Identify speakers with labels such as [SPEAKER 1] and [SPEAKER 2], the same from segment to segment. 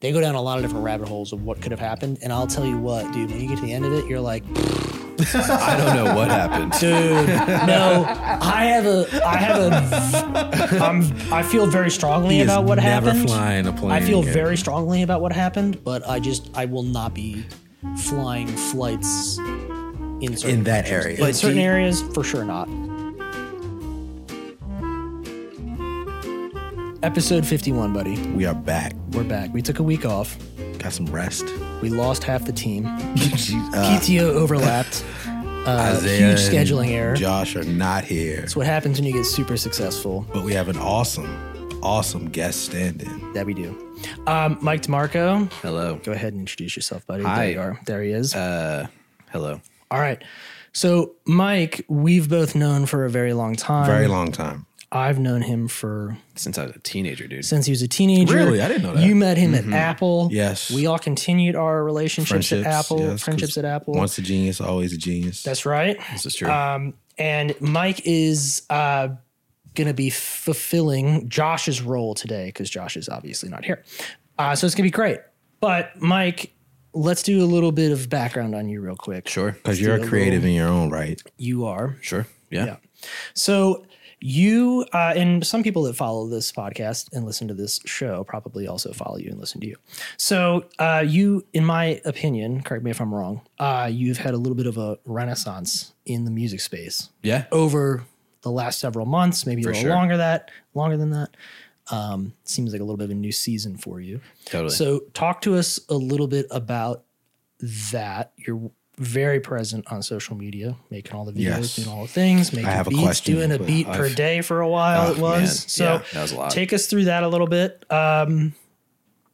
[SPEAKER 1] They go down a lot of different rabbit holes of what could have happened. And I'll tell you what, dude, when you get to the end of it, you're like,
[SPEAKER 2] I don't know what happened.
[SPEAKER 1] dude, no, I have a, I have a, I'm, I feel very strongly
[SPEAKER 3] He is
[SPEAKER 1] about what
[SPEAKER 3] never
[SPEAKER 1] happened.
[SPEAKER 3] flying a plane
[SPEAKER 1] I feel
[SPEAKER 3] again.
[SPEAKER 1] very strongly about what happened, but I just, I will not be flying flights in certain
[SPEAKER 2] In that
[SPEAKER 1] directions.
[SPEAKER 2] area.
[SPEAKER 1] In
[SPEAKER 2] But do
[SPEAKER 1] certain
[SPEAKER 2] you-
[SPEAKER 1] areas, for sure not. Episode 51, buddy.
[SPEAKER 2] We are back.
[SPEAKER 1] We're back. We took a week off.
[SPEAKER 2] Got some rest.
[SPEAKER 1] We lost half the team.
[SPEAKER 2] uh,
[SPEAKER 1] PTO overlapped. Uh,
[SPEAKER 2] Isaiah
[SPEAKER 1] huge
[SPEAKER 2] and
[SPEAKER 1] scheduling error.
[SPEAKER 2] Josh are not here,
[SPEAKER 1] That's what happens when you get super successful.
[SPEAKER 2] but we have an awesome, awesome guest stand-in.
[SPEAKER 1] That we do. Um, Mike DeMarco,
[SPEAKER 3] Hello.
[SPEAKER 1] go ahead and introduce yourself, buddy.
[SPEAKER 3] Hi.
[SPEAKER 1] There you are. There he is.
[SPEAKER 2] Uh,
[SPEAKER 3] Hello.
[SPEAKER 1] All right. So, Mike, we've both known for a very long time.
[SPEAKER 2] Very long time.
[SPEAKER 1] I've known him for
[SPEAKER 3] Since I was a teenager, dude.
[SPEAKER 1] since he was a teenager.
[SPEAKER 2] Really? I didn't know that. Mm-hmm.
[SPEAKER 1] You met him at Apple.
[SPEAKER 2] Yes.
[SPEAKER 1] We all continued our relationships at Apple,
[SPEAKER 2] yes, 'cause
[SPEAKER 1] friendships at Apple.
[SPEAKER 2] Once a genius, always a genius.
[SPEAKER 1] That's right.
[SPEAKER 3] This is true.
[SPEAKER 2] Uh,
[SPEAKER 1] Um, and Mike is uh, going to be fulfilling Josh's role today because Josh is obviously not here. Uh, so it's going to be great. But Mike, let's do a little bit of background on you real quick.
[SPEAKER 3] sure.
[SPEAKER 2] because you're a creative in your own right.
[SPEAKER 1] You are.
[SPEAKER 3] Sure. Yeah.
[SPEAKER 1] Yeah. So you uh, and some people that follow this podcast and listen to this show probably also follow you and listen to you. So uh, you, in my opinion, correct me if I'm wrong, uh, you've had a little bit of a renaissance in the music space
[SPEAKER 3] Yeah.
[SPEAKER 1] over the last several months, maybe a little
[SPEAKER 3] sure.
[SPEAKER 1] longer that longer than that. Um, seems like a little bit of a new season for you.
[SPEAKER 3] Totally.
[SPEAKER 1] So talk to us a little bit about that. You're very present on social media, making all the videos,
[SPEAKER 2] Yes.
[SPEAKER 1] doing all the things, making
[SPEAKER 2] have a
[SPEAKER 1] beats,
[SPEAKER 2] question,
[SPEAKER 1] doing a
[SPEAKER 2] but
[SPEAKER 1] beat per
[SPEAKER 2] I've-
[SPEAKER 1] day for a while.
[SPEAKER 2] Oh, Uh,
[SPEAKER 1] it was
[SPEAKER 3] Man,
[SPEAKER 1] so.
[SPEAKER 3] yeah, that was a lot.
[SPEAKER 1] Take us through that a little bit. Um,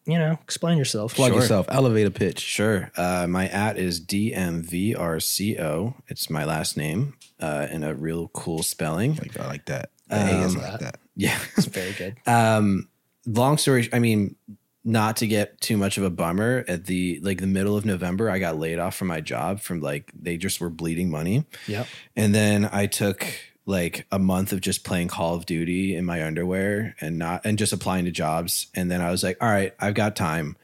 [SPEAKER 1] you know, explain yourself.
[SPEAKER 2] Plug
[SPEAKER 3] Sure.
[SPEAKER 2] yourself. Elevate a pitch.
[SPEAKER 3] Sure. Uh, my at is DMVRCO. It's my last name uh, in a real cool spelling.
[SPEAKER 2] Like I like that. Um, The A is like that.
[SPEAKER 3] Yeah.
[SPEAKER 1] It's very good.
[SPEAKER 3] um, long story, I mean, not to get too much of a bummer at the like the middle of November, I got laid off from my job from like they just were bleeding money.
[SPEAKER 1] Yep.
[SPEAKER 3] And then I took like a month of just playing Call of Duty in my underwear and not and just applying to jobs. And then I was like, all right, I've got time.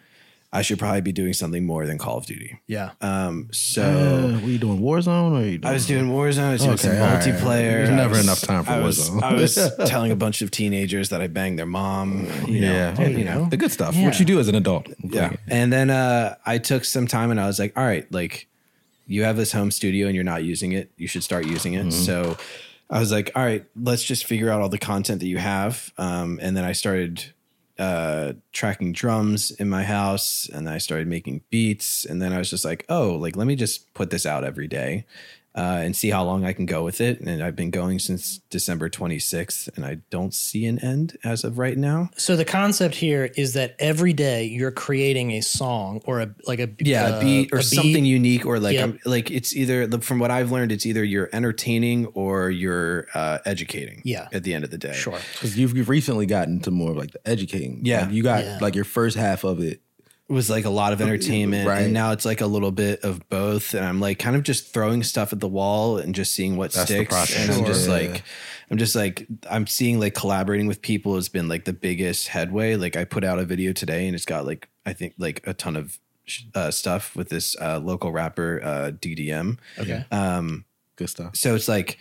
[SPEAKER 3] I should probably be doing something more than Call of Duty.
[SPEAKER 1] Yeah.
[SPEAKER 3] Um, so
[SPEAKER 2] Uh, were you doing Warzone or are you doing
[SPEAKER 3] I was doing Warzone. I was doing
[SPEAKER 2] Okay,
[SPEAKER 3] some
[SPEAKER 2] all right.
[SPEAKER 3] multiplayer.
[SPEAKER 2] There's
[SPEAKER 3] I
[SPEAKER 2] never
[SPEAKER 3] was-
[SPEAKER 2] enough time for
[SPEAKER 3] I was-
[SPEAKER 2] Warzone.
[SPEAKER 3] I was telling a bunch of teenagers that I banged their mom. You know,
[SPEAKER 2] Yeah,
[SPEAKER 1] you know.
[SPEAKER 2] the good stuff.
[SPEAKER 1] Yeah.
[SPEAKER 2] What you do as an adult.
[SPEAKER 3] yeah. And then uh, I took some time and I was like, all right, like you have this home studio and you're not using it. You should start using it. So I was like, all right, let's just figure out all the content that you have. Um, and then I started uh, tracking drums in my house and I started making beats. And then I was just like, oh, like let me just put this out every day. Uh, and see how long I can go with it. And I've been going since December 26th, and I don't see an end as of right now.
[SPEAKER 1] So the concept here is that every day you're creating a song or a like a
[SPEAKER 3] yeah
[SPEAKER 1] uh,
[SPEAKER 3] a beat or
[SPEAKER 1] a
[SPEAKER 3] something unique or like
[SPEAKER 1] Yeah.
[SPEAKER 3] um, like it's either the- from what i've learned it's either you're entertaining or you're uh, educating
[SPEAKER 1] Yeah.
[SPEAKER 3] at the end of the day
[SPEAKER 1] Sure.
[SPEAKER 2] because you've, you've recently gotten to more of like the educating.
[SPEAKER 3] Yeah.
[SPEAKER 2] Like, you got
[SPEAKER 1] Yeah.
[SPEAKER 2] like your first half of it.
[SPEAKER 3] it was like a lot
[SPEAKER 1] Oh,
[SPEAKER 3] of entertainment
[SPEAKER 2] Right.
[SPEAKER 3] and now it's like a little bit of both and i'm like kind of just throwing stuff at the wall and just seeing what
[SPEAKER 2] That's the
[SPEAKER 3] sticks
[SPEAKER 2] process.
[SPEAKER 3] and i'm just
[SPEAKER 2] Sure.
[SPEAKER 3] like i'm just like i'm seeing like collaborating with people has been like the biggest headway like i put out a video today and it's got like i think like a ton of sh- uh, stuff with this uh, local rapper uh, ddm
[SPEAKER 1] Okay.
[SPEAKER 3] um
[SPEAKER 2] Good stuff.
[SPEAKER 3] So it's like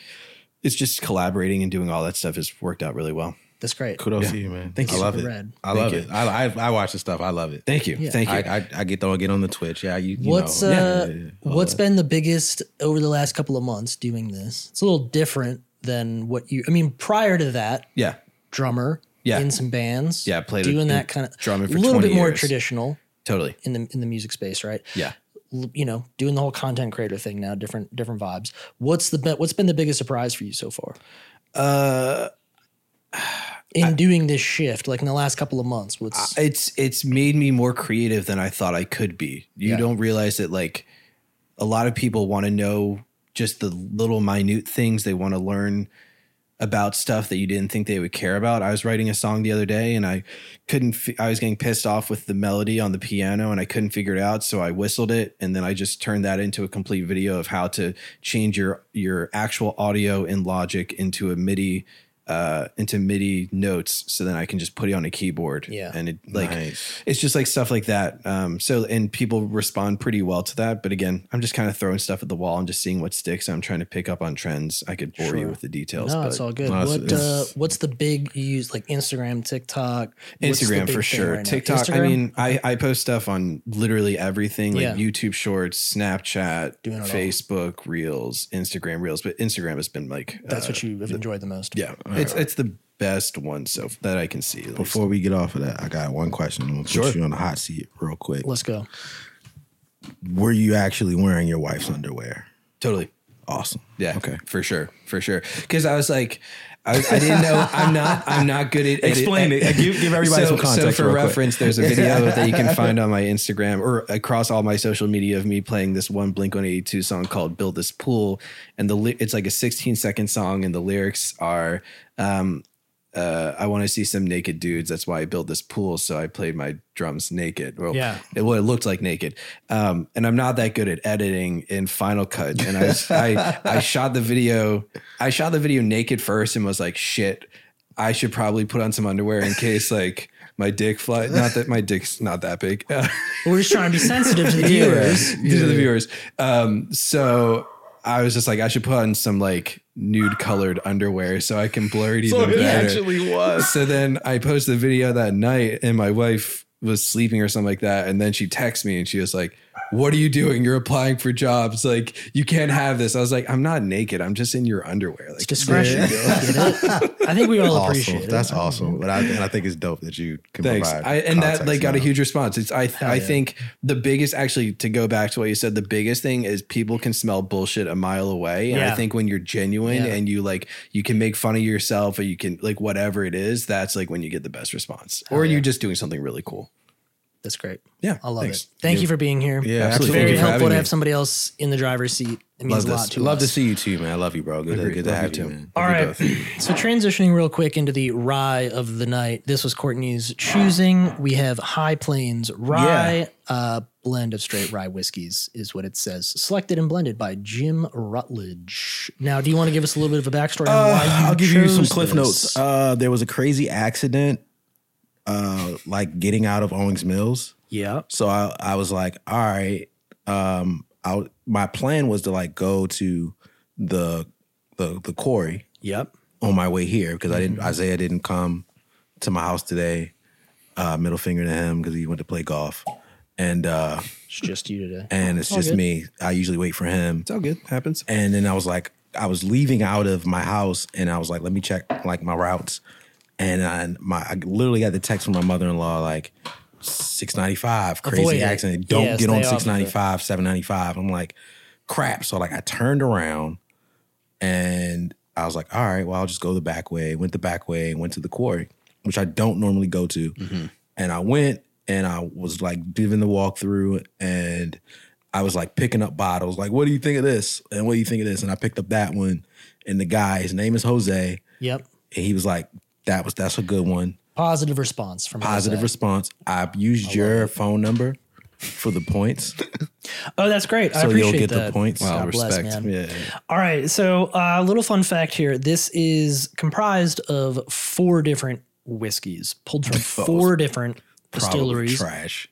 [SPEAKER 3] it's just collaborating and doing all that stuff has worked out really well.
[SPEAKER 1] That's great.
[SPEAKER 2] Kudos
[SPEAKER 3] Yeah.
[SPEAKER 2] to you, man.
[SPEAKER 3] Thank
[SPEAKER 2] I
[SPEAKER 3] you.
[SPEAKER 2] love it.
[SPEAKER 1] Red.
[SPEAKER 2] I
[SPEAKER 3] Thank
[SPEAKER 2] love
[SPEAKER 3] you.
[SPEAKER 2] it. I, I I watch the stuff. I love it.
[SPEAKER 3] Thank you.
[SPEAKER 1] Yeah.
[SPEAKER 3] Thank you.
[SPEAKER 2] I, I, I get though I get on the Twitch. Yeah, you. you
[SPEAKER 1] What's
[SPEAKER 2] know,
[SPEAKER 1] uh
[SPEAKER 2] yeah, yeah, yeah. All
[SPEAKER 1] what's
[SPEAKER 2] that.
[SPEAKER 1] been the biggest over the last couple of months doing this? It's a little different than what you I mean, prior to that,
[SPEAKER 3] yeah.
[SPEAKER 1] drummer
[SPEAKER 3] Yeah.
[SPEAKER 1] in some bands.
[SPEAKER 3] Yeah, played
[SPEAKER 1] doing
[SPEAKER 3] in-
[SPEAKER 1] that kind of
[SPEAKER 3] drumming for
[SPEAKER 1] a little
[SPEAKER 3] 20
[SPEAKER 1] bit more
[SPEAKER 3] years.
[SPEAKER 1] traditional
[SPEAKER 3] Totally.
[SPEAKER 1] in the in the music space, right?
[SPEAKER 3] Yeah.
[SPEAKER 1] L- You know, doing the whole content creator thing now, different different vibes. What's the be- what's been the biggest surprise for you so far?
[SPEAKER 3] Uh
[SPEAKER 1] In doing this shift, like in the last couple of months, what's
[SPEAKER 3] it's it's made me more creative than I thought I could be. You
[SPEAKER 1] Yeah.
[SPEAKER 3] don't realize that like a lot of people want to know just the little minute things they want to learn about stuff that you didn't think they would care about. I was writing a song the other day and I couldn't fi- I was getting pissed off with the melody on the piano and I couldn't figure it out, so I whistled it and then I just turned that into a complete video of how to change your your actual audio in Logic into a MIDI uh, into MIDI notes, so then I can just put it on a keyboard.
[SPEAKER 1] Yeah.
[SPEAKER 3] and it like
[SPEAKER 2] Nice.
[SPEAKER 3] it's just like stuff like that. Um, so and people respond pretty well to that. But again, I'm just kind of throwing stuff at the wall and just seeing what sticks. I'm trying to pick up on trends. I could bore you
[SPEAKER 1] Sure.
[SPEAKER 3] with the details.
[SPEAKER 1] No,
[SPEAKER 3] but
[SPEAKER 1] it's all good.
[SPEAKER 2] No,
[SPEAKER 1] what
[SPEAKER 2] it's-
[SPEAKER 1] uh,
[SPEAKER 2] it's-
[SPEAKER 1] what's the big you use like Instagram, TikTok, What's the
[SPEAKER 3] Instagram
[SPEAKER 1] big thing
[SPEAKER 3] for sure.
[SPEAKER 1] right now?
[SPEAKER 3] TikTok. I
[SPEAKER 1] Instagram?
[SPEAKER 3] mean, I, I post stuff on literally everything like
[SPEAKER 1] Yeah.
[SPEAKER 3] YouTube Shorts, Snapchat,
[SPEAKER 1] Doing it all.
[SPEAKER 3] Facebook Reels, Instagram Reels. But Instagram has been like
[SPEAKER 1] that's
[SPEAKER 3] uh,
[SPEAKER 1] what you have enjoyed the most.
[SPEAKER 3] Yeah, it's it's the best one so f- that I can see. at least.
[SPEAKER 2] Before we get off of that, I got one question. I'm gonna
[SPEAKER 3] Sure.
[SPEAKER 2] put you on the hot seat real quick.
[SPEAKER 1] Let's go.
[SPEAKER 2] Were you actually wearing your wife's underwear?
[SPEAKER 3] totally.
[SPEAKER 2] Awesome.
[SPEAKER 3] Yeah.
[SPEAKER 2] Okay.
[SPEAKER 3] For sure. For sure. Because I was like, I, was, I didn't know. I'm not. I'm not good at at-
[SPEAKER 2] Explain it. Give- give everybody some context
[SPEAKER 3] So for
[SPEAKER 2] real quick.
[SPEAKER 3] reference, there's a video that you can find on my Instagram or across all my social media of me playing this one Blink 182 song called "Build This Pool," and the ly- it's like a 16 second song, and the lyrics are. Um, uh, I want to see some naked dudes. That's why I built this pool. So I played my drums naked. Well,
[SPEAKER 1] Yeah.
[SPEAKER 3] it, well, it looked like naked. Um, and I'm not that good at editing in Final Cut. And I, was- I, I shot the video. I shot the video naked first and was like, shit, I should probably put on some underwear in case like my dick fly. Not that my dick's not that big. Uh,
[SPEAKER 1] We're just trying to be sensitive to the viewers.
[SPEAKER 3] to the viewers. Um, so I was just like, I should put on some like nude colored underwear so I can blur it even better
[SPEAKER 2] was.
[SPEAKER 3] Uh, so then I posted the video that night, and my wife was sleeping or something like that. And then she texts me and she was like, What are you doing? You're applying for jobs. Like, you can't have this. I was like, I'm not naked. I'm just in your underwear. Like,
[SPEAKER 1] Discretion. Get it? I think we all appreciate
[SPEAKER 2] Awesome.
[SPEAKER 1] it.
[SPEAKER 2] That's awesome. But I, and I think it's dope that you can
[SPEAKER 3] Thanks.
[SPEAKER 2] provide.
[SPEAKER 3] I, and that
[SPEAKER 2] context
[SPEAKER 3] like got a
[SPEAKER 2] now.
[SPEAKER 3] huge response. It's I I
[SPEAKER 1] yeah.
[SPEAKER 3] think the biggest actually to go back to what you said, the biggest thing is people can smell bullshit a mile away. And
[SPEAKER 1] Yeah.
[SPEAKER 3] I think when you're genuine
[SPEAKER 1] Yeah.
[SPEAKER 3] and you like you can make fun of yourself or you can like whatever it is, that's like when you get the best response. Or you're just doing something really cool.
[SPEAKER 1] That's great.
[SPEAKER 3] Yeah,
[SPEAKER 1] I love
[SPEAKER 3] thanks.
[SPEAKER 1] it. Thank you for being here.
[SPEAKER 2] Yeah,
[SPEAKER 1] it's
[SPEAKER 2] absolutely.
[SPEAKER 1] very
[SPEAKER 3] Thank you for
[SPEAKER 1] helpful
[SPEAKER 3] having
[SPEAKER 1] to
[SPEAKER 3] me.
[SPEAKER 1] have somebody else in the driver's seat. It means
[SPEAKER 2] Love
[SPEAKER 1] a lot
[SPEAKER 2] this.
[SPEAKER 1] to
[SPEAKER 2] Love
[SPEAKER 1] us.
[SPEAKER 2] to see you too, man. I love you, bro. Good,
[SPEAKER 3] Agreed.
[SPEAKER 2] good to
[SPEAKER 3] Love
[SPEAKER 2] have
[SPEAKER 3] you
[SPEAKER 2] you,
[SPEAKER 3] too.
[SPEAKER 2] man.
[SPEAKER 1] All
[SPEAKER 2] Love you
[SPEAKER 1] right.
[SPEAKER 2] both.
[SPEAKER 1] So transitioning real quick into the rye of the night. This was Courtney's choosing. We have High Plains Rye, uh, blend of straight rye whiskeys is what it says. Selected and blended by Jim Rutledge. Now, do you want to give us a little bit of a backstory on why you
[SPEAKER 2] Uh, I'll give you some
[SPEAKER 1] chose
[SPEAKER 2] cliff
[SPEAKER 1] this?
[SPEAKER 2] notes. Uh, there was a crazy accident, uh, like getting out of Owings Mills.
[SPEAKER 1] yeah.
[SPEAKER 2] So I, I was like, all right. Um, I my plan was to like go to the the the quarry
[SPEAKER 1] Yep.
[SPEAKER 2] on my way here because I
[SPEAKER 1] Mm-hmm.
[SPEAKER 2] didn't Isaiah didn't come to my house today. Uh, middle finger to him because he went to play golf, and uh,
[SPEAKER 1] It's just you today.
[SPEAKER 2] and it's just
[SPEAKER 1] good.
[SPEAKER 2] me. I usually wait for him.
[SPEAKER 3] It's all good. Happens.
[SPEAKER 2] And then I was like, I was leaving out of my house, and I was like, let me check like my routes. And I, my, I literally got the text from my mother in law like, 695, crazy
[SPEAKER 1] Avoid it.
[SPEAKER 2] accident. Don't
[SPEAKER 1] Yeah,
[SPEAKER 2] get on
[SPEAKER 1] stay off of it.
[SPEAKER 2] 695, 795. I'm like, crap. So like I turned around and I was like, all right, well, I'll just go the back way. Went the back way, went to the quarry, which I don't normally go to.
[SPEAKER 1] Mm-hmm.
[SPEAKER 2] And I went and I was like giving the walkthrough and I was like picking up bottles, like, what do you think of this? And what do you think of this? And I picked up that one. And the guy, his name is Jose,
[SPEAKER 1] Yep.
[SPEAKER 2] and he was like, that was that's a good one.
[SPEAKER 1] Positive response from
[SPEAKER 2] Positive
[SPEAKER 1] Jose.
[SPEAKER 2] response. I've used your phone number for the points.
[SPEAKER 1] Oh, that's great. I
[SPEAKER 2] so
[SPEAKER 1] appreciate
[SPEAKER 2] you'll get
[SPEAKER 1] that.
[SPEAKER 2] the points.
[SPEAKER 3] Wow,
[SPEAKER 1] God bless,
[SPEAKER 3] respect.
[SPEAKER 1] man.
[SPEAKER 3] Yeah.
[SPEAKER 1] All right. So, a uh, little fun fact here. This is comprised of four different whiskeys pulled from four different
[SPEAKER 2] Probably
[SPEAKER 1] distilleries.
[SPEAKER 2] Trash.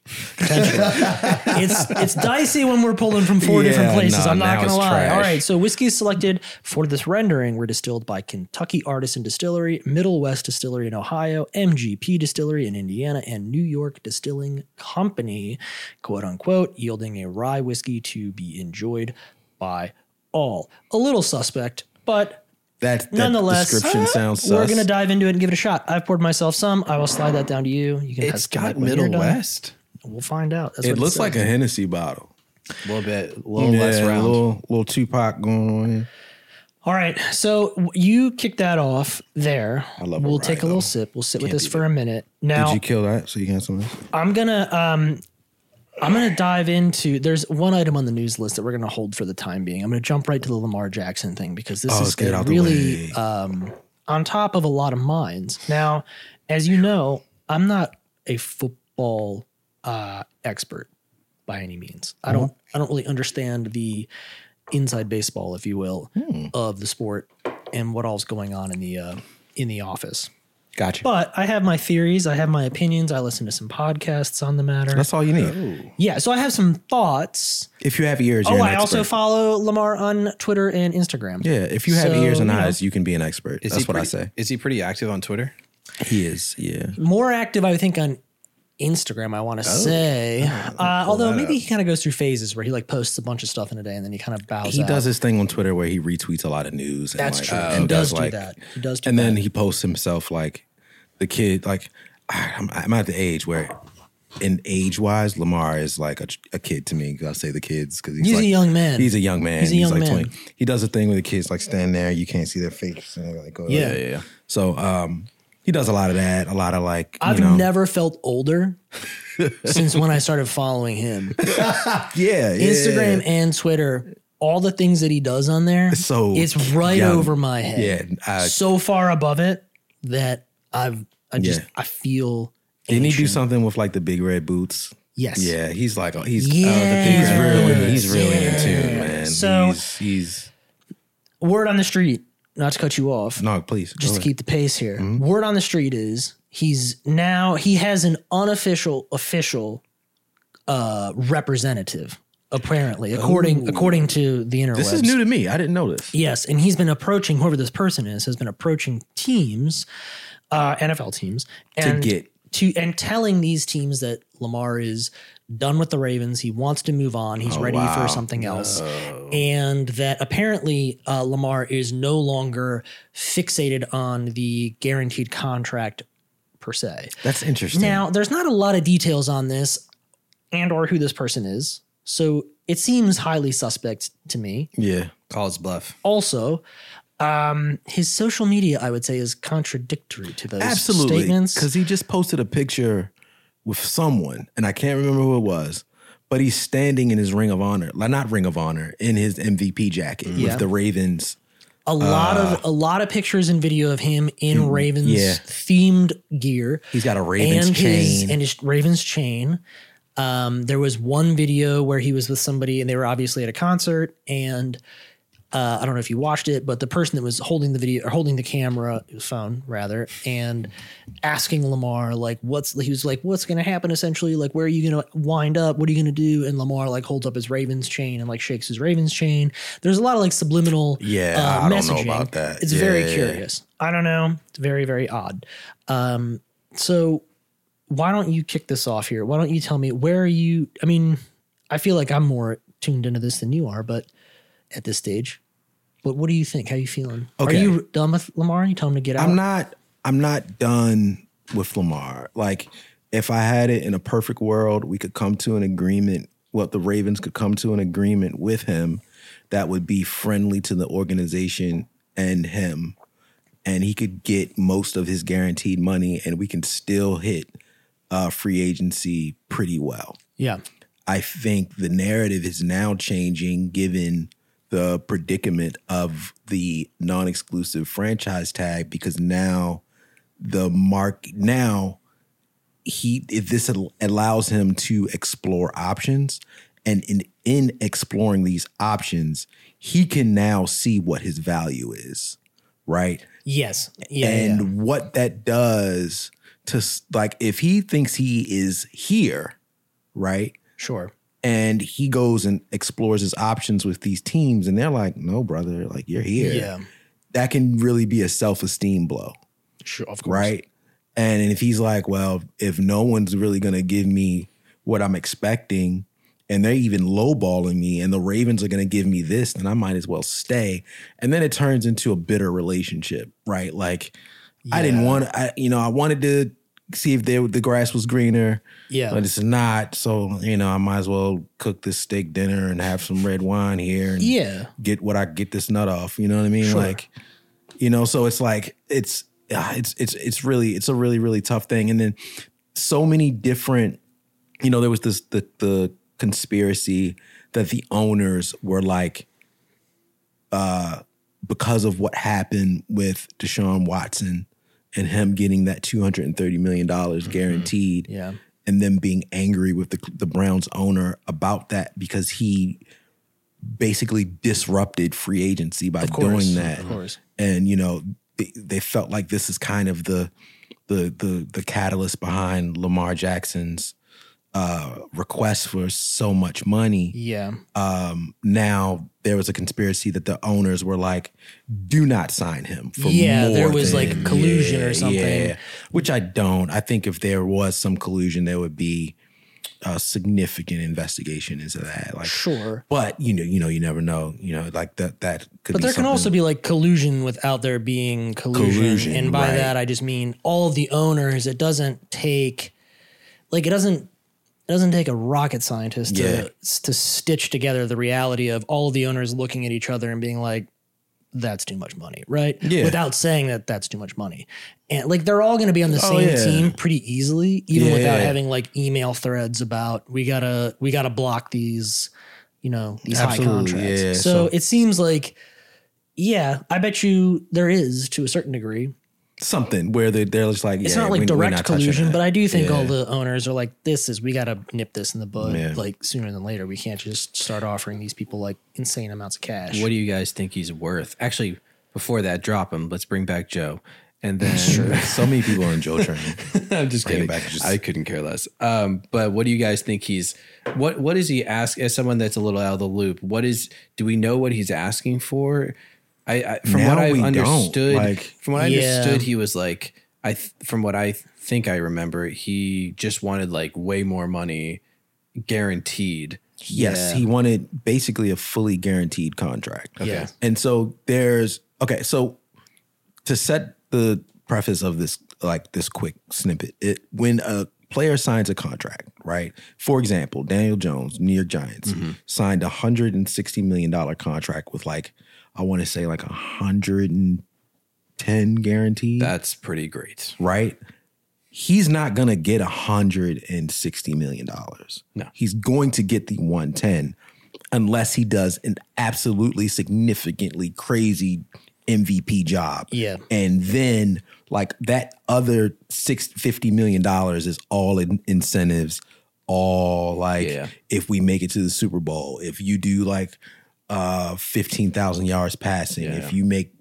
[SPEAKER 1] It's it's dicey when we're pulling from four
[SPEAKER 2] Yeah,
[SPEAKER 1] different places.
[SPEAKER 2] nah,
[SPEAKER 1] I'm not
[SPEAKER 2] now
[SPEAKER 1] gonna
[SPEAKER 2] it's
[SPEAKER 1] lie.
[SPEAKER 2] trash.
[SPEAKER 1] All right. So, whiskeys selected for this rendering were distilled by Kentucky Artisan Distillery, Middle West Distillery in Ohio, MGP Distillery in Indiana, and New York Distilling Company, quote unquote, yielding a rye whiskey to be enjoyed by all. A little suspect, but
[SPEAKER 2] That, that
[SPEAKER 1] Nonetheless,
[SPEAKER 2] description sounds sus.
[SPEAKER 1] we're gonna dive into it and give it a shot. I've poured myself some. I will slide that down to you. You can
[SPEAKER 3] It's
[SPEAKER 1] have some
[SPEAKER 3] got
[SPEAKER 1] when you're
[SPEAKER 3] Middle
[SPEAKER 1] done.
[SPEAKER 3] West.
[SPEAKER 1] We'll find out. That's
[SPEAKER 2] It
[SPEAKER 1] what
[SPEAKER 2] looks
[SPEAKER 1] says.
[SPEAKER 2] like a Hennessy bottle.
[SPEAKER 3] A little bit, a little less
[SPEAKER 2] Yeah,
[SPEAKER 3] round.
[SPEAKER 2] little little Tupac going on. here.
[SPEAKER 1] All right, so w- you kick that off there. I
[SPEAKER 2] love a
[SPEAKER 1] We'll
[SPEAKER 2] rye,
[SPEAKER 1] take a little
[SPEAKER 2] though.
[SPEAKER 1] sip. We'll sit with this for a minute. Now
[SPEAKER 2] Did you kill that so you can have some? of this?
[SPEAKER 1] I'm gonna um, I'm gonna dive into. There's one item on the news list that we're gonna hold for the time being. I'm gonna jump right to the Lamar Jackson thing because this
[SPEAKER 2] Oh,
[SPEAKER 1] is
[SPEAKER 2] let's get it
[SPEAKER 1] gonna
[SPEAKER 2] out the
[SPEAKER 1] really
[SPEAKER 2] way.
[SPEAKER 1] um, on top of a lot of minds. Now, as you know, I'm not a football uh, expert by any means. I
[SPEAKER 2] Uh-huh.
[SPEAKER 1] don't I don't really understand the
[SPEAKER 2] Hmm.
[SPEAKER 1] inside baseball, if you will, of the sport and what all's going on in the uh, in the office.
[SPEAKER 2] Gotcha.
[SPEAKER 1] But I have my theories, I have my opinions, I listen to some podcasts on the matter.
[SPEAKER 2] That's all you need.
[SPEAKER 1] yeah, so I have some thoughts.
[SPEAKER 2] If you have ears,
[SPEAKER 1] Oh,
[SPEAKER 2] you're an
[SPEAKER 1] I also
[SPEAKER 2] expert.
[SPEAKER 1] follow Lamar on Twitter and Instagram.
[SPEAKER 2] yeah, if you have
[SPEAKER 1] So,
[SPEAKER 2] ears and
[SPEAKER 1] you know,
[SPEAKER 2] eyes, you can be an expert.
[SPEAKER 3] Is he
[SPEAKER 2] That's what I
[SPEAKER 3] pretty-
[SPEAKER 2] say.
[SPEAKER 3] Is he pretty active on Twitter?
[SPEAKER 2] He is. Yeah.
[SPEAKER 1] more active, I think, on Instagram. I
[SPEAKER 2] Oh.
[SPEAKER 1] want to say, uh, although maybe he kind of goes through phases where he like posts a bunch of stuff in a day and then he kind of bows.
[SPEAKER 2] He
[SPEAKER 1] out.
[SPEAKER 2] does his thing on Twitter where he retweets a lot of news. And
[SPEAKER 1] That's
[SPEAKER 2] like,
[SPEAKER 1] true.
[SPEAKER 2] And
[SPEAKER 1] he does,
[SPEAKER 2] does,
[SPEAKER 1] do
[SPEAKER 2] like,
[SPEAKER 1] that. He does do
[SPEAKER 2] and
[SPEAKER 1] that.
[SPEAKER 2] then he posts himself like the kid. Like I'm, I'm at the age where, in age wise, Lamar is like a, a kid to me. 'cause I say the kids because he's,
[SPEAKER 1] He's a
[SPEAKER 2] like,
[SPEAKER 1] young man.
[SPEAKER 2] He's a young man.
[SPEAKER 1] He's a young
[SPEAKER 2] like
[SPEAKER 1] man.
[SPEAKER 2] 20. He does a thing where the kids like stand there. You can't see their face. And they like go
[SPEAKER 1] Yeah.
[SPEAKER 2] like-
[SPEAKER 3] yeah.
[SPEAKER 2] So um, he does a lot of that. A lot of like you
[SPEAKER 1] I've
[SPEAKER 2] know-
[SPEAKER 1] never felt older since when I started following him.
[SPEAKER 2] yeah yeah,
[SPEAKER 1] Instagram and Twitter, all the things that he does on there,
[SPEAKER 2] It's so
[SPEAKER 1] it's right
[SPEAKER 2] young.
[SPEAKER 1] over my head.
[SPEAKER 2] Yeah, Uh, I-
[SPEAKER 1] so far above it that I've I just
[SPEAKER 2] Yeah.
[SPEAKER 1] I feel.
[SPEAKER 2] Didn't he do
[SPEAKER 1] ancient.
[SPEAKER 2] something with like the big red boots?
[SPEAKER 1] Yes.
[SPEAKER 2] Yeah, he's like oh, he's
[SPEAKER 1] Yeah.
[SPEAKER 2] he's really he's really in tune,
[SPEAKER 1] Yeah.
[SPEAKER 2] man.
[SPEAKER 1] So-
[SPEAKER 2] he's, he's
[SPEAKER 1] Word on the street, not to cut you off,
[SPEAKER 2] no, please
[SPEAKER 1] just
[SPEAKER 2] go
[SPEAKER 1] to keep the pace here.
[SPEAKER 2] Mm-hmm.
[SPEAKER 1] Word on the street is he's now he has an unofficial official uh representative apparently according according to the interwebs.
[SPEAKER 2] ahead. This is new to me. I didn't know this.
[SPEAKER 1] Yes, and he's been approaching whoever this person is has been approaching teams, uh, NFL teams, and
[SPEAKER 2] get-
[SPEAKER 1] to and telling these teams that Lamar is done with the Ravens. He wants to move on. He's ready
[SPEAKER 2] Oh, wow.
[SPEAKER 1] for something else, and that apparently uh, Lamar is no longer fixated on the guaranteed contract per se.
[SPEAKER 2] That's interesting.
[SPEAKER 1] Now, there's not a lot of details on this and or who this person is, so it seems highly suspect to me
[SPEAKER 2] yeah,
[SPEAKER 3] Call his bluff.
[SPEAKER 1] also um his social media i would say is contradictory to those
[SPEAKER 2] absolutely.
[SPEAKER 1] statements
[SPEAKER 2] Because he just posted a picture with someone, and I can't remember who it was. But he's standing in his Ring of Honor, like not Ring of Honor, in his MVP jacket
[SPEAKER 1] Yeah.
[SPEAKER 2] with the Ravens.
[SPEAKER 1] a lot of a lot of pictures and video of him in ravens
[SPEAKER 2] Uh, Mm, yeah.
[SPEAKER 1] themed gear
[SPEAKER 2] He's got a Ravens
[SPEAKER 1] and his
[SPEAKER 2] chain.
[SPEAKER 1] and his ravens chain um there was one video where he was with somebody and they were obviously at a concert and uh, I don't know if you watched it, but the person that was holding the video or holding the camera phone rather, and asking Lamar like, "What's?" He was like, "What's going to happen?" Essentially, like, "Where are you going to wind up? What are you going to do?" And Lamar like holds up his Ravens chain and like shakes his Ravens chain. There's a lot of like subliminal,
[SPEAKER 2] Yeah,
[SPEAKER 1] uh,
[SPEAKER 2] I don't know
[SPEAKER 1] messaging.
[SPEAKER 2] about that.
[SPEAKER 1] It's
[SPEAKER 2] Yeah,
[SPEAKER 1] very
[SPEAKER 2] yeah, yeah.
[SPEAKER 1] curious. I don't know. It's very very odd. Um, so why don't you kick this off here? Why don't you tell me where are you? I mean, I feel like I'm more tuned into this than you are, but at this stage. But what do you think? How you feeling? Are
[SPEAKER 2] Okay.
[SPEAKER 1] you done with Lamar? You tell him to get out.
[SPEAKER 2] I'm not I'm not done with Lamar. Like if I had it in a perfect world, we could come to an agreement. Well, the Ravens could come to an agreement with him that would be friendly to the organization and him. And he could get most of his guaranteed money and we can still hit uh, free agency pretty well.
[SPEAKER 1] Yeah.
[SPEAKER 2] I think the narrative is now changing given the predicament of the non-exclusive franchise tag because now the mark now he if this al- allows him to explore options and in in exploring these options he can now see what his value is right
[SPEAKER 1] Yes. Yeah.
[SPEAKER 2] and what that does to s- like if he thinks he is here right
[SPEAKER 1] Sure.
[SPEAKER 2] and he goes and explores his options with these teams and they're like no brother like you're here that can really be a self-esteem blow
[SPEAKER 1] Sure. Of course.
[SPEAKER 2] right and if he's like well if no one's really going to give me what i'm expecting and they're even lowballing me and the ravens are going to give me this then i might as well stay and then it turns into a bitter relationship right like i didn't want i you know i wanted to see if they, the grass was greener
[SPEAKER 1] Yeah.
[SPEAKER 2] but it's not. So, you know, I might as well cook this steak dinner and have some red wine here and
[SPEAKER 1] yeah.
[SPEAKER 2] get what I get this nut off. You know what I mean? Like, you know, so it's like it's ah, it's it's it's really it's a really really tough thing. And then so many different, you know, there was this the the conspiracy that the owners were like, uh, because of what happened with Deshaun Watson and him getting that two hundred and thirty million dollars guaranteed,
[SPEAKER 1] Mm-hmm. Yeah.
[SPEAKER 2] and them being angry with the the Browns owner about that because he basically disrupted free agency by
[SPEAKER 1] course,
[SPEAKER 2] doing that.
[SPEAKER 1] of course.
[SPEAKER 2] And you know, they, they felt like this is kind of the the the the catalyst behind Lamar Jackson's uh, request for so much money
[SPEAKER 1] Yeah.
[SPEAKER 2] um, now there was a conspiracy that the owners were like, "Do not sign him." For
[SPEAKER 1] Yeah,
[SPEAKER 2] more
[SPEAKER 1] there was,
[SPEAKER 2] than-
[SPEAKER 1] like, collusion or something.
[SPEAKER 2] which I don't. I think if there was some collusion, there would be a significant investigation into that. Like,
[SPEAKER 1] Sure.
[SPEAKER 2] but you know, you know, you never know. You know, like that. That could.
[SPEAKER 1] But
[SPEAKER 2] be
[SPEAKER 1] there can
[SPEAKER 2] something-
[SPEAKER 1] also be like collusion without there being collusion.
[SPEAKER 2] Collusion,
[SPEAKER 1] and by
[SPEAKER 2] right.
[SPEAKER 1] that, I just mean all of the owners. It doesn't take, like, it doesn't. It doesn't take a rocket scientist
[SPEAKER 2] Yeah.
[SPEAKER 1] to to stitch together the reality of all of the owners looking at each other and being like, "That's too much money," right?
[SPEAKER 2] Yeah.
[SPEAKER 1] Without saying that that's too much money, and like they're all going to be on the
[SPEAKER 2] Oh,
[SPEAKER 1] same
[SPEAKER 2] yeah.
[SPEAKER 1] team pretty easily, even
[SPEAKER 2] Yeah,
[SPEAKER 1] without
[SPEAKER 2] yeah.
[SPEAKER 1] having like email threads about we gotta we gotta block these, you know, these
[SPEAKER 2] Absolutely,
[SPEAKER 1] high contracts.
[SPEAKER 2] yeah,
[SPEAKER 1] so
[SPEAKER 2] so-
[SPEAKER 1] it seems like yeah, I bet you there is to a certain degree.
[SPEAKER 2] something where they, they're just like,
[SPEAKER 1] It's
[SPEAKER 2] yeah,
[SPEAKER 1] not
[SPEAKER 2] we-
[SPEAKER 1] like
[SPEAKER 2] we're
[SPEAKER 1] direct
[SPEAKER 2] not touching
[SPEAKER 1] collusion,
[SPEAKER 2] that.
[SPEAKER 1] but I do think all
[SPEAKER 2] Yeah.
[SPEAKER 1] the owners are like, this is, we got to nip this in the bud
[SPEAKER 2] Yeah.
[SPEAKER 1] like sooner than later. We can't just start offering these people like insane amounts of cash.
[SPEAKER 3] What do you guys think he's worth? Actually, before that, drop him. Let's bring back Joe. And then
[SPEAKER 2] so many people are in Joe Train.
[SPEAKER 3] I'm just
[SPEAKER 2] Bring
[SPEAKER 3] kidding.
[SPEAKER 2] it back, just-
[SPEAKER 3] I couldn't care less. Um, but what do you guys think he's what what is he ask as someone that's a little out of the loop? What is do we know what he's asking for? I, I from
[SPEAKER 2] Now
[SPEAKER 3] what I
[SPEAKER 2] we don't,
[SPEAKER 3] understood,
[SPEAKER 2] like-
[SPEAKER 3] from what I
[SPEAKER 1] Yeah.
[SPEAKER 3] understood, he was like I th- from what I think I remember, he just wanted like way more money guaranteed.
[SPEAKER 2] Yes, he wanted basically a fully guaranteed contract.
[SPEAKER 1] Okay. Yeah.
[SPEAKER 2] And so there's okay, so to set the preface of this like this quick snippet, it when a player signs a contract, right? For example, Daniel Jones, New York Giants, signed a hundred and sixty million dollar contract with like I want to say like a hundred and ten guaranteed
[SPEAKER 3] That's pretty great.
[SPEAKER 2] right? He's not gonna get hundred and sixty million dollars.
[SPEAKER 3] No.
[SPEAKER 2] he's going to get the one ten, unless he does an absolutely significantly crazy MVP job.
[SPEAKER 1] Yeah.
[SPEAKER 2] and then like that other six fifty million dollars is all in incentives, all like
[SPEAKER 3] Yeah.
[SPEAKER 2] if we make it to the Super Bowl, if you do like uh fifteen thousand yards passing,
[SPEAKER 3] Yeah.
[SPEAKER 2] if you make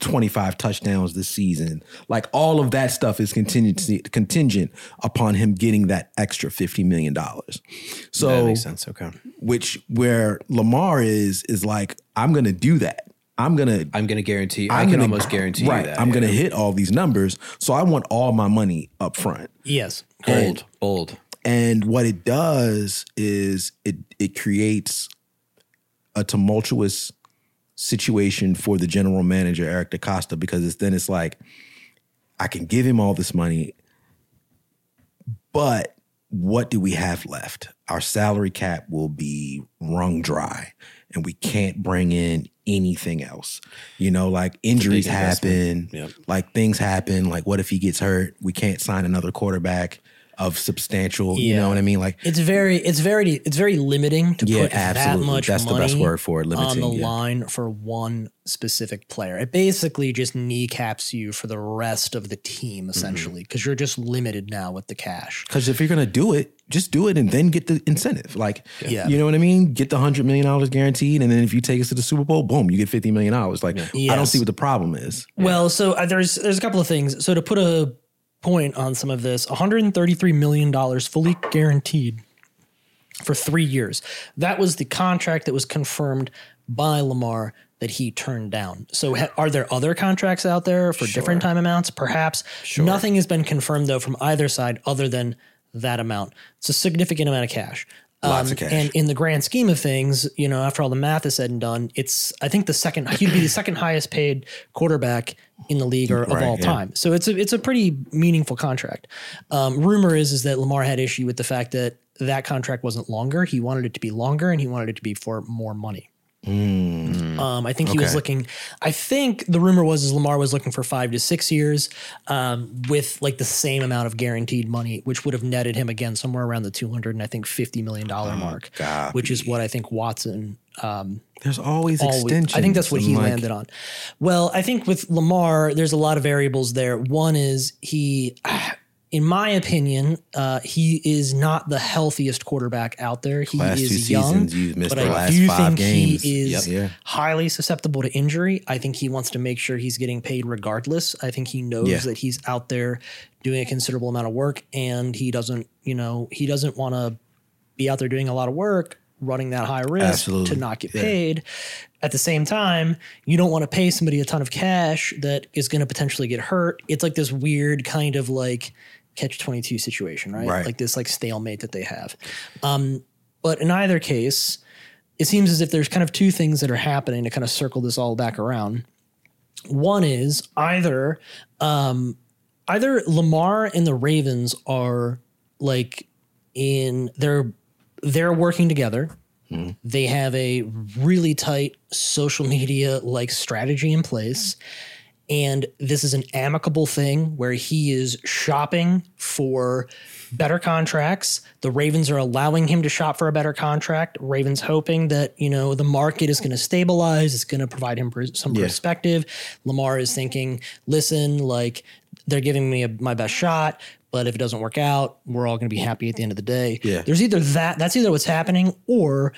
[SPEAKER 2] 25 touchdowns this season. Like all of that stuff is contingency contingent upon him getting that extra 50 million dollars.
[SPEAKER 3] that
[SPEAKER 2] So
[SPEAKER 3] makes sense. Okay.
[SPEAKER 2] which where Lamar is is like I'm going to do that. I'm going to
[SPEAKER 3] I'm gonna guarantee i
[SPEAKER 2] I'm
[SPEAKER 3] can
[SPEAKER 2] gonna-
[SPEAKER 3] almost guarantee
[SPEAKER 2] right,
[SPEAKER 3] you that.
[SPEAKER 2] I'm going
[SPEAKER 3] yeah.
[SPEAKER 2] to hit all these numbers, so I want all my money up front.
[SPEAKER 1] yes.
[SPEAKER 3] bold, bold.
[SPEAKER 2] And what it does is it it creates a tumultuous situation for the general manager Eric DaCosta because it's then it's like I can give him all this money but what do we have left? Our salary cap will be wrung dry and we can't bring in anything else. You know, like injuries happen,
[SPEAKER 3] investment. Yep.
[SPEAKER 2] like things happen. Like, what if he gets hurt? We can't sign another quarterback of substantial, you
[SPEAKER 1] Yeah.
[SPEAKER 2] know what I mean? Like,
[SPEAKER 1] It's very, it's very, it's very limiting to
[SPEAKER 2] yeah,
[SPEAKER 1] put that
[SPEAKER 2] absolutely.
[SPEAKER 1] much
[SPEAKER 2] That's
[SPEAKER 1] money
[SPEAKER 2] the best word for it.
[SPEAKER 1] on
[SPEAKER 2] Limiting.
[SPEAKER 1] the
[SPEAKER 2] yeah.
[SPEAKER 1] line for one specific player. It basically just kneecaps you for the rest of the
[SPEAKER 2] Mm-hmm.
[SPEAKER 1] team, essentially, because you're just limited now with the cash.
[SPEAKER 2] Because if you're gonna do it, just do it and then get the incentive. Like,
[SPEAKER 1] Yeah.
[SPEAKER 2] you know what I mean? Get the hundred million dollars guaranteed, and then if you take us to the Super Bowl, boom, you get fifty million dollars. Like, I don't
[SPEAKER 1] Yes.
[SPEAKER 2] see what the problem is.
[SPEAKER 1] Well, so uh, there's there's a couple of things. So to put a point on some of this, 133 million dollars fully guaranteed for 3 years. That was the contract that was confirmed by Lamar that he turned down. So ha- are there other contracts out there for different time amounts? Perhaps. Nothing has been confirmed though from either side other than that amount. It's a significant amount of cash. Um,
[SPEAKER 2] Lots of cash.
[SPEAKER 1] And in the grand scheme of things, you know, after all the math is said and done, it's I think the second he'd be the second highest paid quarterback in the league or of
[SPEAKER 2] Right,
[SPEAKER 1] all
[SPEAKER 2] yeah.
[SPEAKER 1] time. So it's a it's a pretty meaningful contract. Um, rumor is is that Lamar had issue with the fact that that contract wasn't longer. He wanted it to be longer, and he wanted it to be for more money. Um, I think he was
[SPEAKER 2] Okay.
[SPEAKER 1] looking. I think the rumor was is Lamar was looking for five to six years, um, with like the same amount of guaranteed money, which would have netted him again somewhere around the two hundred and I think fifty million dollar
[SPEAKER 2] Oh,
[SPEAKER 1] mark,
[SPEAKER 2] God.
[SPEAKER 1] which is what I think Watson um,
[SPEAKER 2] There's always,
[SPEAKER 1] always-
[SPEAKER 2] extensions.
[SPEAKER 1] I think that's what he
[SPEAKER 2] and, like,
[SPEAKER 1] landed on. Well, I think with Lamar, there's a lot of variables there. One is he in my opinion, uh, he is not the healthiest quarterback out there. He
[SPEAKER 2] Last
[SPEAKER 1] is
[SPEAKER 2] two
[SPEAKER 1] young,
[SPEAKER 2] seasons, you've missed
[SPEAKER 1] but
[SPEAKER 2] the
[SPEAKER 1] I
[SPEAKER 2] last
[SPEAKER 1] do
[SPEAKER 2] five
[SPEAKER 1] think
[SPEAKER 2] games.
[SPEAKER 1] he is
[SPEAKER 2] Yep. Yeah.
[SPEAKER 1] highly susceptible to injury. I think he wants to make sure he's getting paid regardless. I think he knows
[SPEAKER 2] Yeah.
[SPEAKER 1] that he's out there doing a considerable amount of work, and he doesn't, you know, he doesn't want to be out there doing a lot of work, running that high risk
[SPEAKER 2] Absolutely.
[SPEAKER 1] to not get
[SPEAKER 2] Yeah.
[SPEAKER 1] paid. At the same time, you don't want to pay somebody a ton of cash that is going to potentially get hurt. It's like this weird kind of like catch 22 situation, right?
[SPEAKER 2] Right.
[SPEAKER 1] Like this like stalemate that they have. Um, but in either case, it seems as if there's kind of two things that are happening to kind of circle this all back around. One is either um, either Lamar and the Ravens are like in they're they're working together. They have a really tight social media like strategy in place. And this is an amicable thing where he is shopping for better contracts. The Ravens are allowing him to shop for a better contract. Ravens hoping that, you know, the market is going to stabilize, it's going to provide him pers- some perspective. Lamar is thinking, listen, like they're giving me a, my best shot, but if it doesn't work out, we're all going to be happy at the end of the day.
[SPEAKER 2] Yeah.
[SPEAKER 1] There's either that, that's either what's happening, or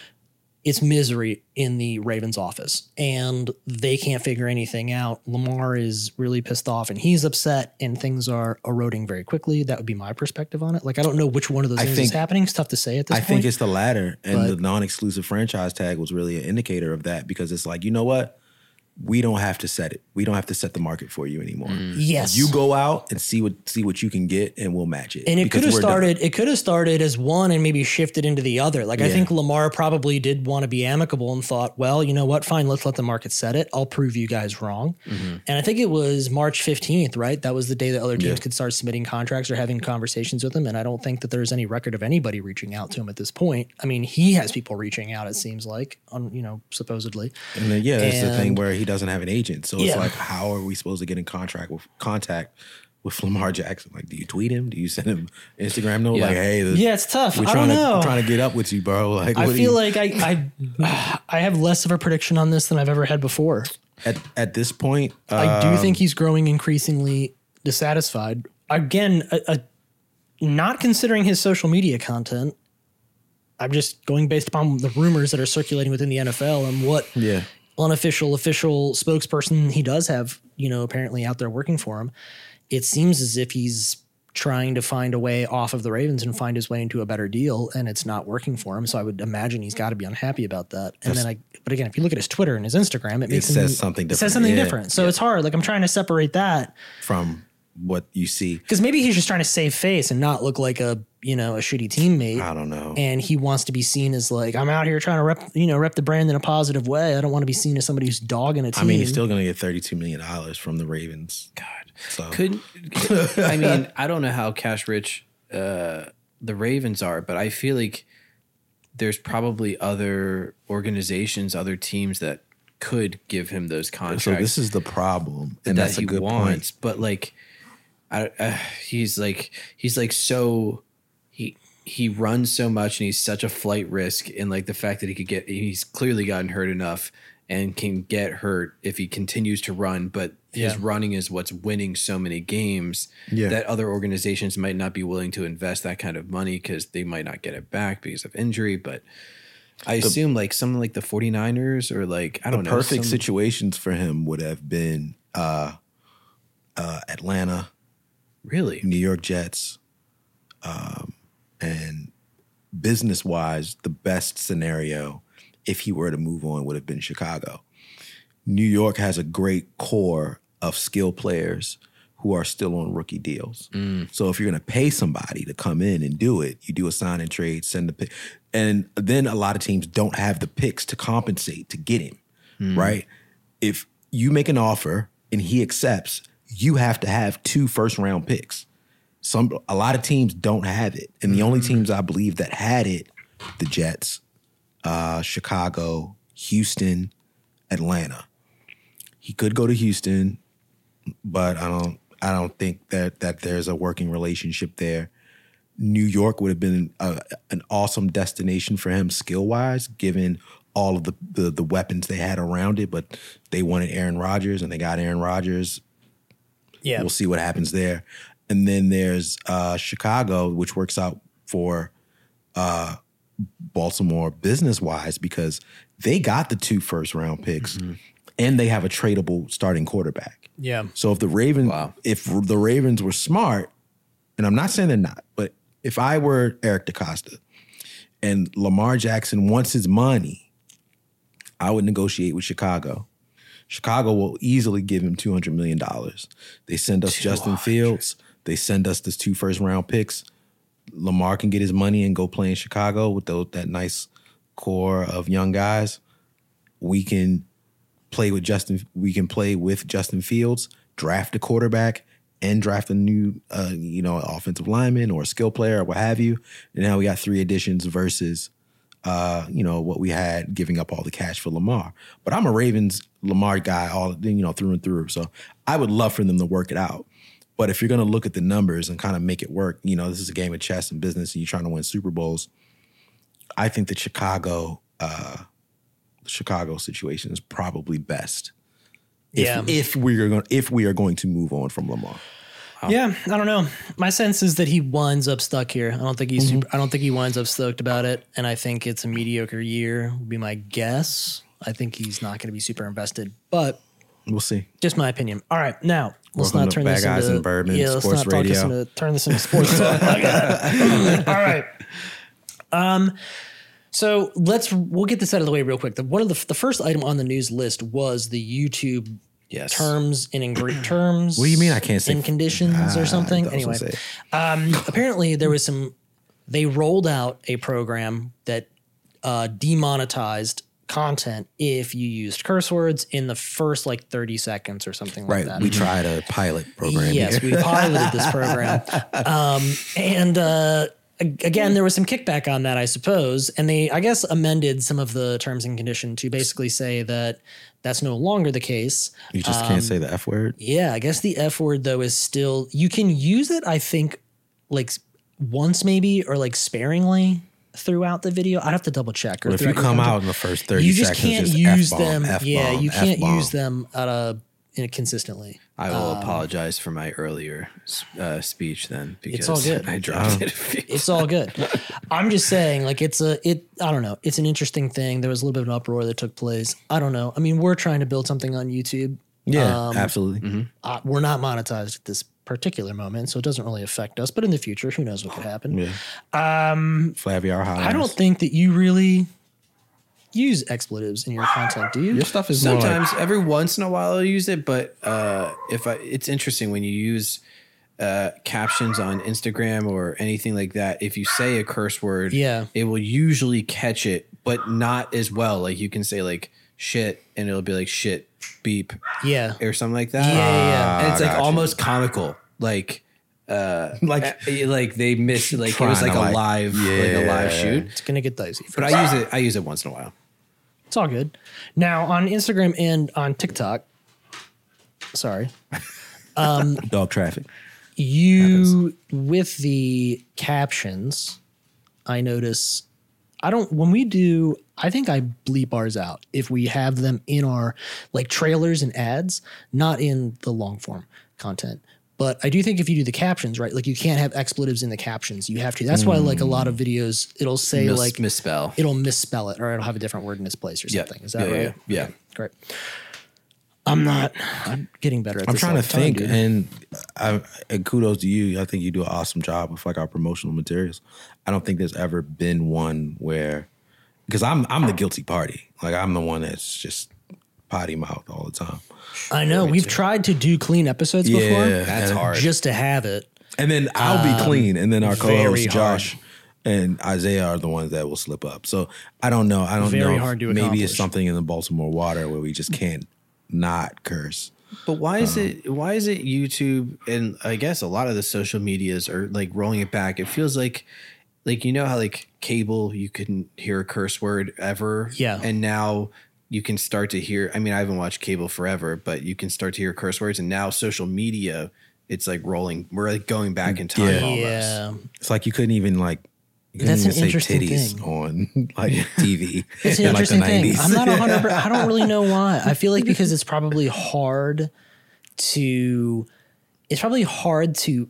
[SPEAKER 1] it's misery in the Ravens office and they can't figure anything out. Lamar is really pissed off and he's upset and things are eroding very quickly. That would be my perspective on it. Like I don't know which one of those
[SPEAKER 2] I
[SPEAKER 1] things is
[SPEAKER 2] think-
[SPEAKER 1] happening. It's tough to say at this
[SPEAKER 2] I
[SPEAKER 1] point.
[SPEAKER 2] think it's the latter, and
[SPEAKER 1] But-
[SPEAKER 2] the non-exclusive franchise tag was really an indicator of that because it's like you know what, we don't have to set it. We don't have to set the market for you anymore.
[SPEAKER 1] yes.
[SPEAKER 2] You go out and see what see what you can get, and we'll match it.
[SPEAKER 1] and it
[SPEAKER 2] because
[SPEAKER 1] could have
[SPEAKER 2] we're done.
[SPEAKER 1] started it could have started as one and maybe shifted into the other like i
[SPEAKER 2] Yeah.
[SPEAKER 1] think lamar probably did want to be amicable and thought well you know what fine let's let the market set it i'll prove you guys wrong
[SPEAKER 2] Mm-hmm.
[SPEAKER 1] and i think it was march 15th right that was the day that other teams could start submitting contracts or having conversations with him and i don't think that there's any record of anybody reaching out to him at this point i mean he has people reaching out it seems like on you know supposedly
[SPEAKER 2] And then yeah, it's the thing
[SPEAKER 1] And-
[SPEAKER 2] where he doesn't have an agent, so it's
[SPEAKER 1] Yeah.
[SPEAKER 2] like, how are we supposed to get in contract with contact with Lamar Jackson? Like, do you tweet him? Do you send him Instagram note?
[SPEAKER 3] Yeah.
[SPEAKER 2] Like, hey, this,
[SPEAKER 1] yeah it's tough
[SPEAKER 2] we're
[SPEAKER 1] i
[SPEAKER 2] trying
[SPEAKER 1] don't
[SPEAKER 2] to
[SPEAKER 1] know
[SPEAKER 2] we're trying to get up with you, bro. Like,
[SPEAKER 1] I
[SPEAKER 2] what do
[SPEAKER 1] feel
[SPEAKER 2] you,
[SPEAKER 1] like I, I I have less of a prediction on this than I've ever had before.
[SPEAKER 2] at at this point,
[SPEAKER 1] I do
[SPEAKER 2] um,
[SPEAKER 1] think he's growing increasingly dissatisfied. Again, a, a, not considering his social media content, I'm just going based upon the rumors that are circulating within the NFL and what
[SPEAKER 2] yeah.
[SPEAKER 1] unofficial official spokesperson he does have, you know, apparently out there working for him. It seems as if he's trying to find a way off of the Ravens and find his way into a better deal and it's not working for him. So I would imagine he's got to be unhappy about that. And then I but again, if you look at his Twitter and his Instagram, it
[SPEAKER 2] It
[SPEAKER 1] makes him-
[SPEAKER 2] says something different.
[SPEAKER 1] it says something
[SPEAKER 2] yeah,
[SPEAKER 1] different. So it's hard. Like I'm trying to separate that
[SPEAKER 2] from what you see.
[SPEAKER 1] because maybe he's just trying to save face and not look like a you know a shitty teammate.
[SPEAKER 2] I don't know.
[SPEAKER 1] and he wants to be seen as like I'm out here trying to rep you know rep the brand in a positive way. I don't want to be seen as somebody who's dogging a team.
[SPEAKER 2] I mean, he's still going to get thirty-two million dollars from the Ravens. God, so
[SPEAKER 3] Could I mean I don't know how cash rich uh, the Ravens are, but I feel like there's probably other organizations, other teams that could give him those contracts
[SPEAKER 2] so this is the problem, and
[SPEAKER 3] that
[SPEAKER 2] that's
[SPEAKER 3] he
[SPEAKER 2] a good point.
[SPEAKER 3] wants. But like, I, uh, he's like he's like so he he runs so much and he's such a flight risk, and like the fact that he could get he's clearly gotten hurt enough and can get hurt if he continues to run, but his
[SPEAKER 1] Yeah.
[SPEAKER 3] running is what's winning so many games
[SPEAKER 2] Yeah.
[SPEAKER 3] that other organizations might not be willing to invest that kind of money because they might not get it back because of injury. But I assume like something like the 49ers or like I don't know
[SPEAKER 2] Perfect
[SPEAKER 3] some-
[SPEAKER 2] situations for him would have been uh, uh, Atlanta,
[SPEAKER 3] Really?
[SPEAKER 2] New York Jets, um, and business-wise, the best scenario if he were to move on would have been Chicago. New York has a great core of skill players who are still on rookie deals. So if you're going to pay somebody to come in and do it, you do a sign and trade, send the pick. And then a lot of teams don't have the picks to compensate to get him, right? If you make an offer and he accepts, you have to have two first round picks. Some a lot of teams don't have it. And the only teams I believe that had it, the Jets, uh, Chicago, Houston, Atlanta. He could go to Houston, but I don't I don't think that that there's a working relationship there. New York would have been a, an awesome destination for him skill wise, given all of the, the the weapons they had around it. But they wanted Aaron Rodgers, and they got Aaron Rodgers.
[SPEAKER 1] yeah.
[SPEAKER 2] We'll see what happens there. and then there's uh, Chicago, which works out for uh, Baltimore business wise because they got the two first round picks, and they have a tradable starting quarterback.
[SPEAKER 4] Yeah.
[SPEAKER 2] So if the Ravens,
[SPEAKER 3] Wow.
[SPEAKER 2] if the Ravens were smart, and I'm not saying they're not, but if I were Eric DaCosta and Lamar Jackson wants his money, I would negotiate with Chicago. Chicago will easily give him two hundred million dollars. They send us Justin Fields. They send us this two first round picks. Lamar can get his money and go play in Chicago with those, that nice core of young guys. We can play with Justin. We can play with Justin Fields, draft a quarterback, and draft a new, uh, you know, offensive lineman or a skill player or what have you. And now we got three additions versus, uh, you know, what we had giving up all the cash for Lamar. But I'm a Ravens Lamar guy, all you know, through and through. So I would love for them to work it out. But if you're going to look at the numbers and kind of make it work, you know, this is a game of chess and business, and you're trying to win Super Bowls. I think that Chicago uh, Chicago situation is probably best. If,
[SPEAKER 4] Yeah.
[SPEAKER 2] if we are going if we are going to move on from Lamar.
[SPEAKER 1] Yeah, I don't know. My sense is that he winds up stuck here. I don't think he's.
[SPEAKER 2] Mm-hmm.
[SPEAKER 1] Super, I don't think he winds up stoked about it, and I think it's a mediocre year. Would be my guess. I think he's not going to be super invested, but
[SPEAKER 2] We'll see.
[SPEAKER 1] just my opinion. All right, now let's
[SPEAKER 2] Welcome
[SPEAKER 1] not
[SPEAKER 2] to
[SPEAKER 1] turn
[SPEAKER 2] Bad
[SPEAKER 1] this
[SPEAKER 2] Guys
[SPEAKER 1] into
[SPEAKER 2] and Bourbon
[SPEAKER 1] yeah. Let's
[SPEAKER 2] Sports
[SPEAKER 1] not talk this
[SPEAKER 2] Radio.
[SPEAKER 1] into, turn this into sports talk. All right. Um. So let's we'll get this out of the way real quick. The, one of the the first item on the news list was the YouTube
[SPEAKER 3] Yes.
[SPEAKER 1] terms in ingre- terms.
[SPEAKER 2] What do you mean I can't say-
[SPEAKER 1] in conditions or something?
[SPEAKER 2] I was
[SPEAKER 1] Anyway,
[SPEAKER 2] gonna say.
[SPEAKER 1] um, apparently there was some. They rolled out a program that uh, demonetized content if you used curse words in the first like thirty seconds or something
[SPEAKER 2] Right.
[SPEAKER 1] like that.
[SPEAKER 2] We tried a pilot program.
[SPEAKER 1] Yes,
[SPEAKER 2] here.
[SPEAKER 1] we piloted this program. Um, and uh, ag- again, there was some kickback on that, I suppose. And they, I guess, amended some of the terms and condition to basically say that that's no longer the case.
[SPEAKER 2] You just
[SPEAKER 1] Um,
[SPEAKER 2] can't say the F word.
[SPEAKER 1] Yeah, I guess the F word though is still you can use it. I think like s- once maybe or like sparingly throughout the video. I'd have to double check. Or
[SPEAKER 2] But if you
[SPEAKER 1] throughout your
[SPEAKER 2] come
[SPEAKER 1] content.
[SPEAKER 2] out in the first 30
[SPEAKER 1] you just
[SPEAKER 2] seconds,
[SPEAKER 1] can't
[SPEAKER 2] just
[SPEAKER 1] use
[SPEAKER 2] F-bomb,
[SPEAKER 1] them.
[SPEAKER 2] F-bomb,
[SPEAKER 1] yeah, you can't
[SPEAKER 2] F-bomb.
[SPEAKER 1] use them at a in a consistently.
[SPEAKER 3] I will
[SPEAKER 1] Um,
[SPEAKER 3] apologize for my earlier uh, speech then because
[SPEAKER 1] all good.
[SPEAKER 3] I dropped it. a few-
[SPEAKER 1] it's all good. I'm just saying, like it's a it. I don't know. It's an interesting thing. There was a little bit of an uproar that took place. I don't know. I mean, we're trying to build something on YouTube.
[SPEAKER 2] Yeah,
[SPEAKER 1] Um,
[SPEAKER 2] absolutely.
[SPEAKER 1] Uh, we're not monetized at this particular moment, so it doesn't really affect us. But in the future, who knows what could happen?
[SPEAKER 2] Yeah. Um, Flaviar Hines.
[SPEAKER 1] I don't think that you really use expletives in your content, do you?
[SPEAKER 2] your stuff is more like,
[SPEAKER 3] Sometimes, every once in a while, I'll use it, but uh, if I, it's interesting when you use uh, captions on Instagram or anything like that. If you say a curse word,
[SPEAKER 1] Yeah.
[SPEAKER 3] it will usually catch it, but not as well. Like you can say like shit, and it'll be like shit beep
[SPEAKER 1] Yeah.
[SPEAKER 3] or something like that.
[SPEAKER 1] Yeah, yeah, yeah.
[SPEAKER 3] and it's
[SPEAKER 2] Ah,
[SPEAKER 3] like
[SPEAKER 2] gotcha.
[SPEAKER 3] almost comical, like. Uh,
[SPEAKER 2] Like-
[SPEAKER 3] like, like they missed, like it was
[SPEAKER 2] Trying to,
[SPEAKER 3] like a
[SPEAKER 2] like-
[SPEAKER 3] live, like a live
[SPEAKER 2] Yeah.
[SPEAKER 3] shoot.
[SPEAKER 1] It's gonna get dicey. for
[SPEAKER 3] But I use it. I use it once in a while.
[SPEAKER 1] It's all good. Now on Instagram and on TikTok. Sorry.
[SPEAKER 2] dog traffic.
[SPEAKER 1] You with the captions, I notice I don't when we do I think I bleep ours out if we have them in our like trailers and ads, not in the long form content. But I do think if you do the captions, right? Like you can't have expletives in the captions. You have to. That's why like a lot of videos it'll say
[SPEAKER 3] Hmm. Mis-
[SPEAKER 1] like
[SPEAKER 3] misspell.
[SPEAKER 1] it'll misspell it or it'll have a different word in its place or something. Is that
[SPEAKER 3] yeah,
[SPEAKER 1] right?
[SPEAKER 3] Yeah. yeah.
[SPEAKER 1] Great. I'm not. I'm getting better at
[SPEAKER 2] I'm
[SPEAKER 1] this.
[SPEAKER 2] trying to
[SPEAKER 1] all the time,
[SPEAKER 2] think,
[SPEAKER 1] dude.
[SPEAKER 2] and, I, and kudos to you. I think you do an awesome job with like our promotional materials. I don't think there's ever been one where, because I'm I'm the guilty party. Like I'm the one that's just potty mouth all the time.
[SPEAKER 1] I know. We've tried to do clean episodes
[SPEAKER 2] Yeah,
[SPEAKER 1] before.
[SPEAKER 3] That's
[SPEAKER 2] and,
[SPEAKER 3] hard.
[SPEAKER 1] Just to have it.
[SPEAKER 2] And then I'll be clean, and then our
[SPEAKER 1] very
[SPEAKER 2] co-hosts Josh and Isaiah are the ones that will slip up. So I don't know. I don't
[SPEAKER 1] Very
[SPEAKER 2] know. if
[SPEAKER 1] hard to
[SPEAKER 2] Maybe
[SPEAKER 1] accomplish.
[SPEAKER 2] it's something in the Baltimore water where we just can't not curse.
[SPEAKER 3] But why
[SPEAKER 2] Um,
[SPEAKER 3] is it why is it YouTube and I guess a lot of the social medias are like rolling it back? It feels like like you know how like cable you couldn't hear a curse word ever.
[SPEAKER 1] Yeah.
[SPEAKER 3] And now you can start to hear I mean, I haven't watched cable forever, but you can start to hear curse words and now social media it's like rolling we're like going back in time
[SPEAKER 2] Yeah.
[SPEAKER 3] almost.
[SPEAKER 1] Yeah.
[SPEAKER 2] It's like you couldn't even like. You
[SPEAKER 1] That's
[SPEAKER 2] couldn't even
[SPEAKER 1] an
[SPEAKER 2] say
[SPEAKER 1] interesting
[SPEAKER 2] titties
[SPEAKER 1] thing.
[SPEAKER 2] on like TV.
[SPEAKER 1] It's an
[SPEAKER 2] in, like, the
[SPEAKER 1] interesting thing.
[SPEAKER 2] 90s.
[SPEAKER 1] I'm not 100. percent I don't really know why. I feel like because it's probably hard to. It's probably hard to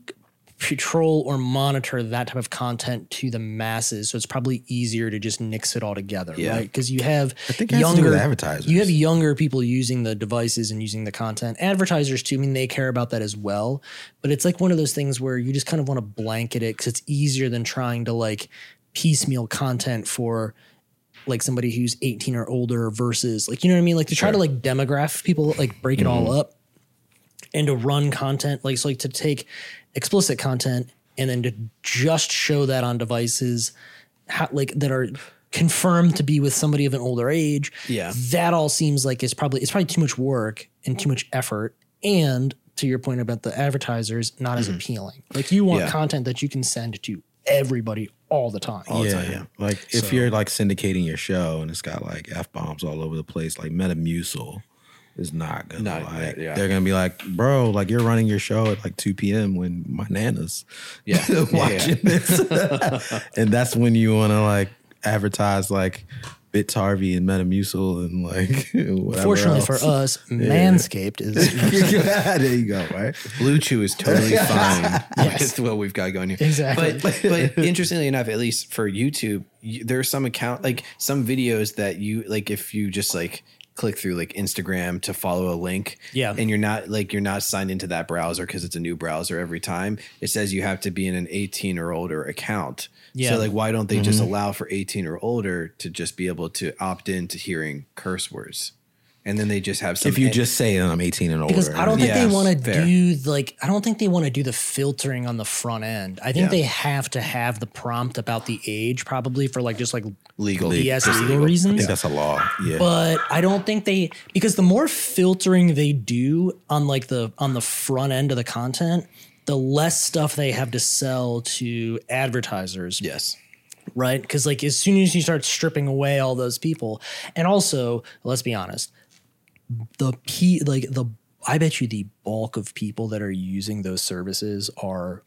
[SPEAKER 1] control or monitor that type of content to the masses. So it's probably easier to just nix it all together,
[SPEAKER 3] Yeah.
[SPEAKER 1] right? Because you have
[SPEAKER 2] I think it has to do
[SPEAKER 1] younger
[SPEAKER 2] with advertisers.
[SPEAKER 1] You have younger people using the devices and using the content. Advertisers too. I mean, they care about that as well. But it's like one of those things where you just kind of want to blanket it because it's easier than trying to like piecemeal content for like somebody who's 18 or older versus like you know what I mean. Like to try to like demograph people, like break it all
[SPEAKER 2] Mm-hmm.
[SPEAKER 1] up and to run content like so like to take explicit content and then to just show that on devices how, like that are confirmed to be with somebody of an older age
[SPEAKER 3] Yeah.
[SPEAKER 1] that all seems like it's probably it's probably too much work and too much effort and to your point about the advertisers not as appealing like you want
[SPEAKER 3] Yeah.
[SPEAKER 1] content that you can send to everybody all the time
[SPEAKER 2] yeah. Like if you're like syndicating your show and it's got like f bombs all over the place, like Metamucil is not gonna
[SPEAKER 3] Not-
[SPEAKER 2] like.
[SPEAKER 3] yeah.
[SPEAKER 2] They're gonna be like, bro, like you're running your show at like 2 p.m. when my nana's
[SPEAKER 3] Yeah. Yeah, yeah.
[SPEAKER 2] watching this, and that's when you want to like advertise like Bits Harvey and Metamucil and like whatever.
[SPEAKER 1] fortunately
[SPEAKER 2] else.
[SPEAKER 1] for us manscaped is
[SPEAKER 2] there you go, right?
[SPEAKER 3] Blue Chew is totally fine with what we've got going here.
[SPEAKER 1] Exactly.
[SPEAKER 3] But, but interestingly enough, at least for YouTube, you, there are some account like some videos that you like if you just like click through like Instagram to follow a link.
[SPEAKER 1] Yeah.
[SPEAKER 3] And you're not like you're not signed into that browser because it's a new browser every time. It says you have to be in an 18 or older account.
[SPEAKER 1] Yeah.
[SPEAKER 3] So like why don't they just
[SPEAKER 2] Mm-hmm.
[SPEAKER 3] allow for 18 or older to just be able to opt in to hearing curse words? And then they just have some e
[SPEAKER 2] If you just say that I'm 18 and older,
[SPEAKER 1] because I don't think
[SPEAKER 3] Yeah,
[SPEAKER 1] they want to
[SPEAKER 3] fair.
[SPEAKER 1] do like I don't think they want to do the filtering on the front end. I think
[SPEAKER 3] Yeah.
[SPEAKER 1] they have to have the prompt about the age probably for like just like
[SPEAKER 3] legal
[SPEAKER 1] BS
[SPEAKER 3] just
[SPEAKER 1] legal
[SPEAKER 2] I
[SPEAKER 1] reasons.
[SPEAKER 2] think that's a law. Yeah.
[SPEAKER 1] But I don't think they because the more filtering they do on like the on the front end of the content, the less stuff they have to sell to advertisers
[SPEAKER 3] Yes.
[SPEAKER 1] right? Because like as soon as you start stripping away all those people, and also let's be honest, the p like the I bet you the bulk of people that are using those services are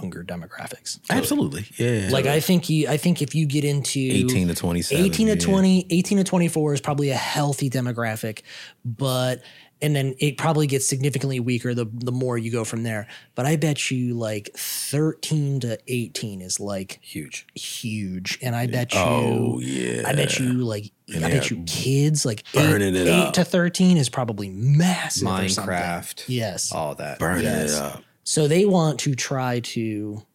[SPEAKER 1] younger demographics.
[SPEAKER 2] Absolutely. Yeah.
[SPEAKER 1] Like I think you, I think if you get into
[SPEAKER 2] 18 to 27.
[SPEAKER 1] 18 to
[SPEAKER 2] yeah.
[SPEAKER 1] 20 18 to 24 is probably a healthy demographic but and then it probably gets significantly weaker the the more you go from there but i bet you like 13 to 18 is like
[SPEAKER 3] Huge.
[SPEAKER 1] huge and i bet you
[SPEAKER 2] Oh yeah.
[SPEAKER 1] I bet you like I bet
[SPEAKER 2] yeah,
[SPEAKER 1] you kids like
[SPEAKER 2] burning
[SPEAKER 1] eight,
[SPEAKER 2] it
[SPEAKER 1] eight
[SPEAKER 2] up.
[SPEAKER 1] to thirteen is probably massive. or something.
[SPEAKER 3] Minecraft.
[SPEAKER 1] Yes.
[SPEAKER 2] Oh.
[SPEAKER 3] All that.
[SPEAKER 2] burn
[SPEAKER 1] Yes.
[SPEAKER 2] it up.
[SPEAKER 1] So they want to try to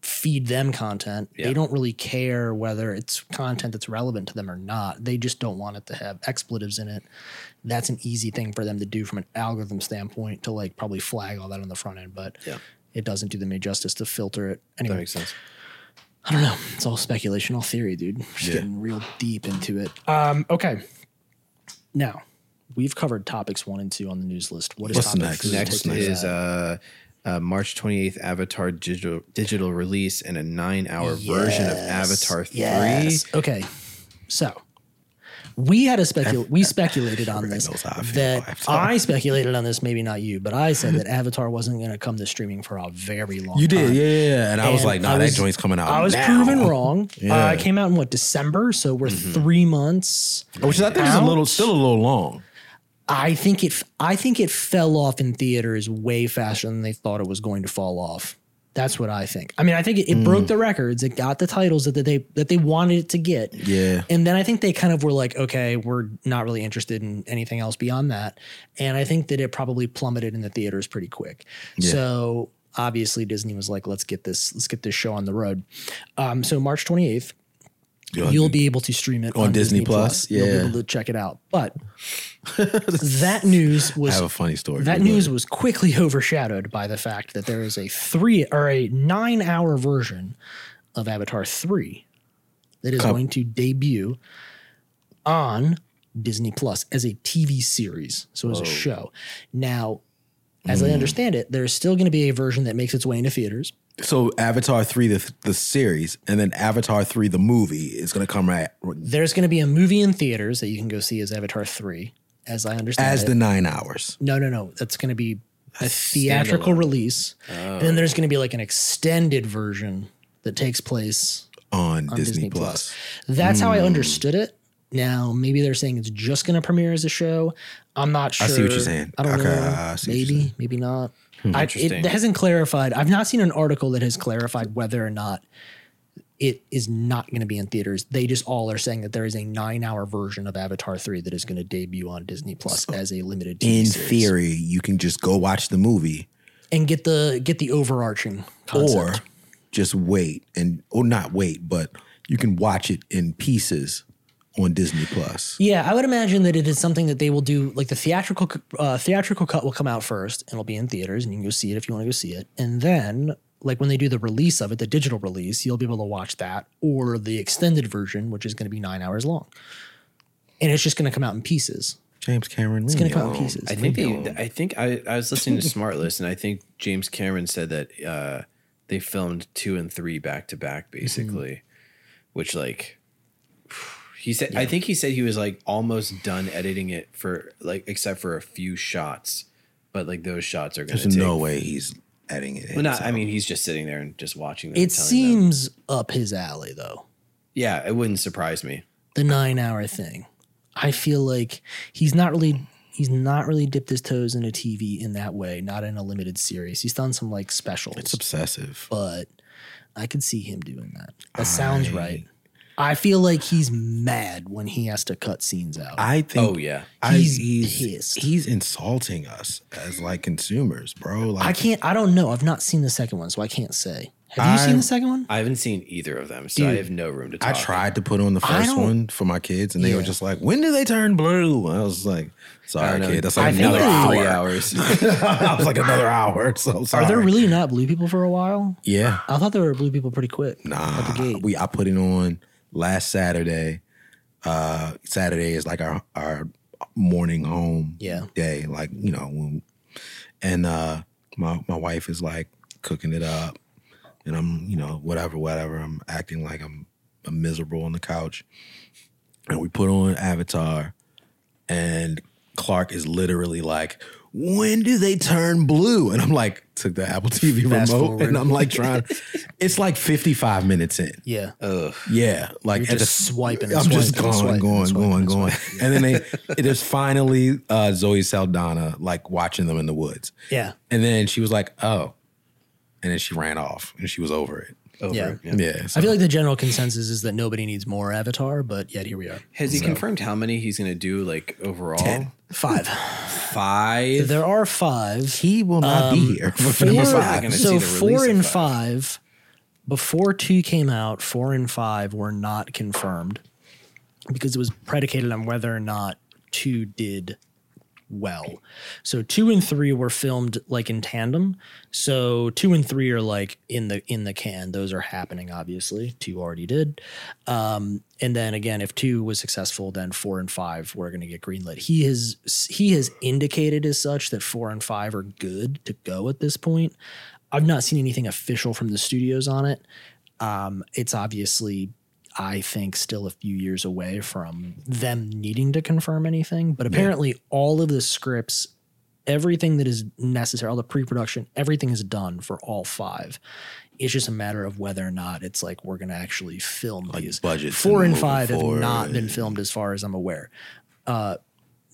[SPEAKER 1] feed them content.
[SPEAKER 3] Yeah.
[SPEAKER 1] They don't really care whether it's content that's relevant to them or not. They just don't want it to have expletives in it. That's an easy thing for them to do from an algorithm standpoint to like probably flag all that on the front end, but
[SPEAKER 3] Yeah.
[SPEAKER 1] it doesn't do them any justice to filter it.
[SPEAKER 3] That
[SPEAKER 1] Anyway,
[SPEAKER 3] makes sense.
[SPEAKER 1] I don't know. It's all speculation, all theory, dude. We're Just
[SPEAKER 2] Yeah.
[SPEAKER 1] getting real deep into it. Um, okay. Now, we've covered topics one and two on the news list. What is
[SPEAKER 2] What's
[SPEAKER 1] topic
[SPEAKER 2] next?
[SPEAKER 1] three?
[SPEAKER 3] Next
[SPEAKER 2] What's
[SPEAKER 3] is uh, uh, March 28th Avatar digital digital release and a nine hour version of Avatar three.
[SPEAKER 1] Yes. Okay. So we had a specul we speculated on this
[SPEAKER 2] knows how I feel about
[SPEAKER 1] that
[SPEAKER 2] Avatar.
[SPEAKER 1] I speculated on this, maybe not you, but I said that Avatar wasn't going to come to streaming for a very long.
[SPEAKER 2] You did,
[SPEAKER 1] time.
[SPEAKER 2] yeah, yeah, yeah. And I was
[SPEAKER 1] And
[SPEAKER 2] like, nah,
[SPEAKER 1] I was-
[SPEAKER 2] that joint's coming out.
[SPEAKER 1] I was
[SPEAKER 2] now.
[SPEAKER 1] proven wrong.
[SPEAKER 2] Yeah. Mm-hmm.
[SPEAKER 1] Uh, it came out in what December, so we're three months.
[SPEAKER 2] Which I think is a
[SPEAKER 1] Out?
[SPEAKER 2] little still a little long.
[SPEAKER 1] I think it. I think it fell off in theaters way faster than they thought it was going to fall off. That's what I think. I mean, I think it, it broke the records. It got the titles that they that they wanted it to get.
[SPEAKER 2] Yeah.
[SPEAKER 1] And then I think they kind of were like, okay, we're not really interested in anything else beyond that. And I think that it probably plummeted in the theaters pretty quick. So obviously Disney was like, let's get this, let's get this show on the road. Um, so March 28th, you'll be able to stream it on,
[SPEAKER 2] Disney
[SPEAKER 1] Disney,
[SPEAKER 2] Plus?
[SPEAKER 1] Plus. You'll
[SPEAKER 2] Yeah.
[SPEAKER 1] be able to check it out. But that news
[SPEAKER 2] I
[SPEAKER 1] was
[SPEAKER 2] have a funny story.
[SPEAKER 1] that
[SPEAKER 2] for you.
[SPEAKER 1] news was quickly overshadowed by the fact that there is a three or a nine hour version of Avatar 3 that is going to debut on Disney Plus as a TV series, so as a show. Now, as
[SPEAKER 2] Hmm.
[SPEAKER 1] I understand it, there is still going to be a version that makes its way into theaters.
[SPEAKER 2] So Avatar three the the series and then Avatar three the movie is gonna come right
[SPEAKER 1] There's going to be a movie in theaters that you can go see as Avatar 3, as I understand
[SPEAKER 2] as
[SPEAKER 1] it.
[SPEAKER 2] the nine hours.
[SPEAKER 1] No, no, no. That's going to be a theatrical release. And then there's going to be like an extended version that takes place
[SPEAKER 2] On, Disney,
[SPEAKER 1] Disney
[SPEAKER 2] Plus. Hmm.
[SPEAKER 1] Plus. That's how I understood it. now. Maybe they're saying it's just going to premiere as a show. I'm not sure.
[SPEAKER 2] I see what you're saying.
[SPEAKER 1] I don't
[SPEAKER 2] Okay,
[SPEAKER 1] know.
[SPEAKER 2] I see what you're Hmm.
[SPEAKER 1] maybe, maybe not. I, it,
[SPEAKER 3] Interesting.
[SPEAKER 1] it hasn't clarified. I've not seen an article that has clarified whether or not it is not going to be in theaters. They just all are saying that there is a nine-hour version of Avatar three that is going to debut on Disney Plus as a limited TV
[SPEAKER 2] In
[SPEAKER 1] series.
[SPEAKER 2] theory, you can just go watch the movie
[SPEAKER 1] and get the get the overarching concept.
[SPEAKER 2] or just wait and or not wait, but you can watch it in pieces on Disney Plus.
[SPEAKER 1] Yeah, I would imagine that it is something that they will do. Like the theatrical uh, theatrical cut will come out first, and it'll be in theaters, and you can go see it if you want to go see it. And then, like when they do the release of it, the digital release, you'll be able to watch that or the extended version, which is going to be nine hours long, and it's just going to come out in pieces.
[SPEAKER 2] James Cameron,
[SPEAKER 1] It's going to come out in pieces.
[SPEAKER 3] I think they. I think I, I was listening to Smart List, and I think James Cameron said that uh, they filmed two and three back to back,
[SPEAKER 1] Mm-hmm.
[SPEAKER 3] basically. Which, like, he said, I think he said he was like almost done editing it for like, except for a few shots, but like those shots are going to
[SPEAKER 2] There's
[SPEAKER 3] take.
[SPEAKER 2] no way he's adding it.
[SPEAKER 3] Well,
[SPEAKER 2] in.
[SPEAKER 3] not.
[SPEAKER 2] so.
[SPEAKER 3] I mean, he's just sitting there and just watching. Them and
[SPEAKER 1] it
[SPEAKER 3] telling them.
[SPEAKER 1] seems up his alley, though.
[SPEAKER 3] Yeah, it wouldn't surprise me.
[SPEAKER 1] the nine hour thing. I feel like he's not really he's not really dipped his toes into TV in that way, not in a limited series. He's done some like specials,
[SPEAKER 2] it's obsessive.
[SPEAKER 1] but I could see him doing that. That sounds right. I feel like he's mad when he has to cut scenes out.
[SPEAKER 2] I think.
[SPEAKER 3] Oh yeah.
[SPEAKER 2] I-
[SPEAKER 1] He's pissed.
[SPEAKER 2] He's insulting us as like consumers, bro. Like
[SPEAKER 1] I can't I don't know. I've not seen the second one, so I can't say. Have you seen
[SPEAKER 2] I'm-
[SPEAKER 1] the second one?
[SPEAKER 3] I haven't seen either of them, so I
[SPEAKER 1] Dude,
[SPEAKER 3] have no room to
[SPEAKER 2] I
[SPEAKER 3] talk.
[SPEAKER 2] tried to put on the first
[SPEAKER 1] don't-
[SPEAKER 2] one for my kids, and they were
[SPEAKER 1] Yeah.
[SPEAKER 2] just like, "When do they turn blue?" I was like,
[SPEAKER 3] I
[SPEAKER 2] "Sorry,
[SPEAKER 3] don't know.
[SPEAKER 2] kid, that's
[SPEAKER 1] I
[SPEAKER 2] like
[SPEAKER 1] think
[SPEAKER 2] another
[SPEAKER 1] they-
[SPEAKER 2] hour."
[SPEAKER 3] Three hours.
[SPEAKER 2] I was like, "Another hour." So sorry.
[SPEAKER 1] Are there really not blue people for a while?
[SPEAKER 2] Yeah,
[SPEAKER 1] I thought there were blue people pretty quick. Out the
[SPEAKER 2] nah.
[SPEAKER 1] gate.
[SPEAKER 2] We I put it on last Saturday. Uh, Saturday is like our our morning home
[SPEAKER 1] Yeah.
[SPEAKER 2] day, like you know, when, and uh, my my wife is like cooking it up, and I'm you know whatever whatever. I'm acting like I'm, I'm miserable on the couch, and we put on Avatar, and Clark is literally like. When do they turn blue? And I'm like, took the Apple TV
[SPEAKER 1] Fast
[SPEAKER 2] remote
[SPEAKER 1] forward.
[SPEAKER 2] and I'm like trying. it's like 55 minutes in.
[SPEAKER 1] yeah.
[SPEAKER 3] Ugh.
[SPEAKER 2] Yeah, like
[SPEAKER 1] You're
[SPEAKER 2] at
[SPEAKER 1] just swiping and
[SPEAKER 2] I'm just
[SPEAKER 1] swiping and
[SPEAKER 2] going,
[SPEAKER 1] swiping and
[SPEAKER 2] going,
[SPEAKER 1] swiping
[SPEAKER 2] going,
[SPEAKER 1] and
[SPEAKER 2] going, and then they there's finally uh, Zoe Saldana like watching them in the woods,
[SPEAKER 1] Yeah.
[SPEAKER 2] and then she was like, "Oh," and then she ran off and she was over it.
[SPEAKER 3] Over
[SPEAKER 1] Yeah.
[SPEAKER 3] it,
[SPEAKER 2] Yeah,
[SPEAKER 1] I
[SPEAKER 2] so
[SPEAKER 1] feel like the general consensus is that nobody needs more Avatar, but yet here we are.
[SPEAKER 3] Has he confirmed how many he's going to do, like overall?
[SPEAKER 1] Five.
[SPEAKER 3] Five.
[SPEAKER 1] there are five.
[SPEAKER 2] he will not be here for number
[SPEAKER 1] Um, Four-
[SPEAKER 2] five.
[SPEAKER 3] gonna see
[SPEAKER 1] So
[SPEAKER 3] the release
[SPEAKER 1] four
[SPEAKER 3] of
[SPEAKER 1] and
[SPEAKER 3] five.
[SPEAKER 1] five. Before two came out, four and five were not confirmed because it was predicated on whether or not two did well. So two and three were filmed like in tandem. So two and three are like in the in the can. Those are happening, obviously. Two already did. Um, and then again, if two was successful, then four and five were going to get greenlit. He has he has indicated as such that four and five are good to go at this point. I've not seen anything official from the studios on it. Um, it's obviously, I think, still a few years away from them needing to confirm anything. But apparently, all of the scripts, everything that is necessary, all the pre production, everything is done for all five. It's just a matter of whether or not it's like we're going to actually film these.
[SPEAKER 2] budgets
[SPEAKER 1] Four
[SPEAKER 2] and
[SPEAKER 1] and five
[SPEAKER 2] moving
[SPEAKER 1] have not
[SPEAKER 2] forward
[SPEAKER 1] been
[SPEAKER 2] and-
[SPEAKER 1] filmed, as far as I'm aware. Uh,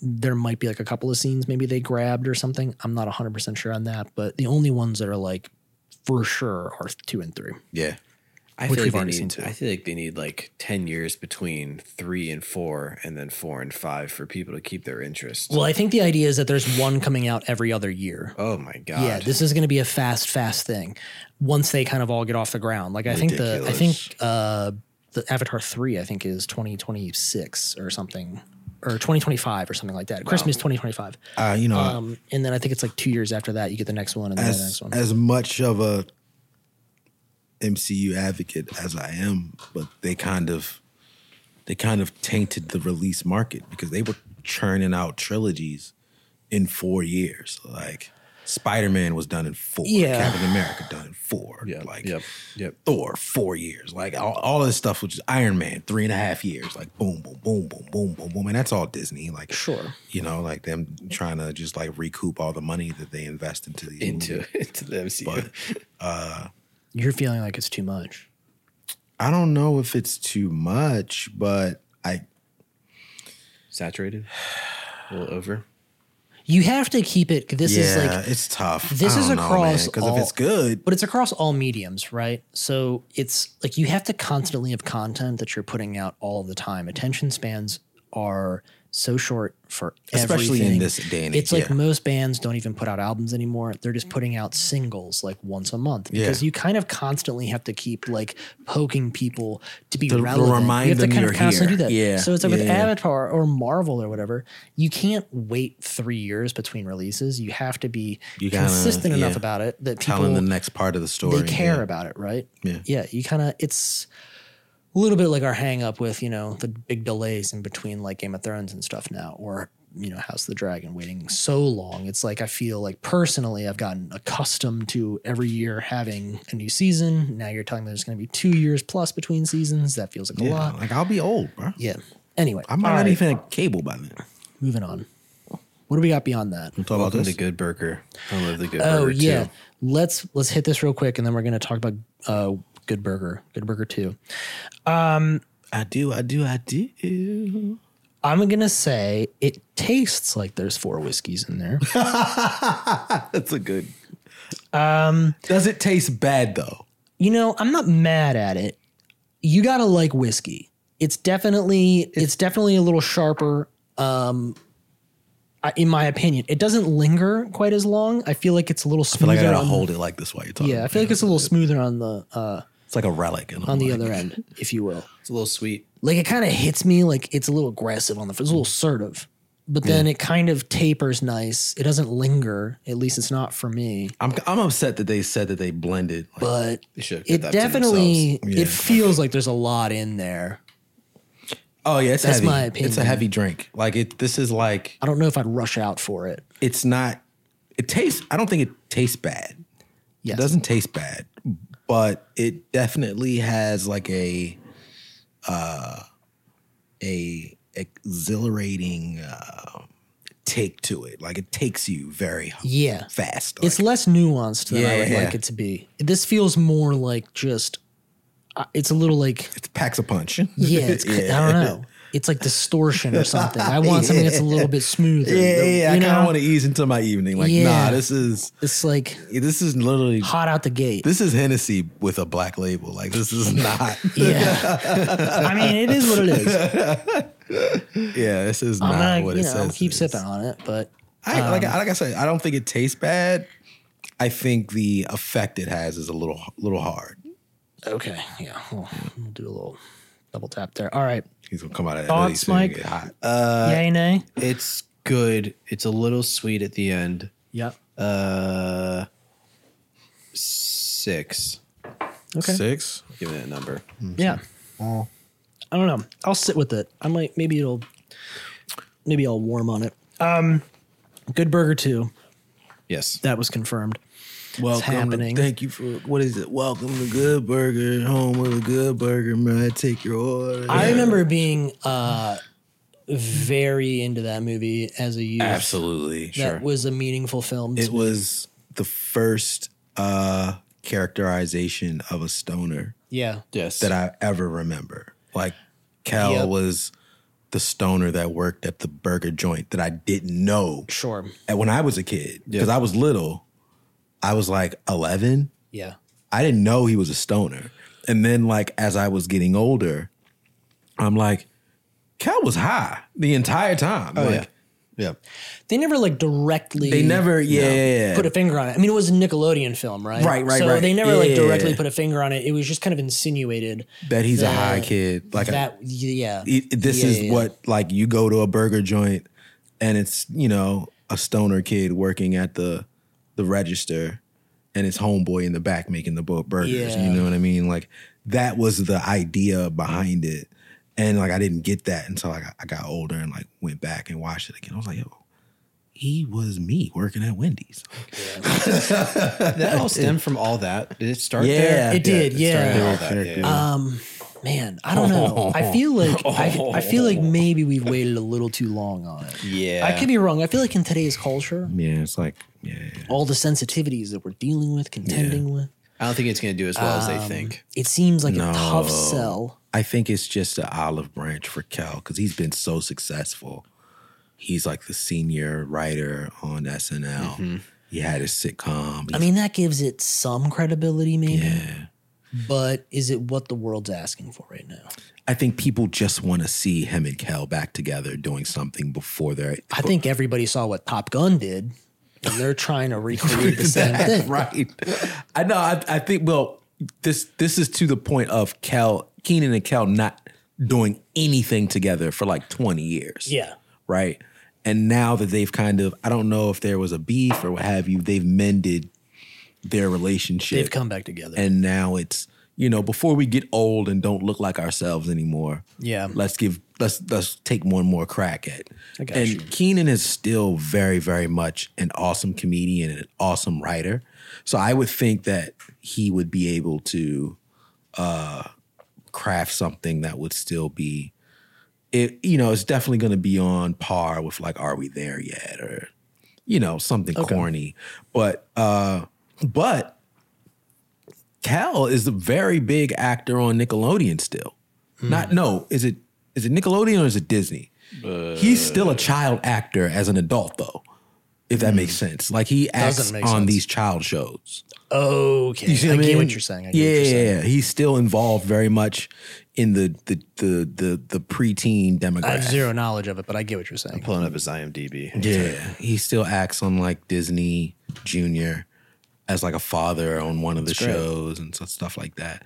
[SPEAKER 1] there might be like a couple of scenes maybe they grabbed or something. I'm not 100% sure on that, but the only ones that are like for sure are two and three.
[SPEAKER 2] Yeah,
[SPEAKER 3] I
[SPEAKER 1] which
[SPEAKER 3] feel
[SPEAKER 1] we've
[SPEAKER 3] like they
[SPEAKER 1] already seen
[SPEAKER 3] need.
[SPEAKER 1] two.
[SPEAKER 3] I feel like they need like ten years between three and four, and then four and five for people to keep their interest.
[SPEAKER 1] Well, I think the idea is that there's one coming out every other year.
[SPEAKER 3] oh my god.
[SPEAKER 1] Yeah, this is going to be a fast, fast thing once they kind of all get off the ground. Like I think the I think uh, the Avatar three I think is 2026 or something or 2025 or something like that. Christmas 2025,
[SPEAKER 2] uh, you know,
[SPEAKER 1] um, and then I think it's like two years after that you get the next one and then the next
[SPEAKER 2] as
[SPEAKER 1] one.
[SPEAKER 2] as much of a MCU advocate as I am, but they kind of they kind of tainted the release market because they were churning out trilogies in four years. Like Spider Man was done in four,
[SPEAKER 1] Yeah.
[SPEAKER 2] Captain America done in four,
[SPEAKER 3] Yeah.
[SPEAKER 2] like
[SPEAKER 3] Yep. Yep.
[SPEAKER 2] Thor four years, like all, all this stuff, which is Iron Man three and a half years, like boom, boom, boom, boom, boom, boom, boom, and that's all Disney. Like
[SPEAKER 1] Sure.
[SPEAKER 2] you know, like them trying to just like recoup all the money that they invest into the
[SPEAKER 3] Into into the MCU.
[SPEAKER 2] But-
[SPEAKER 1] You're feeling like it's too much.
[SPEAKER 2] I don't know if it's too much, but I
[SPEAKER 3] saturated, a little over.
[SPEAKER 1] You have to keep it. This
[SPEAKER 2] yeah,
[SPEAKER 1] is like
[SPEAKER 2] it's tough.
[SPEAKER 1] this is across
[SPEAKER 2] because
[SPEAKER 1] all-
[SPEAKER 2] if it's good,
[SPEAKER 1] But it's across all mediums, right? So it's like you have to constantly have content that you're putting out all the time. Attention spans are so short for
[SPEAKER 2] especially
[SPEAKER 1] everything.
[SPEAKER 2] in this day and age,
[SPEAKER 1] It's like
[SPEAKER 2] yeah.
[SPEAKER 1] most bands don't even put out albums anymore. They're just putting out singles like once a month because
[SPEAKER 2] Yeah.
[SPEAKER 1] you kind of constantly have to keep like poking people to be
[SPEAKER 2] to
[SPEAKER 1] relevant.
[SPEAKER 2] remind
[SPEAKER 1] you have
[SPEAKER 2] them
[SPEAKER 1] to kind
[SPEAKER 2] you're
[SPEAKER 1] of constantly
[SPEAKER 2] here.
[SPEAKER 1] do that.
[SPEAKER 2] Yeah,
[SPEAKER 1] So it's like with
[SPEAKER 2] yeah, yeah.
[SPEAKER 1] Avatar or Marvel or whatever, you can't wait three years between releases. You have to be
[SPEAKER 2] You gotta-
[SPEAKER 1] consistent enough
[SPEAKER 2] yeah.
[SPEAKER 1] about it that people
[SPEAKER 2] telling the next part of the story.
[SPEAKER 1] they care
[SPEAKER 2] yeah.
[SPEAKER 1] about it, right?
[SPEAKER 2] Yeah.
[SPEAKER 1] Yeah. You kind of, it's a little bit like our hang up with, you know, the big delays in between like Game of Thrones and stuff now, or, you know, House of the Dragon waiting so long. It's like, I feel like personally, I've gotten accustomed to every year having a new season. Now you're telling me there's going to be two years plus between seasons. That feels like a
[SPEAKER 2] Yeah,
[SPEAKER 1] lot.
[SPEAKER 2] like I'll be old, bro.
[SPEAKER 1] Yeah. Anyway,
[SPEAKER 2] I might
[SPEAKER 1] all
[SPEAKER 2] not
[SPEAKER 1] right,
[SPEAKER 2] even have cable by then.
[SPEAKER 1] moving on. What do we got beyond that?
[SPEAKER 2] Talk about
[SPEAKER 3] Welcome
[SPEAKER 2] this.
[SPEAKER 3] to Good Burger. I love the Good
[SPEAKER 1] Oh
[SPEAKER 3] Burger
[SPEAKER 1] yeah,
[SPEAKER 3] too.
[SPEAKER 1] let's let's hit this real quick, and then we're gonna talk about uh, Good Burger, Good Burger Two.
[SPEAKER 2] I do, I do, I do.
[SPEAKER 1] I'm gonna say it tastes like there's four whiskeys in there.
[SPEAKER 2] That's a good. Um, Does it taste bad though?
[SPEAKER 1] you know, I'm not mad at it. You gotta like whiskey. It's definitely it's, definitely a little sharper. Um, I- in my opinion, it doesn't linger quite as long. I feel like it's a little
[SPEAKER 2] But
[SPEAKER 1] smoother.
[SPEAKER 2] like I gotta
[SPEAKER 1] on-
[SPEAKER 2] hold it like this while you're talking.
[SPEAKER 1] yeah, I feel like it's a little smoother on the uh,
[SPEAKER 2] it's like a relic. And
[SPEAKER 1] on the other end, if you will.
[SPEAKER 3] It's a little sweet.
[SPEAKER 1] like it kind of hits me like it's a little aggressive on the it's a little assertive but then it kind of tapers nice it doesn't linger at least it's not for me
[SPEAKER 2] I'm I'm upset that they said that they blended. Like,
[SPEAKER 1] but
[SPEAKER 3] They should have kept
[SPEAKER 1] it
[SPEAKER 3] that to
[SPEAKER 1] definitely
[SPEAKER 2] themselves. Yeah.
[SPEAKER 1] it feels like there's a lot in there
[SPEAKER 2] oh yeah, it's
[SPEAKER 1] That's
[SPEAKER 2] heavy.
[SPEAKER 1] my
[SPEAKER 2] It's a
[SPEAKER 1] opinion.
[SPEAKER 2] heavy drink. Like it. This is like
[SPEAKER 1] i don't know if i'd rush out for it
[SPEAKER 2] it's not. It tastes. I don't think it tastes bad.
[SPEAKER 1] yes.
[SPEAKER 2] It doesn't taste bad, but it definitely has like a uh a exhilarating uh, take to it. Like it takes you very h-
[SPEAKER 1] yeah
[SPEAKER 2] fast.
[SPEAKER 1] it's less nuanced than i
[SPEAKER 2] Yeah,
[SPEAKER 1] would
[SPEAKER 2] yeah.
[SPEAKER 1] like it to be this feels more like just uh, it's a little like
[SPEAKER 2] it packs a punch.
[SPEAKER 1] yeah it's i don't know it's like distortion or something i want something that's a little bit smoother
[SPEAKER 2] Yeah, yeah, yeah. I
[SPEAKER 1] You
[SPEAKER 2] kind
[SPEAKER 1] know?
[SPEAKER 2] of want to ease into my evening. Like,
[SPEAKER 1] Yeah.
[SPEAKER 2] nah, this is
[SPEAKER 1] it's like
[SPEAKER 2] this is literally
[SPEAKER 1] hot out the gate
[SPEAKER 2] this is Hennessy with a black label. Like, this is not.
[SPEAKER 1] Yeah. I mean, it is what it is.
[SPEAKER 2] yeah, this is not
[SPEAKER 1] I'm gonna,
[SPEAKER 2] what
[SPEAKER 1] you
[SPEAKER 2] it
[SPEAKER 1] know,
[SPEAKER 2] says.
[SPEAKER 1] keep Um,
[SPEAKER 2] it is.
[SPEAKER 1] sipping on it, but
[SPEAKER 2] I like I- like I said, I don't think it tastes bad. I think the effect it has is a little little hard.
[SPEAKER 1] okay. Yeah. We'll, we'll do a little double tap there. All right.
[SPEAKER 2] He's gonna come out of that
[SPEAKER 1] Thoughts,
[SPEAKER 2] hoodie soon and
[SPEAKER 1] Mike?
[SPEAKER 2] get hot.
[SPEAKER 1] Yay, nay.
[SPEAKER 3] It's good. It's a little sweet at the end.
[SPEAKER 1] Yep.
[SPEAKER 3] Uh, six.
[SPEAKER 1] Okay.
[SPEAKER 2] Six.
[SPEAKER 3] Give it a number.
[SPEAKER 1] Yeah. I don't know. I'll sit with it. I might, maybe it'll, maybe I'll warm on it. Um, Good Burger 2.
[SPEAKER 3] Yes.
[SPEAKER 1] That was confirmed.
[SPEAKER 2] Welcome.
[SPEAKER 1] happening.
[SPEAKER 2] To, thank you for what is it? Welcome to Good Burger, home of the Good Burger. Man, I take your order.
[SPEAKER 1] I remember being uh, very into that movie as a youth.
[SPEAKER 2] absolutely
[SPEAKER 1] That was a meaningful film. to
[SPEAKER 2] It was the first uh characterization of a stoner
[SPEAKER 1] yeah.
[SPEAKER 3] Yes.
[SPEAKER 2] that I ever remember. Like Cal
[SPEAKER 1] Yep.
[SPEAKER 2] was the stoner that worked at the burger joint that I didn't know
[SPEAKER 1] Sure.
[SPEAKER 2] And when I was a kid,
[SPEAKER 3] Yeah.
[SPEAKER 2] because I was little, I was like 11.
[SPEAKER 1] Yeah.
[SPEAKER 2] I didn't know he was a stoner. And then, like, as I was getting older, I'm like, Cal was high the entire time.
[SPEAKER 3] Oh,
[SPEAKER 2] like,
[SPEAKER 3] yeah.
[SPEAKER 1] They never like directly.
[SPEAKER 2] They never, yeah, yeah, yeah.
[SPEAKER 1] put a finger on it. I mean, it was a Nickelodeon film, right?
[SPEAKER 2] Right, right,
[SPEAKER 1] so
[SPEAKER 2] right.
[SPEAKER 1] they never like
[SPEAKER 2] Yeah.
[SPEAKER 1] directly put a finger on it. It was just kind of insinuated
[SPEAKER 2] that he's a
[SPEAKER 1] the-
[SPEAKER 2] high kid. Like, e-
[SPEAKER 1] that, yeah,
[SPEAKER 2] it, this
[SPEAKER 1] Yeah,
[SPEAKER 2] is
[SPEAKER 1] yeah, yeah.
[SPEAKER 2] what, like, you go to a burger joint and it's, you know, a stoner kid working at the the register and his homeboy in the back making the bu- burgers.
[SPEAKER 1] Yeah.
[SPEAKER 2] You know what I mean? Like that was the idea behind it. And like I didn't get that until I got, I got older and like went back and watched it again. I was like, yo, he was me working at Wendy's.
[SPEAKER 3] That all stemmed from all that. Did it start
[SPEAKER 2] Yeah.
[SPEAKER 3] there?
[SPEAKER 1] it did,
[SPEAKER 3] started
[SPEAKER 1] yeah.
[SPEAKER 3] all that, yeah.
[SPEAKER 1] Um, man, I don't know. I feel like I, I feel
[SPEAKER 2] Oh.
[SPEAKER 1] like maybe we've waited a little too long on it.
[SPEAKER 3] Yeah.
[SPEAKER 1] I could be wrong. I feel like in today's culture,
[SPEAKER 2] Yeah, it's like, yeah, yeah.
[SPEAKER 1] all the sensitivities that we're dealing with, contending with, Um,
[SPEAKER 3] I don't think it's going to do as well as they think.
[SPEAKER 1] it seems like a
[SPEAKER 2] No.
[SPEAKER 1] tough sell
[SPEAKER 2] I think it's just an olive branch for Cal because he's been so successful. He's like the senior writer on SNL.
[SPEAKER 1] Mm-hmm.
[SPEAKER 2] He had his sitcom.
[SPEAKER 1] I mean, that gives it some credibility, maybe.
[SPEAKER 2] yeah.
[SPEAKER 1] But is it what the world's asking for right now?
[SPEAKER 2] I think people just want to see him and Cal back together doing something before they're.
[SPEAKER 1] I think everybody saw what Top Gun did, and they're trying to recreate the same thing.
[SPEAKER 2] right. I know. I, I think. Well, this this is to the point of Cal Keenan and Cal not doing anything together for like twenty years.
[SPEAKER 1] Yeah.
[SPEAKER 2] Right. And now that they've kind of, I don't know if there was a beef or what have you, they've mended their relationship.
[SPEAKER 1] They've come back together.
[SPEAKER 2] and now it's you know before we get old and don't look like ourselves anymore
[SPEAKER 1] Yeah.
[SPEAKER 2] let's give let's let's take one more crack at
[SPEAKER 5] got
[SPEAKER 2] and
[SPEAKER 5] you.
[SPEAKER 2] keenan is still very very much an awesome comedian and an awesome writer so i would think that he would be able to uh craft something that would still be it you know it's definitely going to be on par with like are we there yet or you know something corny but uh but Cal is a very big actor on Nickelodeon still. Not no, is it is it Nickelodeon or is it Disney? He's still a child actor as an adult though. If that makes sense. Like he acts
[SPEAKER 1] Doesn't make
[SPEAKER 2] on
[SPEAKER 1] sense.
[SPEAKER 2] these child shows.
[SPEAKER 1] okay. I
[SPEAKER 2] I
[SPEAKER 1] get
[SPEAKER 2] mean?
[SPEAKER 1] what you're saying. I get
[SPEAKER 2] yeah,
[SPEAKER 1] what you're saying.
[SPEAKER 2] yeah, yeah. He's still involved very much in the the the the, the preteen demographic.
[SPEAKER 1] I have zero knowledge of it, but I get what you're saying.
[SPEAKER 3] Pulling up his IMDb.
[SPEAKER 2] Yeah, he still acts on like Disney Junior as like a father on one of the shows and so- stuff like that.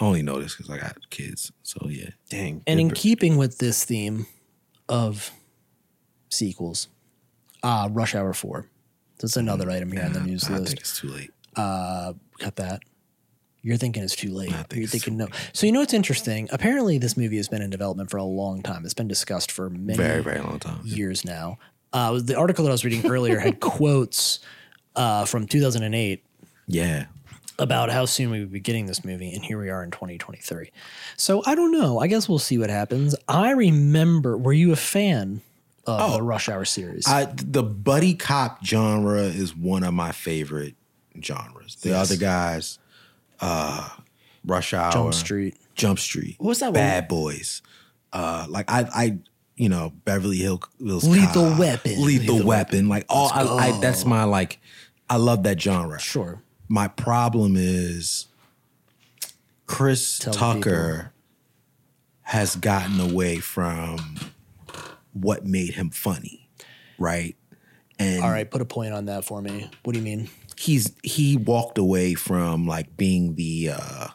[SPEAKER 2] I only know this because I got kids. So yeah,
[SPEAKER 3] Dang.
[SPEAKER 1] And in keeping with this theme of sequels, uh, Rush Hour 4. That's another item here on the news
[SPEAKER 2] I
[SPEAKER 1] list.
[SPEAKER 2] think it's too late.
[SPEAKER 1] Cut that. You're thinking it's too late.
[SPEAKER 2] think
[SPEAKER 1] You're
[SPEAKER 2] it's
[SPEAKER 1] thinking no. So you know what's interesting? Apparently, this movie has been in development for a long time. It's been discussed for many
[SPEAKER 2] Very very long time.
[SPEAKER 1] years now. Uh, the article that I was reading earlier had quotes uh, from 2008
[SPEAKER 2] Yeah,
[SPEAKER 1] about how soon we would be getting this movie, and here we are in 2023. So I don't know. I guess we'll see what happens. I remember. Were you a fan of the Rush Hour series?
[SPEAKER 2] Oh. I the buddy cop genre is one of my favorite genres. The other guys, uh, Rush Hour,
[SPEAKER 1] Elm Street.
[SPEAKER 2] Jump Street.
[SPEAKER 3] What was that one?
[SPEAKER 2] Bad Boys. Uh, like I, I, you know, Beverly Hill, Hills
[SPEAKER 1] Lethal
[SPEAKER 2] Cop,
[SPEAKER 1] Weapon.
[SPEAKER 2] Lethal,
[SPEAKER 1] Lethal
[SPEAKER 2] Weapon. Like all, I, I, that's my like. I love that genre.
[SPEAKER 1] Sure.
[SPEAKER 2] My problem is Chris
[SPEAKER 1] the
[SPEAKER 2] Tucker has gotten away from what made him funny, right? And
[SPEAKER 1] All right. Put a point on that for me. What do you mean?
[SPEAKER 2] he's he walked away from like being the uh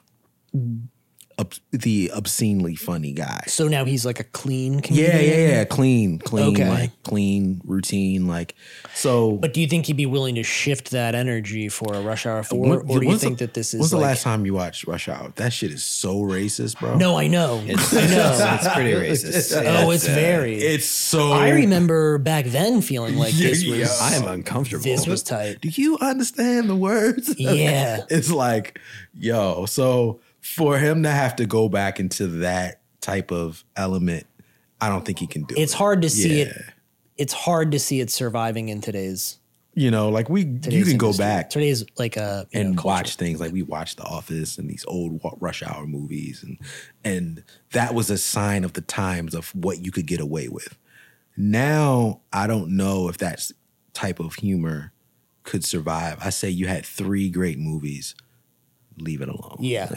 [SPEAKER 2] ob- the obscenely funny guy.
[SPEAKER 1] So now he's like a clean
[SPEAKER 2] Yeah,
[SPEAKER 1] comedian.
[SPEAKER 2] yeah, yeah. Clean, clean,
[SPEAKER 1] Okay.
[SPEAKER 2] like clean routine. Like so.
[SPEAKER 1] But do you think he'd be willing to shift that energy for a Rush Hour four,
[SPEAKER 2] When-
[SPEAKER 1] or do you
[SPEAKER 2] when's
[SPEAKER 1] think
[SPEAKER 2] the-
[SPEAKER 1] that this is?
[SPEAKER 2] When's
[SPEAKER 1] like,
[SPEAKER 2] the last time you watched Rush Hour? That shit is so racist, bro.
[SPEAKER 1] No, I know. I know.
[SPEAKER 3] It's pretty racist.
[SPEAKER 1] oh, it's
[SPEAKER 3] uh,
[SPEAKER 1] very.
[SPEAKER 2] it's so.
[SPEAKER 1] I remember back then feeling like this
[SPEAKER 2] Yeah,
[SPEAKER 1] was
[SPEAKER 2] yeah.
[SPEAKER 3] I am uncomfortable.
[SPEAKER 1] this was tight.
[SPEAKER 2] Do you understand the words?
[SPEAKER 1] Yeah.
[SPEAKER 2] it's like, yo. So for him to have to go back into that type of element, I don't think he can do it.
[SPEAKER 1] It's hard to see it.
[SPEAKER 2] Yeah.
[SPEAKER 1] It's hard to see it surviving in today's.
[SPEAKER 2] you know, like we you
[SPEAKER 1] today's
[SPEAKER 2] can go
[SPEAKER 1] industry.
[SPEAKER 2] back
[SPEAKER 1] Today's like a you
[SPEAKER 2] and
[SPEAKER 1] know, culture.
[SPEAKER 2] watch things like we watched The Office and these old wa- Rush Hour movies, and and that was a sign of the times of what you could get away with. Now I don't know if that s- type of humor could survive. I say you had three great movies. Leave it alone.
[SPEAKER 1] Yeah.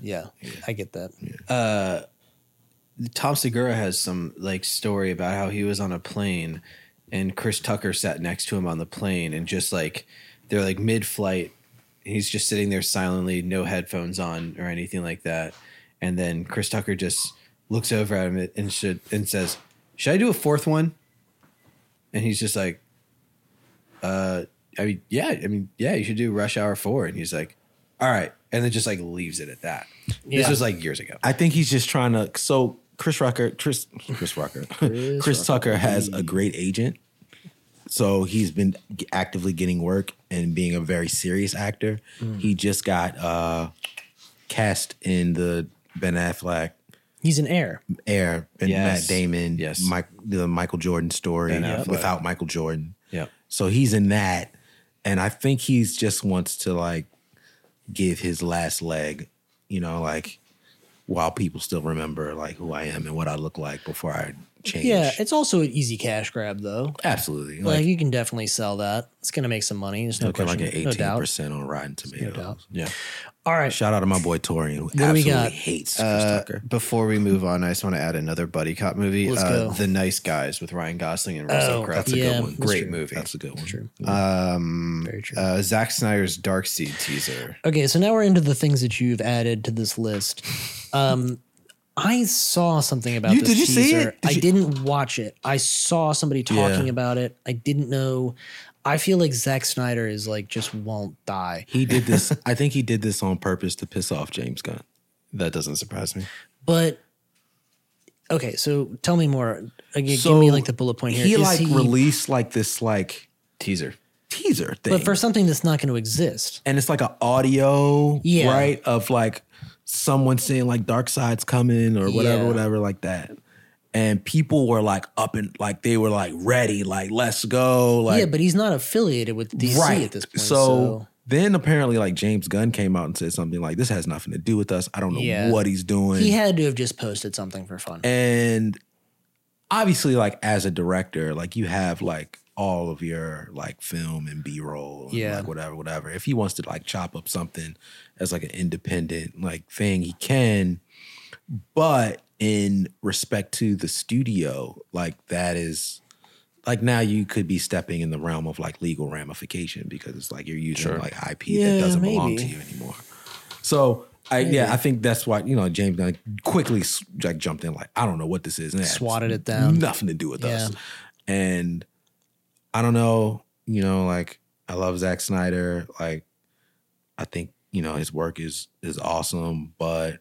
[SPEAKER 1] Yeah. I get that.
[SPEAKER 3] Tom Segura has some like story about how he was on a plane and Chris Tucker sat next to him on the plane and just like they're like mid flight. He's just sitting there silently, no headphones on or anything like that. And then Chris Tucker just looks over at him and should and says, Should I do a fourth one? And he's just like, uh, I mean, yeah, I mean, yeah, you should do rush hour four. And he's like, All right. And then just like leaves it at that. This
[SPEAKER 1] Yeah.
[SPEAKER 3] was like years ago.
[SPEAKER 2] I think he's just trying to. So Chris Rocker, Chris, Chris Rocker, Chris, Tucker has
[SPEAKER 3] Mm.
[SPEAKER 2] a great agent. So he's been g- actively getting work and being a very serious actor.
[SPEAKER 3] Mm.
[SPEAKER 2] He just got uh, cast in the Ben Affleck
[SPEAKER 1] He's an heir.
[SPEAKER 2] Air, and
[SPEAKER 3] Yes.
[SPEAKER 2] Matt Damon,
[SPEAKER 3] Yes.
[SPEAKER 2] Mike, the Michael Jordan story
[SPEAKER 3] Ben Affleck.
[SPEAKER 2] without Michael Jordan.
[SPEAKER 3] Yep.
[SPEAKER 2] So he's in that, and I think he's just wants to like give his last leg, you know, like while people still remember like who I am and what I look like before I change.
[SPEAKER 1] Yeah, it's also an easy cash grab though.
[SPEAKER 2] absolutely.
[SPEAKER 1] Like,
[SPEAKER 2] Like,
[SPEAKER 1] you can definitely sell that. It's gonna make some money. There's no
[SPEAKER 2] okay, like
[SPEAKER 1] question.
[SPEAKER 2] an
[SPEAKER 1] no
[SPEAKER 2] eighteen
[SPEAKER 1] doubt.
[SPEAKER 2] percent on Rotten
[SPEAKER 1] No
[SPEAKER 2] Tomatoes.
[SPEAKER 1] doubt.
[SPEAKER 3] Yeah.
[SPEAKER 1] All right.
[SPEAKER 2] Shout out to my boy Torian who
[SPEAKER 1] do we
[SPEAKER 2] absolutely
[SPEAKER 1] got?
[SPEAKER 2] hates Chris
[SPEAKER 3] Uh,
[SPEAKER 2] Tucker.
[SPEAKER 3] before we move on, I just want to add another buddy cop movie,
[SPEAKER 1] Let's
[SPEAKER 3] uh,
[SPEAKER 1] go.
[SPEAKER 3] The Nice Guys with Ryan Gosling and Russell
[SPEAKER 1] Oh,
[SPEAKER 3] Crowe.
[SPEAKER 1] that's a good Yeah, one.
[SPEAKER 3] Great
[SPEAKER 1] that's true.
[SPEAKER 3] movie.
[SPEAKER 2] That's a good one.
[SPEAKER 1] True.
[SPEAKER 3] Um,
[SPEAKER 1] Very true.
[SPEAKER 3] uh, Zack Snyder's Dark Seed teaser.
[SPEAKER 1] Okay, so now we're into the things that you've added to this list. Um, I saw something about
[SPEAKER 2] You-
[SPEAKER 1] this
[SPEAKER 2] did you
[SPEAKER 1] teaser.
[SPEAKER 2] see it? Did
[SPEAKER 1] I
[SPEAKER 2] you-
[SPEAKER 1] didn't watch it. I saw somebody talking
[SPEAKER 2] Yeah.
[SPEAKER 1] about it. I didn't know. I feel like Zack Snyder is like just won't die.
[SPEAKER 2] He did this. I think he did this on purpose to piss off James Gunn.
[SPEAKER 3] That doesn't surprise me.
[SPEAKER 1] But okay, so tell me more. Again,
[SPEAKER 2] So
[SPEAKER 1] give me like the bullet point here.
[SPEAKER 2] He
[SPEAKER 1] Is
[SPEAKER 2] like released like this like
[SPEAKER 3] Teaser.
[SPEAKER 2] teaser thing,
[SPEAKER 1] but for something that's not going to exist.
[SPEAKER 2] and it's like an audio,
[SPEAKER 1] Yeah.
[SPEAKER 2] right, of like someone saying like Dark Side's coming or whatever,
[SPEAKER 1] Yeah.
[SPEAKER 2] whatever, like that. And people were like up and like they were like ready, like let's go, like
[SPEAKER 1] yeah, but he's not affiliated with DC at this point.
[SPEAKER 2] So, then apparently like James Gunn came out and said something like this has nothing to do with us. I don't know
[SPEAKER 1] Yeah.
[SPEAKER 2] what he's doing.
[SPEAKER 1] he had to have just posted something for fun.
[SPEAKER 2] and obviously like as a director like you have like all of your like film and b-roll and
[SPEAKER 1] Yeah.
[SPEAKER 2] like whatever whatever if he wants to like chop up something as like an independent like thing he can but in respect to the studio like that is like now you could be stepping in the realm of like legal ramification because it's like you're using like IP that
[SPEAKER 1] Yeah,
[SPEAKER 2] doesn't belong to
[SPEAKER 1] maybe.
[SPEAKER 2] you anymore. So I yeah, I think that's why you know James like quickly s- like jumped in like I don't know what this is. And had
[SPEAKER 1] Swatted it down.
[SPEAKER 2] Nothing to do with us.
[SPEAKER 1] Yeah.
[SPEAKER 2] And I don't know, you know, like I love Zack Snyder. Like I think you know his work is is awesome, but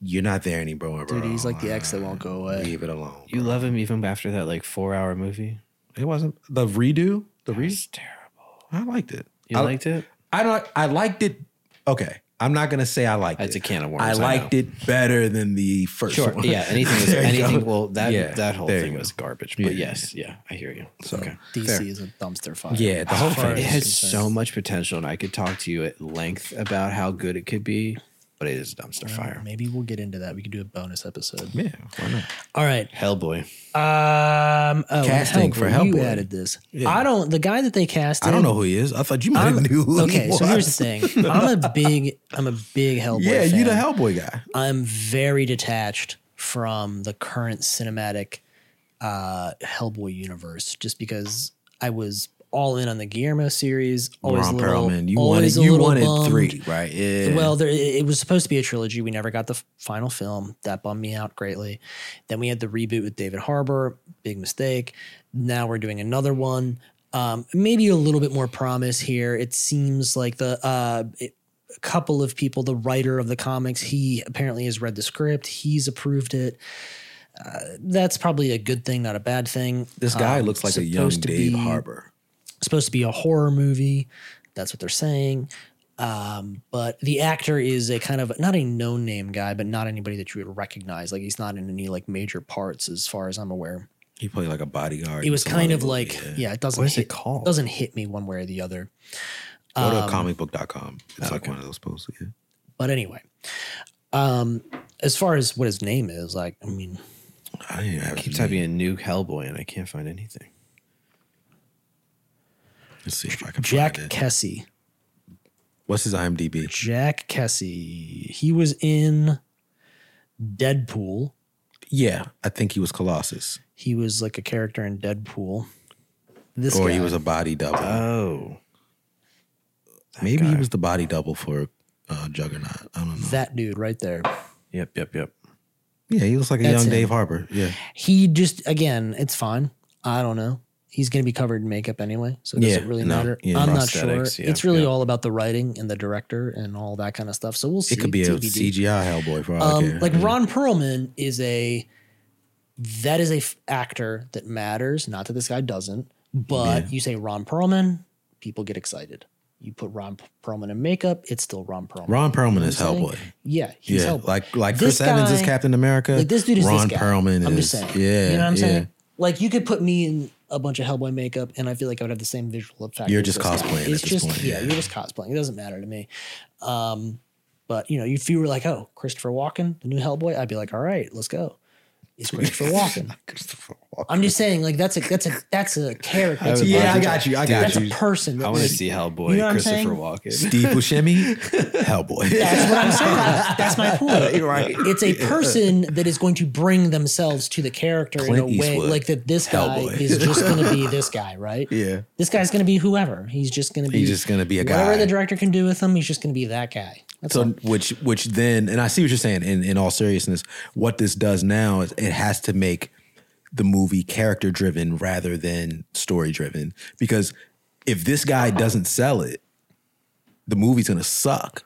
[SPEAKER 2] you're not there anymore, bro.
[SPEAKER 1] Dude, he's like the ex that won't go away.
[SPEAKER 2] Leave it alone.
[SPEAKER 3] You love him even after that like four hour movie.
[SPEAKER 2] It wasn't the redo. The
[SPEAKER 3] It's
[SPEAKER 2] redo.
[SPEAKER 3] terrible.
[SPEAKER 2] I liked it.
[SPEAKER 3] You
[SPEAKER 2] I-
[SPEAKER 3] liked it?
[SPEAKER 2] I don't. I liked it. Okay, I'm not gonna say I liked
[SPEAKER 3] That's a
[SPEAKER 2] it.
[SPEAKER 3] can of worms.
[SPEAKER 2] I liked it better than the first
[SPEAKER 3] Sure.
[SPEAKER 2] one.
[SPEAKER 3] Yeah. Anything. Was,
[SPEAKER 2] There you
[SPEAKER 3] anything.
[SPEAKER 2] go.
[SPEAKER 3] Well, that
[SPEAKER 2] Yeah,
[SPEAKER 3] that whole
[SPEAKER 2] there
[SPEAKER 3] thing
[SPEAKER 2] you go.
[SPEAKER 3] was garbage.
[SPEAKER 2] Yeah.
[SPEAKER 3] But yes, yeah, I hear you. okay.
[SPEAKER 1] DC
[SPEAKER 3] Fair.
[SPEAKER 1] is a dumpster fire.
[SPEAKER 2] Yeah, the whole
[SPEAKER 1] As far
[SPEAKER 2] thing
[SPEAKER 1] as
[SPEAKER 3] It
[SPEAKER 2] is
[SPEAKER 1] it's
[SPEAKER 3] has
[SPEAKER 1] concerned.
[SPEAKER 3] so much potential, and I could talk to you at length about how good it could be, but it is a dumpster fire.
[SPEAKER 1] Maybe we'll get into that. We can do a bonus episode.
[SPEAKER 2] Yeah, why not?
[SPEAKER 1] All right.
[SPEAKER 3] Hellboy.
[SPEAKER 1] Um, oh, and
[SPEAKER 2] Casting for
[SPEAKER 1] You
[SPEAKER 2] Hellboy.
[SPEAKER 1] added this. I don't. The guy that they casted.
[SPEAKER 2] I don't know who he is. I thought you might have knew. Who
[SPEAKER 1] Okay,
[SPEAKER 2] he
[SPEAKER 1] so here's the
[SPEAKER 2] was.
[SPEAKER 1] thing. I'm a big. I'm a big Hellboy.
[SPEAKER 2] Yeah, you the
[SPEAKER 1] fan.
[SPEAKER 2] Hellboy guy.
[SPEAKER 1] I'm very detached from the current cinematic uh, Hellboy universe, just because I was all in on the Guillermo series. Always
[SPEAKER 2] Ron
[SPEAKER 1] a little,
[SPEAKER 2] Perlman. You
[SPEAKER 1] always
[SPEAKER 2] wanted.
[SPEAKER 1] a
[SPEAKER 2] You
[SPEAKER 1] little
[SPEAKER 2] wanted
[SPEAKER 1] bummed.
[SPEAKER 2] three, right? Yeah.
[SPEAKER 1] Well, there, it it was supposed to be a trilogy. We never got the f- final film. That bummed me out greatly. Then we had the reboot with David Harbour. Big mistake. Now we're doing another one. Um, maybe a little bit more promise here. It seems like the uh, it- a couple of people, the writer of the comics, he apparently has read the script. He's approved it. Uh, that's probably a good thing, not a bad thing.
[SPEAKER 2] this guy
[SPEAKER 1] Um,
[SPEAKER 2] looks like a young
[SPEAKER 1] supposed to
[SPEAKER 2] Dave
[SPEAKER 1] be-
[SPEAKER 2] Harbour.
[SPEAKER 1] supposed to be a horror movie. That's what they're saying. Um, but the actor is a kind of not a known name guy, but not anybody that you would recognize. Like he's not in any like major parts as far as I'm aware.
[SPEAKER 2] He played like a bodyguard.
[SPEAKER 1] It
[SPEAKER 2] in
[SPEAKER 1] was
[SPEAKER 2] some
[SPEAKER 1] kind
[SPEAKER 2] other
[SPEAKER 1] of
[SPEAKER 2] movie,
[SPEAKER 1] like yeah, it doesn't
[SPEAKER 3] What is
[SPEAKER 1] hit,
[SPEAKER 3] it called?
[SPEAKER 1] doesn't hit me one way or the other.
[SPEAKER 2] Go to
[SPEAKER 1] Um,
[SPEAKER 2] comicbook.com. It's like
[SPEAKER 3] okay.
[SPEAKER 2] one of those posts. Yeah.
[SPEAKER 1] But anyway, um, as far as what his name is, like I mean,
[SPEAKER 2] I didn't have
[SPEAKER 3] I keep
[SPEAKER 2] his
[SPEAKER 3] typing
[SPEAKER 2] name.
[SPEAKER 3] in new Hellboy, and I can't find anything.
[SPEAKER 2] Let's see if I can
[SPEAKER 1] Jack
[SPEAKER 2] find it.
[SPEAKER 1] Kessie.
[SPEAKER 2] What's his IMDb?
[SPEAKER 1] Jack Kessie. He was in Deadpool.
[SPEAKER 2] Yeah, I think he was Colossus,
[SPEAKER 1] He was like a character in Deadpool. This
[SPEAKER 2] or Oh, he
[SPEAKER 1] guy.
[SPEAKER 2] was a body double.
[SPEAKER 3] Oh,
[SPEAKER 2] Maybe he
[SPEAKER 3] guy.
[SPEAKER 2] was the body double for uh, Juggernaut. I don't know.
[SPEAKER 1] that dude right there.
[SPEAKER 3] yep, yep, yep.
[SPEAKER 2] yeah, he looks like a
[SPEAKER 1] That's
[SPEAKER 2] young
[SPEAKER 1] him.
[SPEAKER 2] Dave Harper. Yeah,
[SPEAKER 1] He just again, it's fine. I don't know. He's going to be covered in makeup anyway, so it doesn't
[SPEAKER 2] Yeah,
[SPEAKER 1] really
[SPEAKER 2] no,
[SPEAKER 1] matter.
[SPEAKER 2] yeah.
[SPEAKER 1] I'm not sure.
[SPEAKER 3] Prosthetics, yeah,
[SPEAKER 1] it's really
[SPEAKER 3] yeah.
[SPEAKER 1] all about the writing and the director and all that kind of stuff. So we'll see.
[SPEAKER 2] it could be a
[SPEAKER 1] TBD.
[SPEAKER 2] CGI Hellboy for all I care.
[SPEAKER 1] Um, like Ron Perlman is a that is a f- actor that matters. Not that this guy doesn't, but you say Ron Perlman, people get excited. You put Ron P- Perlman in makeup, it's still Ron Perlman.
[SPEAKER 2] Ron Perlman is
[SPEAKER 1] I'm saying?
[SPEAKER 2] Hellboy.
[SPEAKER 1] yeah, he's
[SPEAKER 2] Yeah,
[SPEAKER 1] Hellboy.
[SPEAKER 2] like like
[SPEAKER 1] This
[SPEAKER 2] Chris Evans is
[SPEAKER 1] guy-
[SPEAKER 2] Captain America.
[SPEAKER 1] like, this dude is this
[SPEAKER 2] Ron
[SPEAKER 1] guy.
[SPEAKER 2] Perlman.
[SPEAKER 1] I'm just
[SPEAKER 2] is,
[SPEAKER 1] saying.
[SPEAKER 2] Yeah,
[SPEAKER 1] you know what I'm
[SPEAKER 2] yeah.
[SPEAKER 1] saying? Like you could put me in a bunch of Hellboy makeup, and I feel like I would have the same visual effect.
[SPEAKER 2] You're
[SPEAKER 1] as
[SPEAKER 2] just
[SPEAKER 1] this guy.
[SPEAKER 2] cosplaying at
[SPEAKER 1] It's
[SPEAKER 2] this
[SPEAKER 1] just
[SPEAKER 2] point,
[SPEAKER 1] yeah,
[SPEAKER 2] yeah.
[SPEAKER 1] you're just cosplaying. It doesn't matter to me. Um, But you know, if you were like, oh, Christopher Walken, the new Hellboy, I'd be like, all right, let's go. It's Christopher Walken.
[SPEAKER 2] Christopher Walken.
[SPEAKER 1] I'm just saying, like that's a that's a that's a character. That's, a,
[SPEAKER 3] would
[SPEAKER 2] Yeah,
[SPEAKER 3] love
[SPEAKER 2] I
[SPEAKER 3] to-
[SPEAKER 2] got you. I got
[SPEAKER 1] that's a
[SPEAKER 2] you.
[SPEAKER 1] person.
[SPEAKER 3] I
[SPEAKER 1] that
[SPEAKER 3] want to
[SPEAKER 1] was-
[SPEAKER 3] see Hellboy,
[SPEAKER 1] You know what I'm
[SPEAKER 3] Christopher
[SPEAKER 1] saying?
[SPEAKER 3] Walken.
[SPEAKER 2] Steve Buscemi, Hellboy.
[SPEAKER 1] That's what I'm saying. That's my point.
[SPEAKER 2] You're right.
[SPEAKER 1] It's a person that is going to bring themselves to the character in a
[SPEAKER 2] Clint
[SPEAKER 1] way
[SPEAKER 2] Eastwood,
[SPEAKER 1] like that. This guy
[SPEAKER 2] Hellboy.
[SPEAKER 1] is just going to be this guy, right?
[SPEAKER 2] Yeah.
[SPEAKER 1] This guy's going to be whoever. He's just going to be.
[SPEAKER 2] He's just gonna be a
[SPEAKER 1] whatever
[SPEAKER 2] guy.
[SPEAKER 1] the director can do with him. He's just going to be that guy. That's
[SPEAKER 2] so which which then and I see what you're saying in, in all seriousness, what this does now is it has to make the movie character driven rather than story driven. Because if this guy doesn't sell it, the movie's gonna suck.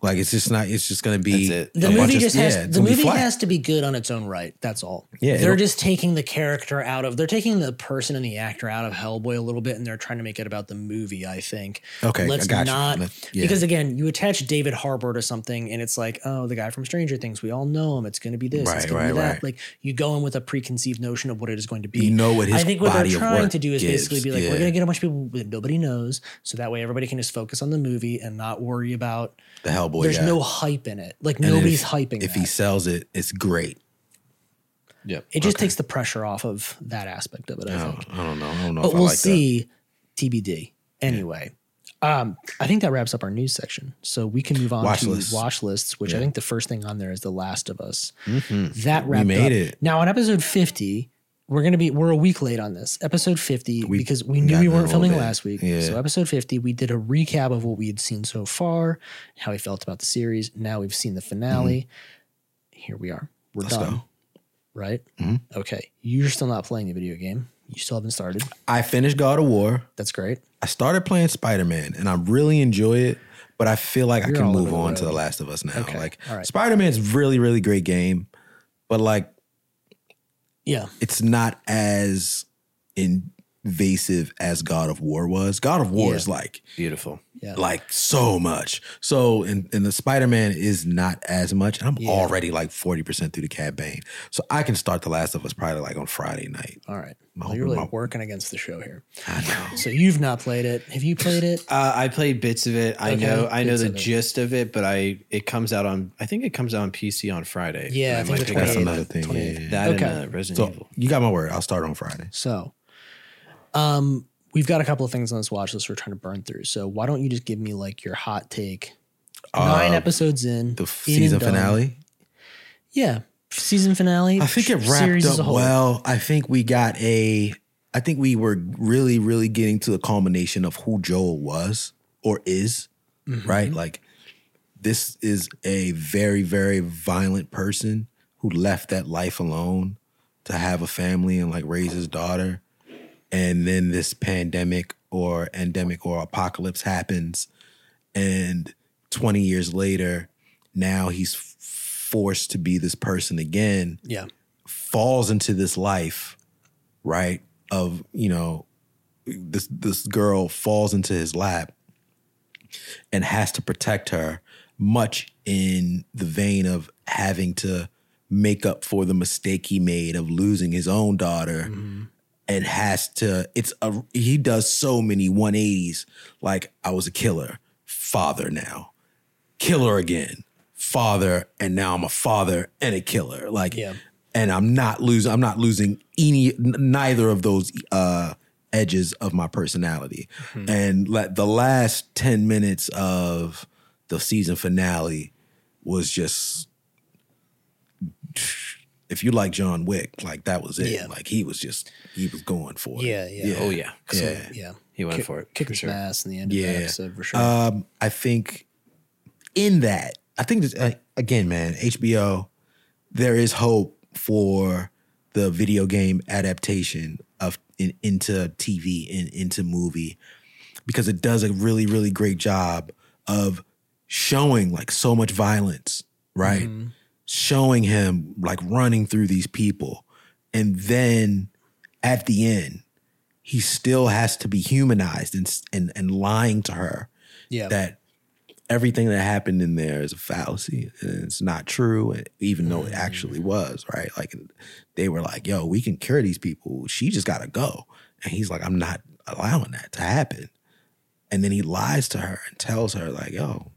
[SPEAKER 2] Like it's just not it's just gonna be
[SPEAKER 3] That's it.
[SPEAKER 1] the
[SPEAKER 2] a bunch
[SPEAKER 1] movie
[SPEAKER 2] of-
[SPEAKER 1] just
[SPEAKER 2] yeah,
[SPEAKER 1] has
[SPEAKER 2] it's
[SPEAKER 1] the
[SPEAKER 2] gonna be
[SPEAKER 1] movie
[SPEAKER 2] flat.
[SPEAKER 1] has to be good on its own right. That's all.
[SPEAKER 2] Yeah,
[SPEAKER 1] they're
[SPEAKER 2] it'll-
[SPEAKER 1] just taking the character out of they're taking the person and the actor out of Hellboy a little bit, and they're trying to make it about the movie. I think.
[SPEAKER 2] Okay, I
[SPEAKER 1] let's
[SPEAKER 2] got you.
[SPEAKER 1] not
[SPEAKER 2] Let- yeah.
[SPEAKER 1] because again, you attach David Harbour to something, and it's like, oh, the guy from Stranger Things. We all know him. It's going to be this.
[SPEAKER 2] Right,
[SPEAKER 1] it's going
[SPEAKER 2] right,
[SPEAKER 1] to be that.
[SPEAKER 2] right.
[SPEAKER 1] Like you go in with a preconceived notion of what it is going to be.
[SPEAKER 2] you know what his
[SPEAKER 1] I think what
[SPEAKER 2] body
[SPEAKER 1] they're
[SPEAKER 2] of
[SPEAKER 1] trying
[SPEAKER 2] work
[SPEAKER 1] to do is
[SPEAKER 2] gives.
[SPEAKER 1] basically be like,
[SPEAKER 2] Yeah.
[SPEAKER 1] we're going to get a bunch of people that nobody knows, so that way everybody can just focus on the movie and not worry about.
[SPEAKER 2] the Hellboy.
[SPEAKER 1] there's
[SPEAKER 2] guy.
[SPEAKER 1] no hype in it. Like
[SPEAKER 2] And then
[SPEAKER 1] nobody's
[SPEAKER 2] if,
[SPEAKER 1] hyping.
[SPEAKER 2] If
[SPEAKER 1] that.
[SPEAKER 2] he sells it, it's great.
[SPEAKER 3] Yep.
[SPEAKER 1] It just takes the pressure off of that aspect of it, I
[SPEAKER 2] I
[SPEAKER 1] think.
[SPEAKER 2] don't, I don't know. Oh, I don't know
[SPEAKER 1] But
[SPEAKER 2] if
[SPEAKER 1] we'll
[SPEAKER 2] I like
[SPEAKER 1] see TBD anyway. Um, I think that wraps up our news section. So we can move on
[SPEAKER 2] Watch
[SPEAKER 1] to
[SPEAKER 2] lists.
[SPEAKER 1] watch lists, which I
[SPEAKER 2] Yeah.
[SPEAKER 1] think the first thing on there is The Last of Us. That wrapped
[SPEAKER 2] Mm-hmm. made
[SPEAKER 1] up.
[SPEAKER 2] it.
[SPEAKER 1] Now on episode 50, we're gonna be we're a week late on this. Episode 50,
[SPEAKER 2] We
[SPEAKER 1] because we knew
[SPEAKER 2] got
[SPEAKER 1] we
[SPEAKER 2] there a
[SPEAKER 1] weren't
[SPEAKER 2] little
[SPEAKER 1] filming
[SPEAKER 2] bit.
[SPEAKER 1] last week.
[SPEAKER 2] Yeah.
[SPEAKER 1] So episode 50, we did a recap of what we had seen so far, how we felt about the series. Now we've seen the finale. Here we are. We're
[SPEAKER 2] Mm. Let's
[SPEAKER 1] done
[SPEAKER 2] go.
[SPEAKER 1] right?
[SPEAKER 2] Mhm.
[SPEAKER 1] Okay. You're still not playing the video game. You still haven't started.
[SPEAKER 2] it. I finished God of War.
[SPEAKER 1] That's great.
[SPEAKER 2] I started playing Spider Man, and I really enjoy it. But I feel like
[SPEAKER 1] You're
[SPEAKER 2] I can
[SPEAKER 1] all
[SPEAKER 2] move
[SPEAKER 1] over the
[SPEAKER 2] on to
[SPEAKER 1] road.
[SPEAKER 2] The Last of Us now.
[SPEAKER 1] Okay,
[SPEAKER 2] Like
[SPEAKER 1] all right.
[SPEAKER 2] Spider Man's really, really great game, but like
[SPEAKER 1] Yeah.
[SPEAKER 2] it's not as invasive as God of War was. God of War
[SPEAKER 1] Yeah.
[SPEAKER 2] is like
[SPEAKER 3] Beautiful.
[SPEAKER 1] Yeah.
[SPEAKER 2] like so much. So and and the Spider Man is not as much. And I'm
[SPEAKER 1] Yeah.
[SPEAKER 2] already like forty percent through the campaign, so I can start The Last of Us probably like on Friday night.
[SPEAKER 1] All right.
[SPEAKER 2] I'm
[SPEAKER 1] Well, Oh, you're
[SPEAKER 2] hoping
[SPEAKER 1] really
[SPEAKER 2] my-
[SPEAKER 1] working against the show here.
[SPEAKER 2] I know.
[SPEAKER 1] So you've not played it. Have you played it?
[SPEAKER 3] Uh, I played bits of it. I
[SPEAKER 1] Okay,
[SPEAKER 3] know. I know
[SPEAKER 1] bits
[SPEAKER 3] the
[SPEAKER 1] of it.
[SPEAKER 3] gist of it, but I it comes out on. I think it comes out on PC on Friday.
[SPEAKER 1] Yeah, I
[SPEAKER 3] and
[SPEAKER 1] think the
[SPEAKER 3] might pick
[SPEAKER 2] That's
[SPEAKER 1] 28th.
[SPEAKER 3] up
[SPEAKER 2] another thing. Yeah, yeah, yeah.
[SPEAKER 3] that
[SPEAKER 1] Okay.
[SPEAKER 3] and uh, Resident
[SPEAKER 2] So
[SPEAKER 3] Evil.
[SPEAKER 2] you got my word. I'll start on Friday.
[SPEAKER 1] So, um, we've got a couple of things on this watch list we're trying to burn through. So why don't you just give me like your hot take? Nine
[SPEAKER 2] Uh,
[SPEAKER 1] episodes in
[SPEAKER 2] the
[SPEAKER 1] in
[SPEAKER 2] f- season
[SPEAKER 1] and done.
[SPEAKER 2] finale.
[SPEAKER 1] Yeah, season finale.
[SPEAKER 2] I think it wrapped
[SPEAKER 1] series as a
[SPEAKER 2] up
[SPEAKER 1] whole.
[SPEAKER 2] well. I think we got a. I think we were really, really getting to the culmination of who Joel was or is,
[SPEAKER 1] Mm-hmm.
[SPEAKER 2] right? Like, this is a very, very violent person who left that life alone to have a family and like raise his daughter. And then this pandemic or endemic or apocalypse happens. And 20 years later, now he's f- forced to be this person again
[SPEAKER 1] Yeah.
[SPEAKER 2] falls into this life, right? Of you know, this this girl falls into his lap and has to protect her, much in the vein of having to make up for the mistake he made of losing his own daughter. And has to, it's a, he does so many 180s. Like, I was a killer, father now, killer again, father, and now I'm a father and a killer. Like,
[SPEAKER 1] Yeah.
[SPEAKER 2] and I'm not losing. I'm not losing any n- neither of those uh, edges of my personality.
[SPEAKER 1] Mm-hmm.
[SPEAKER 2] And like the last ten minutes of the season finale was just. If you like John Wick, like that was it.
[SPEAKER 1] Yeah.
[SPEAKER 2] Like he was just he was going for it.
[SPEAKER 1] Yeah, yeah.
[SPEAKER 3] Oh yeah,
[SPEAKER 2] yeah.
[SPEAKER 1] Yeah.
[SPEAKER 3] he went
[SPEAKER 1] Kick-
[SPEAKER 3] for it.
[SPEAKER 1] Kicking
[SPEAKER 3] for
[SPEAKER 1] some
[SPEAKER 3] sure.
[SPEAKER 1] ass in the end of
[SPEAKER 2] Yeah.
[SPEAKER 1] that episode for sure.
[SPEAKER 2] Um, I think in that, I think this, uh, again, man, HBO, there is hope for the video game adaptation of in, into TV and into movie because it does a really, really great job of showing like so much violence, right?
[SPEAKER 1] Mm-hmm.
[SPEAKER 2] Showing him like running through these people. And then at the end, he still has to be humanized and s- and, and lying to her
[SPEAKER 1] yeah.
[SPEAKER 2] that everything that happened in there is a fallacy and it's not true and even though it actually was right like they were like yo we can cure these people she just gotta go and he's like i'm not allowing that to happen and then he lies to her and tells her like yo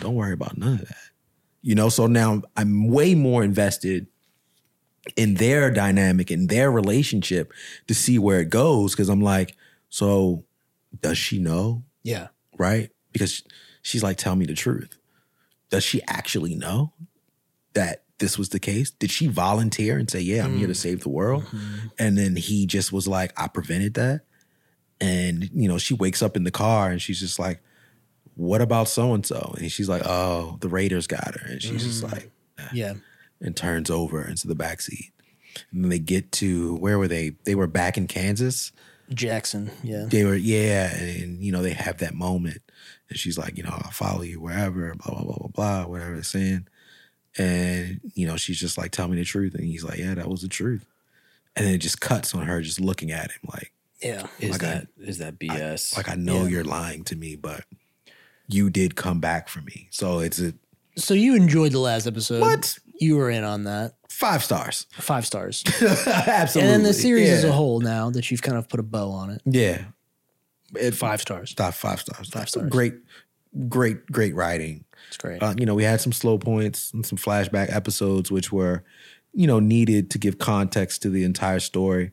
[SPEAKER 2] don't worry about none of that. You know, so now I'm way more invested in their dynamic and their relationship to see where it goes because I'm like, so does she know?
[SPEAKER 1] Yeah.
[SPEAKER 2] Right? Because she's like, tell me the truth. Does she actually know that this was the case? Did she volunteer and say, yeah, I'm here to save the world? And then he just was like, I prevented that. And, you know, she wakes up in the car and she's just like, what about so and so? And she's like, oh, the Raiders got her. And she's just like,
[SPEAKER 1] Yeah.
[SPEAKER 2] and turns over into the backseat. And then they get to where were they? They were back in Kansas.
[SPEAKER 1] Jackson. Yeah.
[SPEAKER 2] They were, yeah, and you know, they have that moment. And she's like, you know, I'll follow you wherever, blah, blah, blah, blah, blah, whatever it's saying. And, you know, she's just like, tell me the truth. And he's like, Yeah, that was the truth. And then it just cuts on her just looking at him like,
[SPEAKER 1] Yeah.
[SPEAKER 3] Is
[SPEAKER 2] Like I-
[SPEAKER 3] that is that BS?
[SPEAKER 2] like I know you're lying to me, but you did come back for me. So it's a
[SPEAKER 1] So you enjoyed the last episode.
[SPEAKER 2] What?
[SPEAKER 1] You were in on that.
[SPEAKER 2] five stars.
[SPEAKER 1] Five stars.
[SPEAKER 2] Absolutely.
[SPEAKER 1] and then the series as
[SPEAKER 2] Yeah.
[SPEAKER 1] a whole now that you've kind of put a bow on it.
[SPEAKER 2] Yeah. It,
[SPEAKER 1] Five stars.
[SPEAKER 2] Five, five stars. Five
[SPEAKER 1] stars.
[SPEAKER 2] Great, great, great writing.
[SPEAKER 1] It's great.
[SPEAKER 2] Uh, you know, we had some slow points and some flashback episodes, which were, you know, needed to give context to the entire story.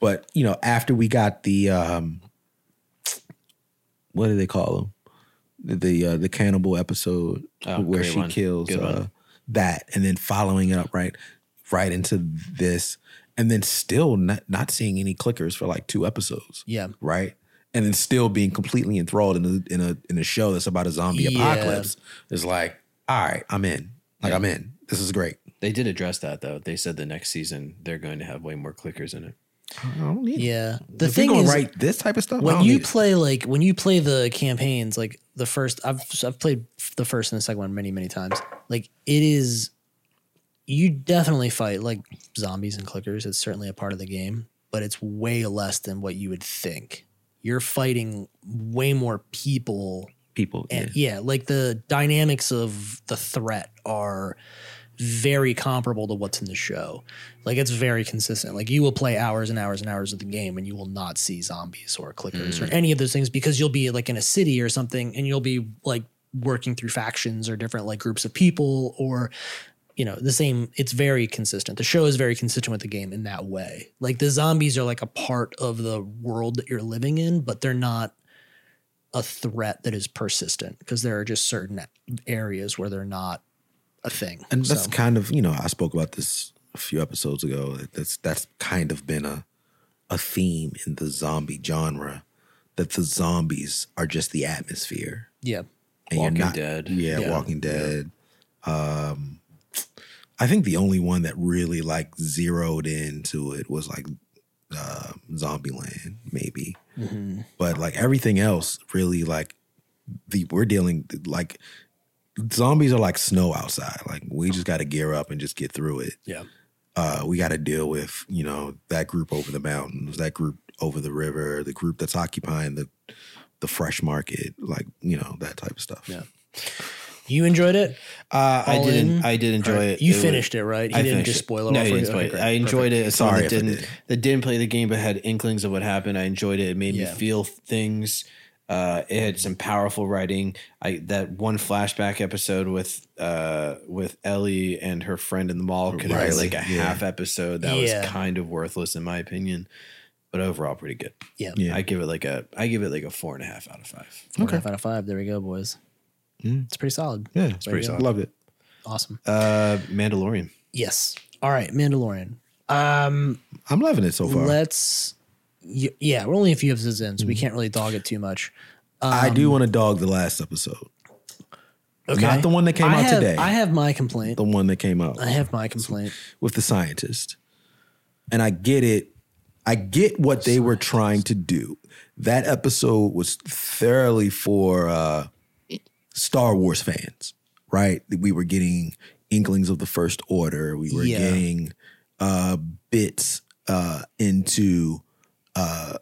[SPEAKER 2] But you know, after we got the, um, what do they call them? The uh, the cannibal episode
[SPEAKER 3] Oh,
[SPEAKER 2] where
[SPEAKER 3] great
[SPEAKER 2] she
[SPEAKER 3] one.
[SPEAKER 2] kills
[SPEAKER 3] Good
[SPEAKER 2] uh,
[SPEAKER 3] one.
[SPEAKER 2] that, and then following it up right, right into this, and then still not not seeing any clickers for like two episodes
[SPEAKER 1] yeah.
[SPEAKER 2] right? And then still being completely enthralled in a in a in a show that's about a zombie
[SPEAKER 1] Yeah.
[SPEAKER 2] apocalypse is like, all right, I'm in. Like I'm in. This is great.
[SPEAKER 3] they did address that though. They said the next season they're going to have way more clickers in it.
[SPEAKER 2] I don't need it.
[SPEAKER 1] Yeah. The
[SPEAKER 2] if
[SPEAKER 1] thing
[SPEAKER 2] you're
[SPEAKER 1] is,
[SPEAKER 2] gonna write this type of stuff, I
[SPEAKER 1] when
[SPEAKER 2] don't
[SPEAKER 1] you
[SPEAKER 2] need it.
[SPEAKER 1] play like when you play the campaigns like the first i've i've played the first and the second one many many times like it is you definitely fight like zombies and clickers it's certainly a part of the game but it's way less than what you would think you're fighting way more people
[SPEAKER 2] people, yeah.
[SPEAKER 1] and yeah. like the dynamics of the threat are very comparable to what's in the show. Like it's very consistent. Like you will play hours and hours and hours of the game and you will not see zombies or clickers or any of those things because you'll be like in a city or something and you'll be like working through factions or different like groups of people or you know the same it's very consistent the show is very consistent with the game in that way like the zombies are like a part of the world that you're living in but they're not a threat that is persistent because there are just certain areas where they're not a thing
[SPEAKER 2] and that's
[SPEAKER 1] So,
[SPEAKER 2] kind of you know I spoke about this a few episodes ago. that- That's that's kind of been a a theme in the zombie genre that the zombies are just the atmosphere.
[SPEAKER 1] yeah
[SPEAKER 2] and
[SPEAKER 3] Walking
[SPEAKER 2] you're not,
[SPEAKER 3] Dead.
[SPEAKER 2] Yeah,
[SPEAKER 1] Yeah.
[SPEAKER 2] Walking Dead. Um, I think the only one that really like zeroed into it was like uh, Zombieland, maybe.
[SPEAKER 1] Mm-hmm.
[SPEAKER 2] But like everything else, really like the we're dealing like zombies are like snow outside. Like we just got to gear up and just get through it.
[SPEAKER 1] Yeah.
[SPEAKER 2] Uh, we got to deal with you know that group over the mountains, that group over the river, the group that's occupying the the fresh market, like you know that type of stuff.
[SPEAKER 1] Yeah. you enjoyed it
[SPEAKER 3] Uh, I
[SPEAKER 1] All
[SPEAKER 3] didn't.
[SPEAKER 1] in?
[SPEAKER 3] I did enjoy it.
[SPEAKER 1] you
[SPEAKER 3] It was-
[SPEAKER 1] finished it right he
[SPEAKER 3] I
[SPEAKER 1] didn't
[SPEAKER 3] finished
[SPEAKER 1] just spoil it
[SPEAKER 3] No,
[SPEAKER 1] all
[SPEAKER 3] I
[SPEAKER 1] for
[SPEAKER 3] didn't
[SPEAKER 1] you?
[SPEAKER 3] spoil
[SPEAKER 1] Okay,
[SPEAKER 3] it.
[SPEAKER 1] great.
[SPEAKER 3] I enjoyed it. As someone
[SPEAKER 2] Sorry
[SPEAKER 3] that
[SPEAKER 2] if I
[SPEAKER 3] didn't
[SPEAKER 2] did.
[SPEAKER 3] that didn't play the game but had inklings of what happened. I enjoyed it. It made
[SPEAKER 1] Yeah.
[SPEAKER 3] me feel things. Uh, it had some powerful writing. I that one flashback episode with uh with Ellie and her friend in the mall could have been
[SPEAKER 2] Riley,
[SPEAKER 3] like a
[SPEAKER 2] yeah.
[SPEAKER 3] half episode. That
[SPEAKER 1] Yeah.
[SPEAKER 3] was kind of worthless in my opinion, but overall pretty good.
[SPEAKER 1] yeah,
[SPEAKER 2] Yeah.
[SPEAKER 3] I give it like a I give it like a four and a half out of five.
[SPEAKER 1] Four and a half out of five there we go boys
[SPEAKER 3] Mm.
[SPEAKER 1] it's pretty solid
[SPEAKER 2] Yeah, it's
[SPEAKER 1] pretty solid.
[SPEAKER 2] Loved it.
[SPEAKER 1] awesome
[SPEAKER 3] Uh, Mandalorian.
[SPEAKER 1] yes all right mandalorian um
[SPEAKER 2] I'm loving it so far. Mm-hmm.
[SPEAKER 1] let's y- yeah we're only a few episodes in so we can't really dog it too much
[SPEAKER 2] I do want to dog the last episode,
[SPEAKER 1] um, okay
[SPEAKER 2] not the one that came
[SPEAKER 1] I
[SPEAKER 2] out
[SPEAKER 1] have-
[SPEAKER 2] today.
[SPEAKER 1] i have my complaint
[SPEAKER 2] the one that came out
[SPEAKER 1] i have my complaint
[SPEAKER 2] with the scientist, and I get it. I get what they were trying to do. That episode was thoroughly for uh, Star Wars fans, right? We were getting inklings of the First Order. We were
[SPEAKER 1] Yeah.
[SPEAKER 2] getting uh, bits uh, into uh,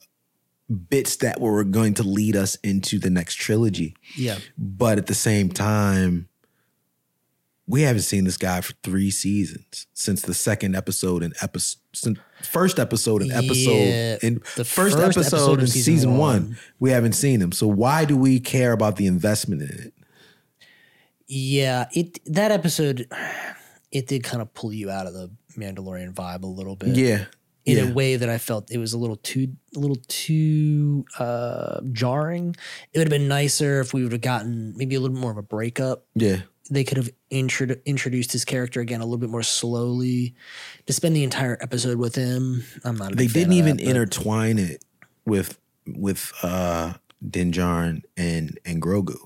[SPEAKER 2] bits that were going to lead us into the next trilogy.
[SPEAKER 1] yeah
[SPEAKER 2] But at the same time, we haven't seen this guy for three seasons since the second episode and episode, since first episode and episode
[SPEAKER 1] Yeah,
[SPEAKER 2] in
[SPEAKER 1] the first
[SPEAKER 2] first, episode,
[SPEAKER 1] episode of
[SPEAKER 2] in
[SPEAKER 1] season
[SPEAKER 2] season one.
[SPEAKER 1] one.
[SPEAKER 2] we haven't seen him. So why do we care about the investment in it?
[SPEAKER 1] Yeah, it that episode it did kind of pull you out of the Mandalorian vibe a little bit.
[SPEAKER 2] Yeah.
[SPEAKER 1] In
[SPEAKER 2] yeah.
[SPEAKER 1] a way that I felt it was a little too a little too uh jarring. It would have been nicer if we would have gotten maybe a little more of a breakup.
[SPEAKER 2] Yeah.
[SPEAKER 1] They could have intro- introduced his character again a little bit more slowly. To spend the entire episode with him, I'm not. A
[SPEAKER 2] They
[SPEAKER 1] big fan
[SPEAKER 2] didn't
[SPEAKER 1] of
[SPEAKER 2] even
[SPEAKER 1] that, but-
[SPEAKER 2] intertwine it with with uh Dinjarin and and Grogu.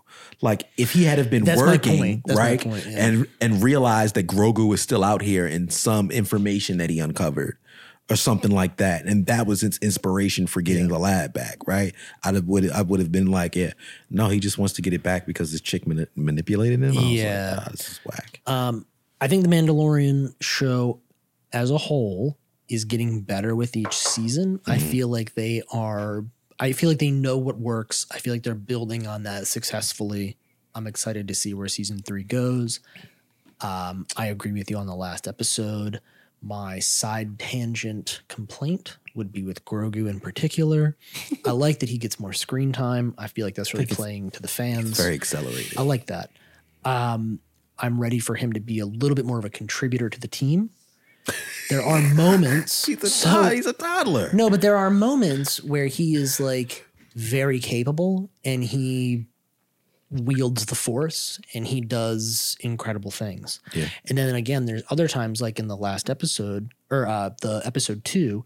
[SPEAKER 2] Like if he had have been
[SPEAKER 1] That's my
[SPEAKER 2] working,
[SPEAKER 1] point. That's my
[SPEAKER 2] right?
[SPEAKER 1] point, yeah.
[SPEAKER 2] And and realized that Grogu is still out here and some information that he uncovered or something like that. And that was its inspiration for getting the lab back, right? I'd have would I would have been like, yeah, no, he just wants to get it back because this chick mani- manipulated him. I was like,
[SPEAKER 1] Yeah.
[SPEAKER 2] "Ah, this is whack.
[SPEAKER 1] Um, I think the Mandalorian show as a whole is getting better with each season. I feel like they are. I feel like they know what works. I feel like they're building on that successfully. I'm excited to see where season three goes. Um, I agree with you on the last episode. My side tangent complaint would be with Grogu in particular. I like that he gets more screen time. I feel like that's really playing to the fans.
[SPEAKER 2] Very accelerated.
[SPEAKER 1] I like that. Um, I'm ready for him to be a little bit more of a contributor to the team. There are moments.
[SPEAKER 2] He's a,
[SPEAKER 1] so-
[SPEAKER 2] tod- he's a toddler.
[SPEAKER 1] no, but there are moments where he is like very capable and he wields the force and he does incredible things.
[SPEAKER 2] Yeah.
[SPEAKER 1] And then again, there's other times like in the last episode or uh, the episode two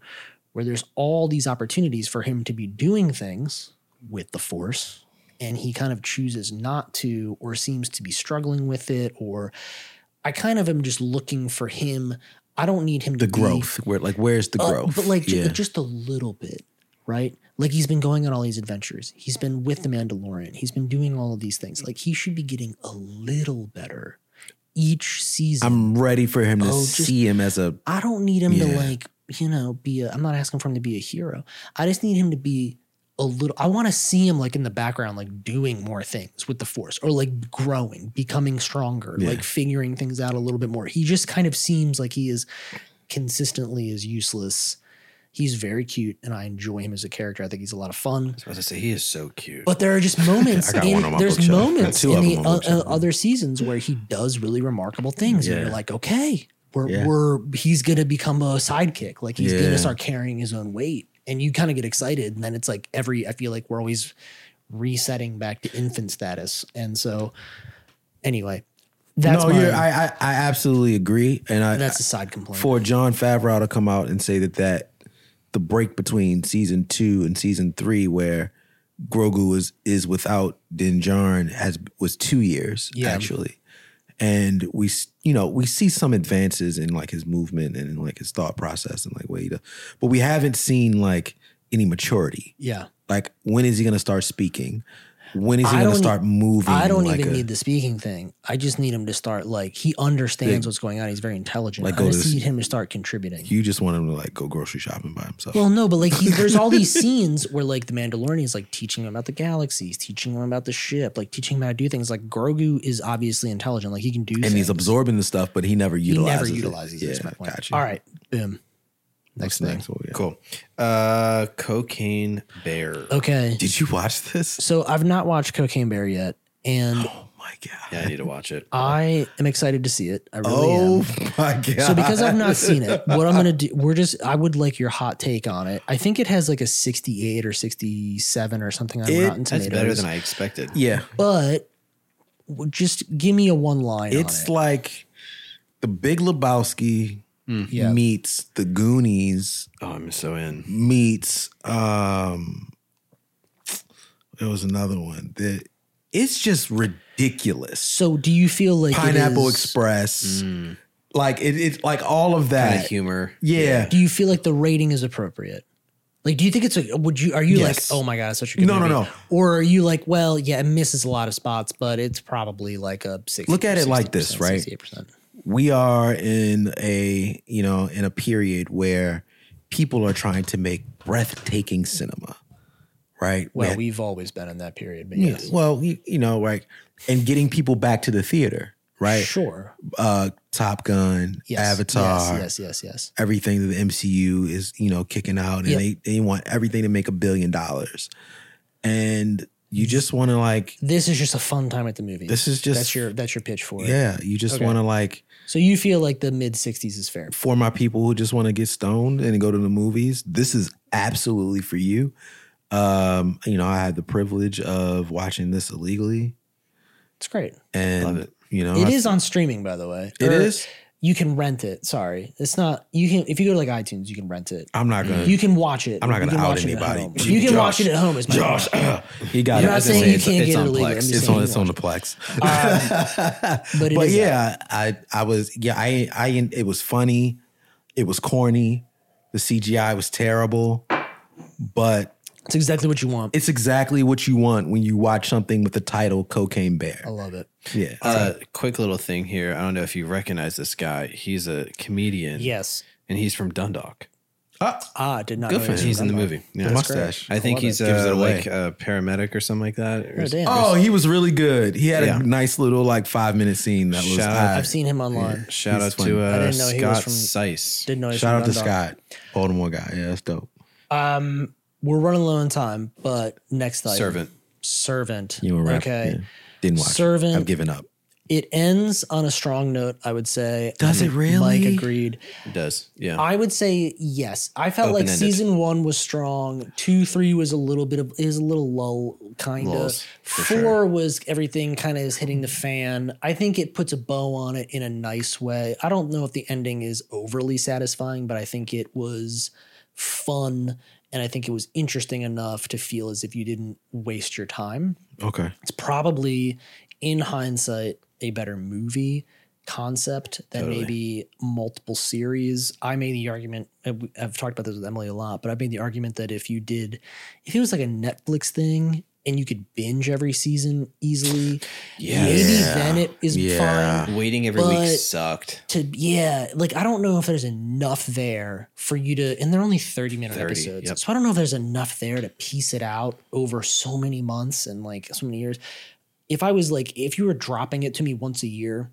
[SPEAKER 1] where there's all these opportunities for him to be doing things with the force and he kind of chooses not to or seems to be struggling with it or I kind of am just looking for him. I don't need him to
[SPEAKER 2] the
[SPEAKER 1] be-
[SPEAKER 2] growth. Where like where's the
[SPEAKER 1] uh,
[SPEAKER 2] growth?
[SPEAKER 1] but like ju-
[SPEAKER 2] yeah.
[SPEAKER 1] just a little bit, right? Like he's been going on all these adventures. He's been with the Mandalorian. He's been doing all of these things. Like he should be getting a little better each season.
[SPEAKER 2] I'm ready for him to
[SPEAKER 1] Oh, just-
[SPEAKER 2] see him as a
[SPEAKER 1] I don't need him
[SPEAKER 2] Yeah.
[SPEAKER 1] to like, you know, be a I'm not asking for him to be a hero. I just need him to be a little I want to see him like in the background like doing more things with the force or like growing, becoming stronger,
[SPEAKER 2] Yeah.
[SPEAKER 1] like figuring things out a little bit more. He just kind of seems like he is consistently as useless. He's very cute and I enjoy him as a character. I think he's a lot of fun.
[SPEAKER 3] I was about to say he is so cute.
[SPEAKER 1] But there are just moments.
[SPEAKER 2] I got
[SPEAKER 1] in-
[SPEAKER 2] one on my
[SPEAKER 1] there's
[SPEAKER 2] bookshelf. Got
[SPEAKER 1] moments
[SPEAKER 2] two
[SPEAKER 1] in
[SPEAKER 2] of
[SPEAKER 1] the
[SPEAKER 2] them on
[SPEAKER 1] o-
[SPEAKER 2] my bookshelf.
[SPEAKER 1] o- other seasons where he does really remarkable things, and
[SPEAKER 2] Yeah.
[SPEAKER 1] you're like, okay, we're
[SPEAKER 2] Yeah.
[SPEAKER 1] we're he's gonna become a sidekick. Like he's
[SPEAKER 2] Yeah.
[SPEAKER 1] gonna start carrying his own weight, and you kind of get excited. And then it's like every I feel like we're always resetting back to infant status, and so anyway, that's
[SPEAKER 2] no.
[SPEAKER 1] my,
[SPEAKER 2] You're, I, I I absolutely agree, and I
[SPEAKER 1] that's a side complaint.
[SPEAKER 2] for John Favreau to come out and say that that the break between season two and season three, where Grogu was is without Din Djarin, has was two years
[SPEAKER 1] Yeah.
[SPEAKER 2] actually, and we s- you know we see some advances in like his movement and in like his thought process and like way to, but we haven't seen like any maturity.
[SPEAKER 1] yeah,
[SPEAKER 2] Like when is he going to start speaking? When is he
[SPEAKER 1] I
[SPEAKER 2] going to
[SPEAKER 1] don't e-
[SPEAKER 2] start moving?
[SPEAKER 1] I don't
[SPEAKER 2] like uh,
[SPEAKER 1] even
[SPEAKER 2] a-
[SPEAKER 1] need the speaking thing. I just need him to start like he understands what's going on. He's very intelligent.
[SPEAKER 2] Like,
[SPEAKER 1] I
[SPEAKER 2] go to
[SPEAKER 1] just
[SPEAKER 2] s-
[SPEAKER 1] need him to start contributing.
[SPEAKER 2] You just want him to like go grocery shopping by himself.
[SPEAKER 1] Well, no, but like he, there's all these scenes where like the Mandalorian is like teaching him about the galaxies, teaching him about the ship, like teaching him how to do things. Like Grogu is obviously intelligent, like he can do.
[SPEAKER 2] and he's absorbing the stuff, but he never
[SPEAKER 1] he
[SPEAKER 2] utilizes.
[SPEAKER 1] never
[SPEAKER 2] it.
[SPEAKER 1] utilizes. It.
[SPEAKER 2] Yeah,
[SPEAKER 1] is my point.
[SPEAKER 2] gotcha.
[SPEAKER 1] All right, boom.
[SPEAKER 2] What's
[SPEAKER 1] Next
[SPEAKER 2] the
[SPEAKER 1] thing.
[SPEAKER 2] one? Yeah.
[SPEAKER 3] cool. Uh, Cocaine Bear.
[SPEAKER 1] Okay,
[SPEAKER 2] Did you watch this?
[SPEAKER 1] so I've not watched Cocaine Bear yet, and
[SPEAKER 2] Oh my god.
[SPEAKER 3] Yeah, I need to watch it.
[SPEAKER 1] I am excited to see it. I really am.
[SPEAKER 2] Oh my god.
[SPEAKER 1] So because I've not seen it, what I'm gonna do, we're just, I would like your hot take on it. I think it has like a 68 or 67 or something on
[SPEAKER 2] It-
[SPEAKER 1] Rotten
[SPEAKER 3] That's
[SPEAKER 1] Tomatoes.
[SPEAKER 3] better than I expected.
[SPEAKER 2] yeah,
[SPEAKER 1] but w- just give me a one line.
[SPEAKER 2] it's
[SPEAKER 1] on
[SPEAKER 2] like the Big Lebowski
[SPEAKER 1] it. yeah.
[SPEAKER 2] meets the Goonies
[SPEAKER 3] Oh, I'm so in.
[SPEAKER 2] meets um. There was another one that it's just ridiculous.
[SPEAKER 1] So do you feel like it
[SPEAKER 2] Pineapple
[SPEAKER 1] is-
[SPEAKER 2] Express,
[SPEAKER 1] Mm.
[SPEAKER 2] like it, it, like all of
[SPEAKER 3] Kind
[SPEAKER 2] that.
[SPEAKER 3] of humor.
[SPEAKER 2] yeah,
[SPEAKER 1] Do you feel like the rating is appropriate? Like, do you think it's like? Would you? Are you
[SPEAKER 2] Yes.
[SPEAKER 1] like? Oh my god, it's such a good
[SPEAKER 2] No, no,
[SPEAKER 1] movie.
[SPEAKER 2] no.
[SPEAKER 1] Or are you like? Well, yeah, it misses a lot of spots, but it's probably like a six.
[SPEAKER 2] Look at it like this, right?
[SPEAKER 1] Sixty-eight percent.
[SPEAKER 2] we are in a you know in a period where people are trying to make breathtaking cinema right
[SPEAKER 1] Well,
[SPEAKER 2] Man-
[SPEAKER 1] we've always been in that period, but
[SPEAKER 2] yeah,
[SPEAKER 1] yes,
[SPEAKER 2] well you, you know like and getting people back to the theater right
[SPEAKER 1] sure.
[SPEAKER 2] uh top gun
[SPEAKER 1] Yes.
[SPEAKER 2] avatar
[SPEAKER 1] Yes, yes, yes, yes.
[SPEAKER 2] everything that the mcu is you know kicking out and
[SPEAKER 1] Yep.
[SPEAKER 2] they, they want everything to make a billion dollars and you just want to like
[SPEAKER 1] This is just a fun time at the movies.
[SPEAKER 2] This is just-
[SPEAKER 1] that's your that's your pitch for it.
[SPEAKER 2] yeah, you just want to like
[SPEAKER 1] So you feel like the mid '60s is fair.
[SPEAKER 2] for my people who just want to get stoned and go to the movies, this is absolutely for you. Um, you know, I had the privilege of watching this illegally,
[SPEAKER 1] It's great.
[SPEAKER 2] and
[SPEAKER 3] Love it.
[SPEAKER 2] you know,
[SPEAKER 1] It
[SPEAKER 2] I-
[SPEAKER 1] is on streaming, by the way.
[SPEAKER 2] It
[SPEAKER 1] Or
[SPEAKER 2] is?
[SPEAKER 1] You can rent it. Sorry, it's not. You can if you go to like iTunes, you can rent it.
[SPEAKER 2] I'm not gonna.
[SPEAKER 1] You can watch it.
[SPEAKER 2] Mm. I'm not
[SPEAKER 1] You
[SPEAKER 2] gonna
[SPEAKER 1] can
[SPEAKER 2] out
[SPEAKER 1] watch it at
[SPEAKER 2] anybody.
[SPEAKER 1] home.
[SPEAKER 2] Gee,
[SPEAKER 1] You can
[SPEAKER 2] Josh.
[SPEAKER 1] watch it at home. Is my
[SPEAKER 2] Josh, he got
[SPEAKER 1] I'm not
[SPEAKER 2] it. I
[SPEAKER 3] was
[SPEAKER 2] just
[SPEAKER 1] saying
[SPEAKER 3] gonna
[SPEAKER 1] you
[SPEAKER 3] say it's-
[SPEAKER 1] can't
[SPEAKER 3] it's
[SPEAKER 1] get it
[SPEAKER 3] on
[SPEAKER 1] illegally.
[SPEAKER 3] Plex.
[SPEAKER 1] I'm just
[SPEAKER 2] It's
[SPEAKER 1] saying
[SPEAKER 2] on.
[SPEAKER 1] you Um,
[SPEAKER 2] It's on the Plex.
[SPEAKER 1] But, it
[SPEAKER 2] but
[SPEAKER 1] is out.
[SPEAKER 2] yeah, I I was yeah I I it was funny, it was corny, the CGI was terrible, but
[SPEAKER 1] it's exactly what you want.
[SPEAKER 2] it's exactly what you want when you watch something with the title "Cocaine Bear."
[SPEAKER 1] I love it.
[SPEAKER 2] Yeah,
[SPEAKER 3] Uh, quick little thing here. I don't know if you recognize this guy. He's a comedian.
[SPEAKER 1] Yes.
[SPEAKER 3] and he's from Dundalk.
[SPEAKER 1] Ah, did not.
[SPEAKER 2] Good
[SPEAKER 1] know it
[SPEAKER 2] for
[SPEAKER 1] was
[SPEAKER 2] him.
[SPEAKER 3] He's in the
[SPEAKER 1] Dundalk.
[SPEAKER 3] movie. Yeah.
[SPEAKER 2] the mustache.
[SPEAKER 3] I think he's
[SPEAKER 2] Gives
[SPEAKER 3] uh,
[SPEAKER 2] it away.
[SPEAKER 3] like a paramedic or something like that. or
[SPEAKER 1] Oh, damn.
[SPEAKER 2] Oh, he was really good. He had
[SPEAKER 3] Yeah.
[SPEAKER 2] a nice little like five minute scene that was.
[SPEAKER 3] Shout
[SPEAKER 2] I-
[SPEAKER 1] I've seen him online.
[SPEAKER 3] Shout
[SPEAKER 2] He's
[SPEAKER 3] out
[SPEAKER 2] funny.
[SPEAKER 3] to
[SPEAKER 1] I
[SPEAKER 3] uh,
[SPEAKER 1] didn't know he was
[SPEAKER 3] Scott
[SPEAKER 1] from-
[SPEAKER 3] Sice.
[SPEAKER 1] Didn't know. he was
[SPEAKER 2] shout
[SPEAKER 1] from
[SPEAKER 2] out to
[SPEAKER 1] Dundalk.
[SPEAKER 2] Scott, Baltimore guy. Yeah, that's dope.
[SPEAKER 1] Um, we're running low on time, but next item.
[SPEAKER 3] Servant.
[SPEAKER 1] Servant.
[SPEAKER 2] You were right.
[SPEAKER 1] Okay.
[SPEAKER 2] Yeah. Didn't watch. it.
[SPEAKER 1] Servant.
[SPEAKER 2] I've given up.
[SPEAKER 1] It ends on a strong note, I would say.
[SPEAKER 2] Does it really?
[SPEAKER 1] Mike agreed.
[SPEAKER 3] It does. Yeah.
[SPEAKER 1] I would say yes. I felt like
[SPEAKER 3] Open-ended.
[SPEAKER 1] season one was strong. Two, three was a little bit of is a little lull kind of.
[SPEAKER 3] Lulls, for
[SPEAKER 1] Four
[SPEAKER 3] sure.
[SPEAKER 1] was everything kind of is hitting the fan. I think it puts a bow on it in a nice way. I don't know if the ending is overly satisfying, but I think it was fun and I think it was interesting enough to feel as if you didn't waste your time
[SPEAKER 2] Okay.
[SPEAKER 1] it's probably in hindsight a better movie concept than
[SPEAKER 3] Totally.
[SPEAKER 1] maybe multiple series i made the argument and we- i've talked about this with emily a lot but i made the argument that if you did if it was like a netflix thing and you could binge every season easily maybe
[SPEAKER 2] Yeah.
[SPEAKER 1] then it is
[SPEAKER 2] Yeah.
[SPEAKER 1] fine
[SPEAKER 3] Waiting every
[SPEAKER 1] Uh, But-
[SPEAKER 3] week sucked.
[SPEAKER 1] to yeah like i don't know if there's enough there for you to and they're only 30 minute
[SPEAKER 3] 30,
[SPEAKER 1] episodes
[SPEAKER 3] yep.
[SPEAKER 1] so i don't know if there's enough there to piece it out over so many months and like so many years if i was like if you were dropping it to me once a year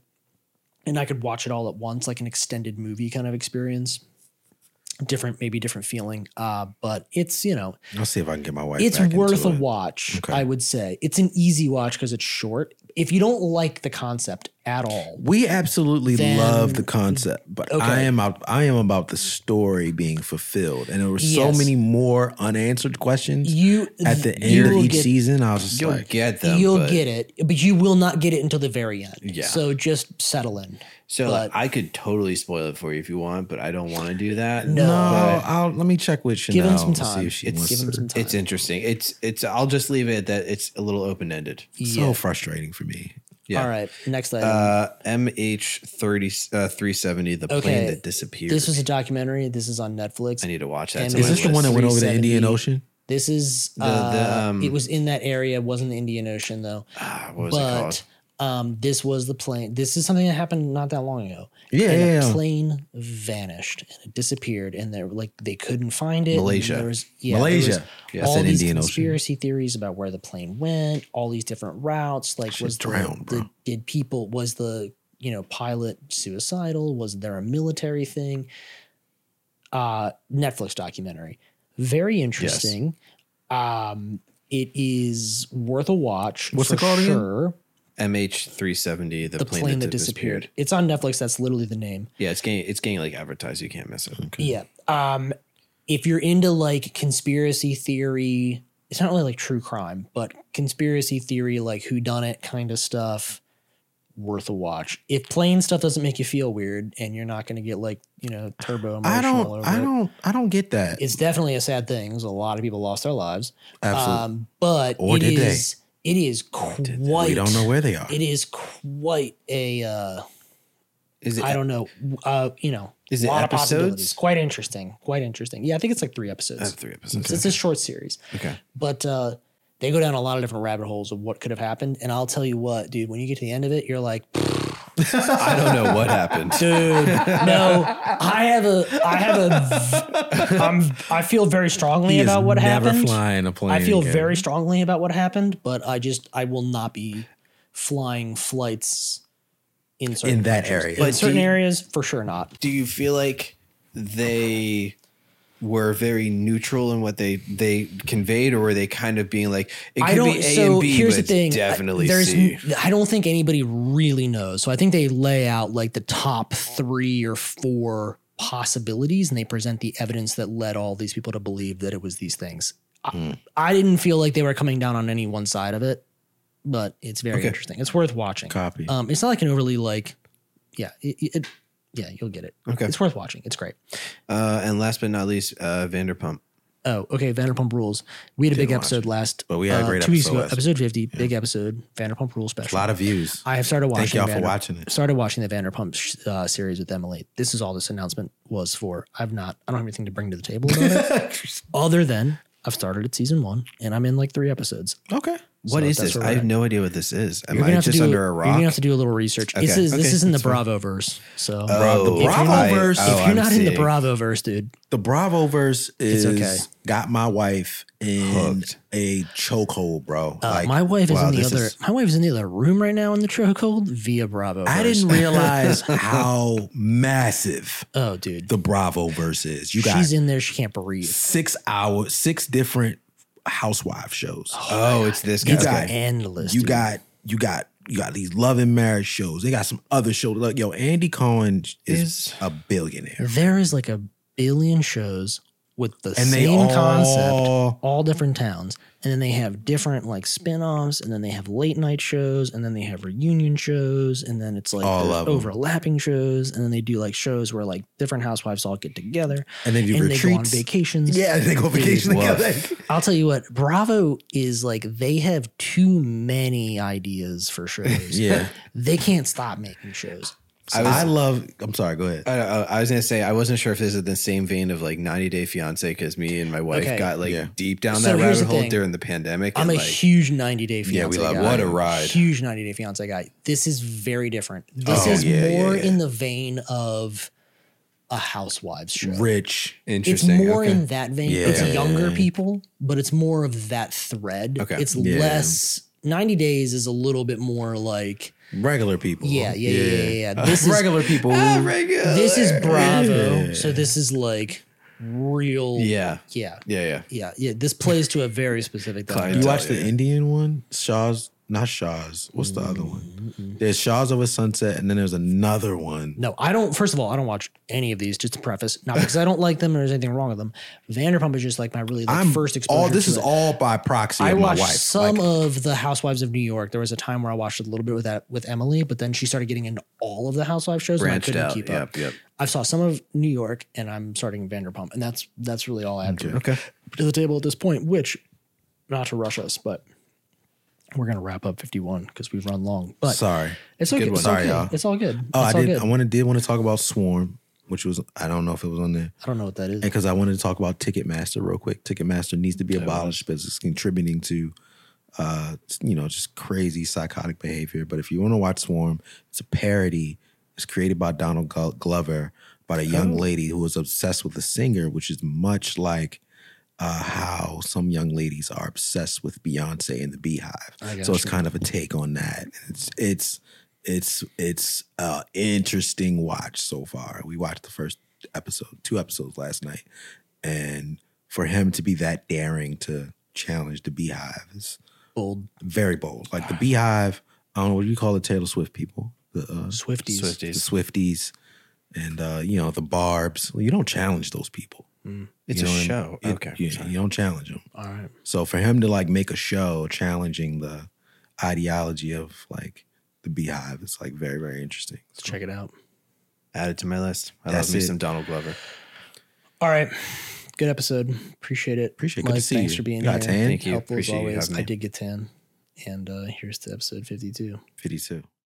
[SPEAKER 1] and i could watch it all at once like an extended movie kind of experience different maybe different feeling uh but it's you know
[SPEAKER 2] I'll see if I can get my wife.
[SPEAKER 1] it's
[SPEAKER 2] back
[SPEAKER 1] worth
[SPEAKER 2] into
[SPEAKER 1] a
[SPEAKER 2] it.
[SPEAKER 1] watch
[SPEAKER 2] Okay.
[SPEAKER 1] i would say it's an easy watch because it's short if you don't like the concept at all
[SPEAKER 2] We absolutely
[SPEAKER 1] Then-
[SPEAKER 2] love the concept, but
[SPEAKER 1] Okay.
[SPEAKER 2] I am out, I am about the story being fulfilled, and there were so
[SPEAKER 1] Yes.
[SPEAKER 2] many more unanswered questions
[SPEAKER 1] you
[SPEAKER 2] at the
[SPEAKER 1] you
[SPEAKER 2] end of
[SPEAKER 1] will
[SPEAKER 2] each
[SPEAKER 1] get
[SPEAKER 2] season. I was just
[SPEAKER 3] You'll
[SPEAKER 2] like,
[SPEAKER 3] get them.
[SPEAKER 1] You'll
[SPEAKER 3] but-
[SPEAKER 1] get it, but you will not get it until the very end.
[SPEAKER 3] Yeah.
[SPEAKER 1] So just settle in.
[SPEAKER 3] So like,
[SPEAKER 1] but-
[SPEAKER 3] I could totally spoil it for you if you want, but I don't want to do that.
[SPEAKER 1] No.
[SPEAKER 2] no,
[SPEAKER 3] But
[SPEAKER 2] I'll, let me check with Chanel.
[SPEAKER 1] Give him some
[SPEAKER 2] to see
[SPEAKER 1] time.
[SPEAKER 2] if she
[SPEAKER 1] It's-
[SPEAKER 2] wants
[SPEAKER 1] give him
[SPEAKER 2] to-
[SPEAKER 1] some time.
[SPEAKER 3] It's interesting. It's it's. I'll just leave it at that. It's a little open ended.
[SPEAKER 2] So frustrating for me.
[SPEAKER 3] Yeah.
[SPEAKER 1] All right. Next item.
[SPEAKER 3] Uh, MH thirty uh, three seventy. The
[SPEAKER 1] Okay.
[SPEAKER 3] plane that disappeared.
[SPEAKER 1] this was a documentary. This is on Netflix.
[SPEAKER 3] I need to watch that.
[SPEAKER 1] Is
[SPEAKER 3] It's on
[SPEAKER 2] Is
[SPEAKER 3] my
[SPEAKER 2] this the one
[SPEAKER 3] list.
[SPEAKER 2] that went over the
[SPEAKER 1] 370.
[SPEAKER 2] Indian Ocean?
[SPEAKER 1] this is
[SPEAKER 3] The-
[SPEAKER 1] uh,
[SPEAKER 3] the, um,
[SPEAKER 1] it was in that area. It wasn't the Indian Ocean though.
[SPEAKER 3] Ah, what was it
[SPEAKER 1] but
[SPEAKER 3] called?
[SPEAKER 1] um, this was the plane. This is something that happened not that long ago.
[SPEAKER 2] Yeah,
[SPEAKER 1] and
[SPEAKER 2] yeah,
[SPEAKER 1] a
[SPEAKER 2] yeah.
[SPEAKER 1] plane vanished and it disappeared, and they're like they couldn't find it. and
[SPEAKER 3] Malaysia.
[SPEAKER 1] There was, yeah, there was
[SPEAKER 2] Malaysia.
[SPEAKER 3] Yeah,
[SPEAKER 1] all
[SPEAKER 2] said
[SPEAKER 1] these
[SPEAKER 2] Indian Ocean.
[SPEAKER 1] conspiracy theories about where the plane went, all these different routes. Like,
[SPEAKER 2] Shit
[SPEAKER 1] was the-
[SPEAKER 2] drowned,
[SPEAKER 1] the,
[SPEAKER 2] bro.
[SPEAKER 1] did people was the you know pilot suicidal? Was there a military thing? Uh, Netflix documentary, very interesting. Um, it is worth a watch.
[SPEAKER 2] What's
[SPEAKER 1] for
[SPEAKER 2] it called again?
[SPEAKER 1] sure.
[SPEAKER 3] MH three seventy. The,
[SPEAKER 1] The
[SPEAKER 3] plane, that, disappeared.
[SPEAKER 1] It's on Netflix. That's literally the name.
[SPEAKER 3] Yeah, it's getting it's getting like advertised. You can't miss it.
[SPEAKER 1] Yeah. Um, if you're into like conspiracy theory, it's not really like true crime, but conspiracy theory, like who done it kind of stuff, worth a watch. If plain stuff doesn't make you feel weird and you're not going to get like you know turbo emotional
[SPEAKER 2] I
[SPEAKER 1] over
[SPEAKER 2] don't, I
[SPEAKER 1] it,
[SPEAKER 2] don't, I don't get that.
[SPEAKER 1] it's definitely a sad thing. 'cause A lot of people lost their lives.
[SPEAKER 2] Absolutely,
[SPEAKER 1] Um, but
[SPEAKER 2] Or
[SPEAKER 1] it
[SPEAKER 2] did they?
[SPEAKER 1] is it is quite
[SPEAKER 2] we don't know where they are.
[SPEAKER 1] it is quite a. Uh,
[SPEAKER 3] Is it?
[SPEAKER 1] I don't know. Uh, you know,
[SPEAKER 3] Is
[SPEAKER 1] a
[SPEAKER 3] it
[SPEAKER 1] lot of
[SPEAKER 3] episodes?
[SPEAKER 1] possibilities. Quite interesting. Quite interesting. Yeah, I think it's like three
[SPEAKER 3] I have
[SPEAKER 1] episodes.
[SPEAKER 3] three episodes.
[SPEAKER 1] So It's a short series,
[SPEAKER 3] Okay.
[SPEAKER 1] but uh, they go down a lot of different rabbit holes of what could have happened. And I'll tell you what, dude, when you get to the end of it, you're like,
[SPEAKER 3] I don't know what happened.
[SPEAKER 1] dude, no, I have a, I have a, I'm, I feel very strongly
[SPEAKER 2] He is
[SPEAKER 1] about what
[SPEAKER 2] never
[SPEAKER 1] happened.
[SPEAKER 2] flying a plane.
[SPEAKER 1] I feel
[SPEAKER 2] again.
[SPEAKER 1] very strongly about what happened, but I just, I will not be flying flights in certain
[SPEAKER 2] in that
[SPEAKER 1] countries.
[SPEAKER 2] area.
[SPEAKER 1] In
[SPEAKER 3] But do
[SPEAKER 1] certain
[SPEAKER 3] you-
[SPEAKER 1] areas, for sure not.
[SPEAKER 3] Do you feel like they were very neutral in what they they conveyed, or were they kind of being like it could
[SPEAKER 1] I don't.
[SPEAKER 3] be A
[SPEAKER 1] so
[SPEAKER 3] and B,
[SPEAKER 1] here's
[SPEAKER 3] but
[SPEAKER 1] the thing.
[SPEAKER 3] it's
[SPEAKER 1] I-
[SPEAKER 3] definitely
[SPEAKER 1] there's.
[SPEAKER 3] C.
[SPEAKER 1] n- I don't think anybody really knows. So I think they lay out like the top three or four possibilities, and they present the evidence that led all these people to believe that it was these things.
[SPEAKER 3] Hmm.
[SPEAKER 1] I, I didn't feel like they were coming down on any one side of it, but it's very
[SPEAKER 3] Okay.
[SPEAKER 1] interesting. It's worth watching.
[SPEAKER 2] Copy.
[SPEAKER 1] Um, it's not like an overly like, yeah, it, it, yeah, you'll get it.
[SPEAKER 3] Okay.
[SPEAKER 1] It's worth watching. It's great.
[SPEAKER 3] Uh, and last but not least, uh, Vanderpump.
[SPEAKER 1] Oh, okay. Vanderpump Rules. We had a big
[SPEAKER 2] Didn't watch
[SPEAKER 1] episode last. uh,
[SPEAKER 2] but we had a great
[SPEAKER 1] two weeks
[SPEAKER 2] episode
[SPEAKER 1] ago.
[SPEAKER 2] last
[SPEAKER 1] Episode fifty, big episode. Vanderpump Rules
[SPEAKER 2] a
[SPEAKER 1] special.
[SPEAKER 2] lot of views.
[SPEAKER 1] I have started watching.
[SPEAKER 2] Thank y'all for
[SPEAKER 1] Vander-
[SPEAKER 2] watching it.
[SPEAKER 1] Started watching the Vanderpump sh- uh, series with Emily. This is all this announcement was for. I've not. I don't have anything to bring to the table about it, other than I've started at season one and I'm in like three episodes.
[SPEAKER 2] Okay.
[SPEAKER 3] What is
[SPEAKER 1] that's
[SPEAKER 3] this?
[SPEAKER 1] where
[SPEAKER 3] I
[SPEAKER 1] we're
[SPEAKER 3] have
[SPEAKER 1] at.
[SPEAKER 3] no idea what this is. Am
[SPEAKER 1] You're gonna
[SPEAKER 3] I
[SPEAKER 1] have to
[SPEAKER 3] just
[SPEAKER 1] do.
[SPEAKER 3] under a
[SPEAKER 1] you're
[SPEAKER 3] rock?
[SPEAKER 1] gonna have to do a little research.
[SPEAKER 3] Okay,
[SPEAKER 1] This is
[SPEAKER 3] okay,
[SPEAKER 1] this is in the
[SPEAKER 3] that's fine.
[SPEAKER 1] Bravoverse. So
[SPEAKER 2] the
[SPEAKER 3] Oh,
[SPEAKER 2] Bravoverse.
[SPEAKER 3] I-
[SPEAKER 2] If
[SPEAKER 3] oh,
[SPEAKER 1] if you're
[SPEAKER 3] I'm
[SPEAKER 1] not in
[SPEAKER 3] seeing.
[SPEAKER 1] the Bravoverse, dude,
[SPEAKER 2] The Bravoverse is
[SPEAKER 1] okay.
[SPEAKER 2] got my wife in
[SPEAKER 3] Hooked.
[SPEAKER 2] a chokehold, bro.
[SPEAKER 1] uh,
[SPEAKER 2] like
[SPEAKER 1] my wife is
[SPEAKER 2] wow,
[SPEAKER 1] in the
[SPEAKER 2] this
[SPEAKER 1] other.
[SPEAKER 2] is-
[SPEAKER 1] my wife is in the other room right now in the chokehold via Bravo.
[SPEAKER 2] I didn't realize how massive
[SPEAKER 1] Oh, dude.
[SPEAKER 2] the Bravoverse is. You got
[SPEAKER 1] She's in there. She can't breathe.
[SPEAKER 2] six hours, six different housewife shows.
[SPEAKER 3] Oh, it's this guy.
[SPEAKER 2] You
[SPEAKER 1] It's
[SPEAKER 2] got-
[SPEAKER 1] endless.
[SPEAKER 2] you
[SPEAKER 1] dude.
[SPEAKER 2] got you got you got these love and marriage shows. They got some other shows. Like yo, Andy Cohen is,
[SPEAKER 3] Is-
[SPEAKER 2] a billionaire,
[SPEAKER 1] there is like a billion shows with the
[SPEAKER 2] and they
[SPEAKER 1] same
[SPEAKER 2] all
[SPEAKER 1] concept, all different towns, and then they have different like spin-offs, and then they have late night shows, and then they have reunion shows, and then it's like
[SPEAKER 2] All
[SPEAKER 1] there's
[SPEAKER 2] of 'em.
[SPEAKER 1] overlapping shows, and then they do like shows where like different housewives all get together
[SPEAKER 2] and they do
[SPEAKER 1] and they go on
[SPEAKER 2] retreats.
[SPEAKER 1] vacations.
[SPEAKER 2] yeah, they go on vacation
[SPEAKER 3] Woof.
[SPEAKER 2] together.
[SPEAKER 1] I'll tell you what, Bravo is like they have too many ideas for shows.
[SPEAKER 2] yeah,
[SPEAKER 1] They can't stop making shows.
[SPEAKER 2] I, love. I'm sorry. Go ahead.
[SPEAKER 3] I, I I was gonna say I wasn't sure if this is the same vein of like 90 Day Fiance because me and my wife
[SPEAKER 1] Okay.
[SPEAKER 3] got like
[SPEAKER 2] Yeah.
[SPEAKER 3] deep down
[SPEAKER 1] So
[SPEAKER 3] that
[SPEAKER 1] here's
[SPEAKER 3] rabbit
[SPEAKER 1] the
[SPEAKER 3] hole
[SPEAKER 1] thing.
[SPEAKER 3] during the pandemic.
[SPEAKER 1] I'm a
[SPEAKER 3] and, like,
[SPEAKER 1] huge 90 Day Fiance.
[SPEAKER 3] Yeah, we love-
[SPEAKER 1] guy.
[SPEAKER 3] what a ride.
[SPEAKER 1] Huge 90 Day Fiance guy. This is very different. This
[SPEAKER 2] Oh,
[SPEAKER 1] is
[SPEAKER 2] yeah, yeah,
[SPEAKER 1] more
[SPEAKER 2] yeah.
[SPEAKER 1] in the vein of a housewives show.
[SPEAKER 2] Rich.
[SPEAKER 3] interesting.
[SPEAKER 1] It's more
[SPEAKER 3] okay.
[SPEAKER 1] in that vein.
[SPEAKER 2] Yeah.
[SPEAKER 1] It's younger people, but it's more of that thread.
[SPEAKER 3] Okay.
[SPEAKER 1] It's
[SPEAKER 2] Yeah.
[SPEAKER 1] less 90 days is a little bit more like
[SPEAKER 2] Regular people.
[SPEAKER 1] yeah, yeah, yeah, yeah, yeah. This is Ah,
[SPEAKER 2] Regular people.
[SPEAKER 3] Ah,
[SPEAKER 1] this is Bravo.
[SPEAKER 2] Yeah.
[SPEAKER 1] So this is like real
[SPEAKER 3] yeah,
[SPEAKER 1] yeah.
[SPEAKER 3] yeah, yeah.
[SPEAKER 1] Yeah, yeah. This plays to a very specific
[SPEAKER 2] You
[SPEAKER 3] Clientele.
[SPEAKER 1] demographic.
[SPEAKER 2] watch the Indian one? Shaw's not Shaw's. What's the other
[SPEAKER 1] Mm-hmm,
[SPEAKER 2] one? There's Shaw's over sunset, and then there's another one.
[SPEAKER 1] No, I don't. First of all, I don't watch any of these. Just to preface, not because I don't like them or there's anything wrong with them. Vanderpump is just like my really like,
[SPEAKER 2] I'm
[SPEAKER 1] first exposure.
[SPEAKER 2] all. This
[SPEAKER 1] to
[SPEAKER 2] is
[SPEAKER 1] it.
[SPEAKER 2] all by proxy
[SPEAKER 1] I
[SPEAKER 2] of my
[SPEAKER 1] watched
[SPEAKER 2] wife.
[SPEAKER 1] some
[SPEAKER 2] Like,
[SPEAKER 1] of the Housewives of New York. There was a time where I watched a little bit with that with Emily, but then she started getting into all of the Housewives shows
[SPEAKER 3] Branched
[SPEAKER 1] and I couldn't
[SPEAKER 3] out.
[SPEAKER 1] keep up.
[SPEAKER 3] Yep, yep.
[SPEAKER 1] I saw some of New York, and I'm starting Vanderpump, and that's that's really all I have to bring
[SPEAKER 3] Okay.
[SPEAKER 1] to the table at this point. Which, not to rush us, but we're gonna wrap up 51 because we've run long. But
[SPEAKER 2] sorry.
[SPEAKER 1] it's okay.
[SPEAKER 3] one.
[SPEAKER 1] It's,
[SPEAKER 2] Sorry,
[SPEAKER 1] okay.
[SPEAKER 2] y'all.
[SPEAKER 1] it's all good.
[SPEAKER 2] Oh,
[SPEAKER 1] it's
[SPEAKER 2] I
[SPEAKER 1] all
[SPEAKER 2] did.
[SPEAKER 1] Good.
[SPEAKER 2] I want to did want to talk about Swarm, which was I don't know if it was on there,
[SPEAKER 1] I don't know what that is.
[SPEAKER 2] and because I wanted to talk about Ticketmaster real quick. Ticketmaster needs to be abolished because it's contributing to, uh, you know, just crazy psychotic behavior. But if you want to watch Swarm, it's a parody. It's created by Donald Glo- Glover about a young lady who was obsessed with a singer, which is much like. Uh, how some young ladies are obsessed with Beyonce and the Beehive, so it's kind of a take on that. It's it's it's it's uh interesting watch so far. We watched the first episode, two episodes last night, and for him to be that daring to challenge the Beehive is
[SPEAKER 1] Bold
[SPEAKER 2] very bold. Like the Beehive, I don't know what do you call the Taylor Swift people, the uh,
[SPEAKER 1] Swifties.
[SPEAKER 2] the
[SPEAKER 3] Swifties.
[SPEAKER 2] Swifties, and uh, you know the Barb's. Well, you don't challenge those people. You know what
[SPEAKER 3] It's a
[SPEAKER 2] I mean?
[SPEAKER 3] show.
[SPEAKER 2] It-
[SPEAKER 3] okay.
[SPEAKER 2] yeah, you don't challenge them.
[SPEAKER 1] All right.
[SPEAKER 2] So for him to like make a show challenging the ideology of like the beehive is like very, very interesting.
[SPEAKER 1] Let's check it out.
[SPEAKER 3] Add it to my list. I
[SPEAKER 2] That's
[SPEAKER 3] love me
[SPEAKER 2] it.
[SPEAKER 3] some Donald Glover.
[SPEAKER 1] All right. Good episode. Appreciate it.
[SPEAKER 2] Appreciate it. Good
[SPEAKER 1] Mike,
[SPEAKER 2] to see
[SPEAKER 1] thanks
[SPEAKER 2] you.
[SPEAKER 1] for being
[SPEAKER 2] You got
[SPEAKER 1] here.
[SPEAKER 2] tan?
[SPEAKER 3] Thank you.
[SPEAKER 1] Helpful
[SPEAKER 3] Appreciate
[SPEAKER 1] as
[SPEAKER 3] you
[SPEAKER 1] always.
[SPEAKER 3] having
[SPEAKER 1] I
[SPEAKER 3] me.
[SPEAKER 1] did get 10. And uh, here's to episode 52.
[SPEAKER 2] 52.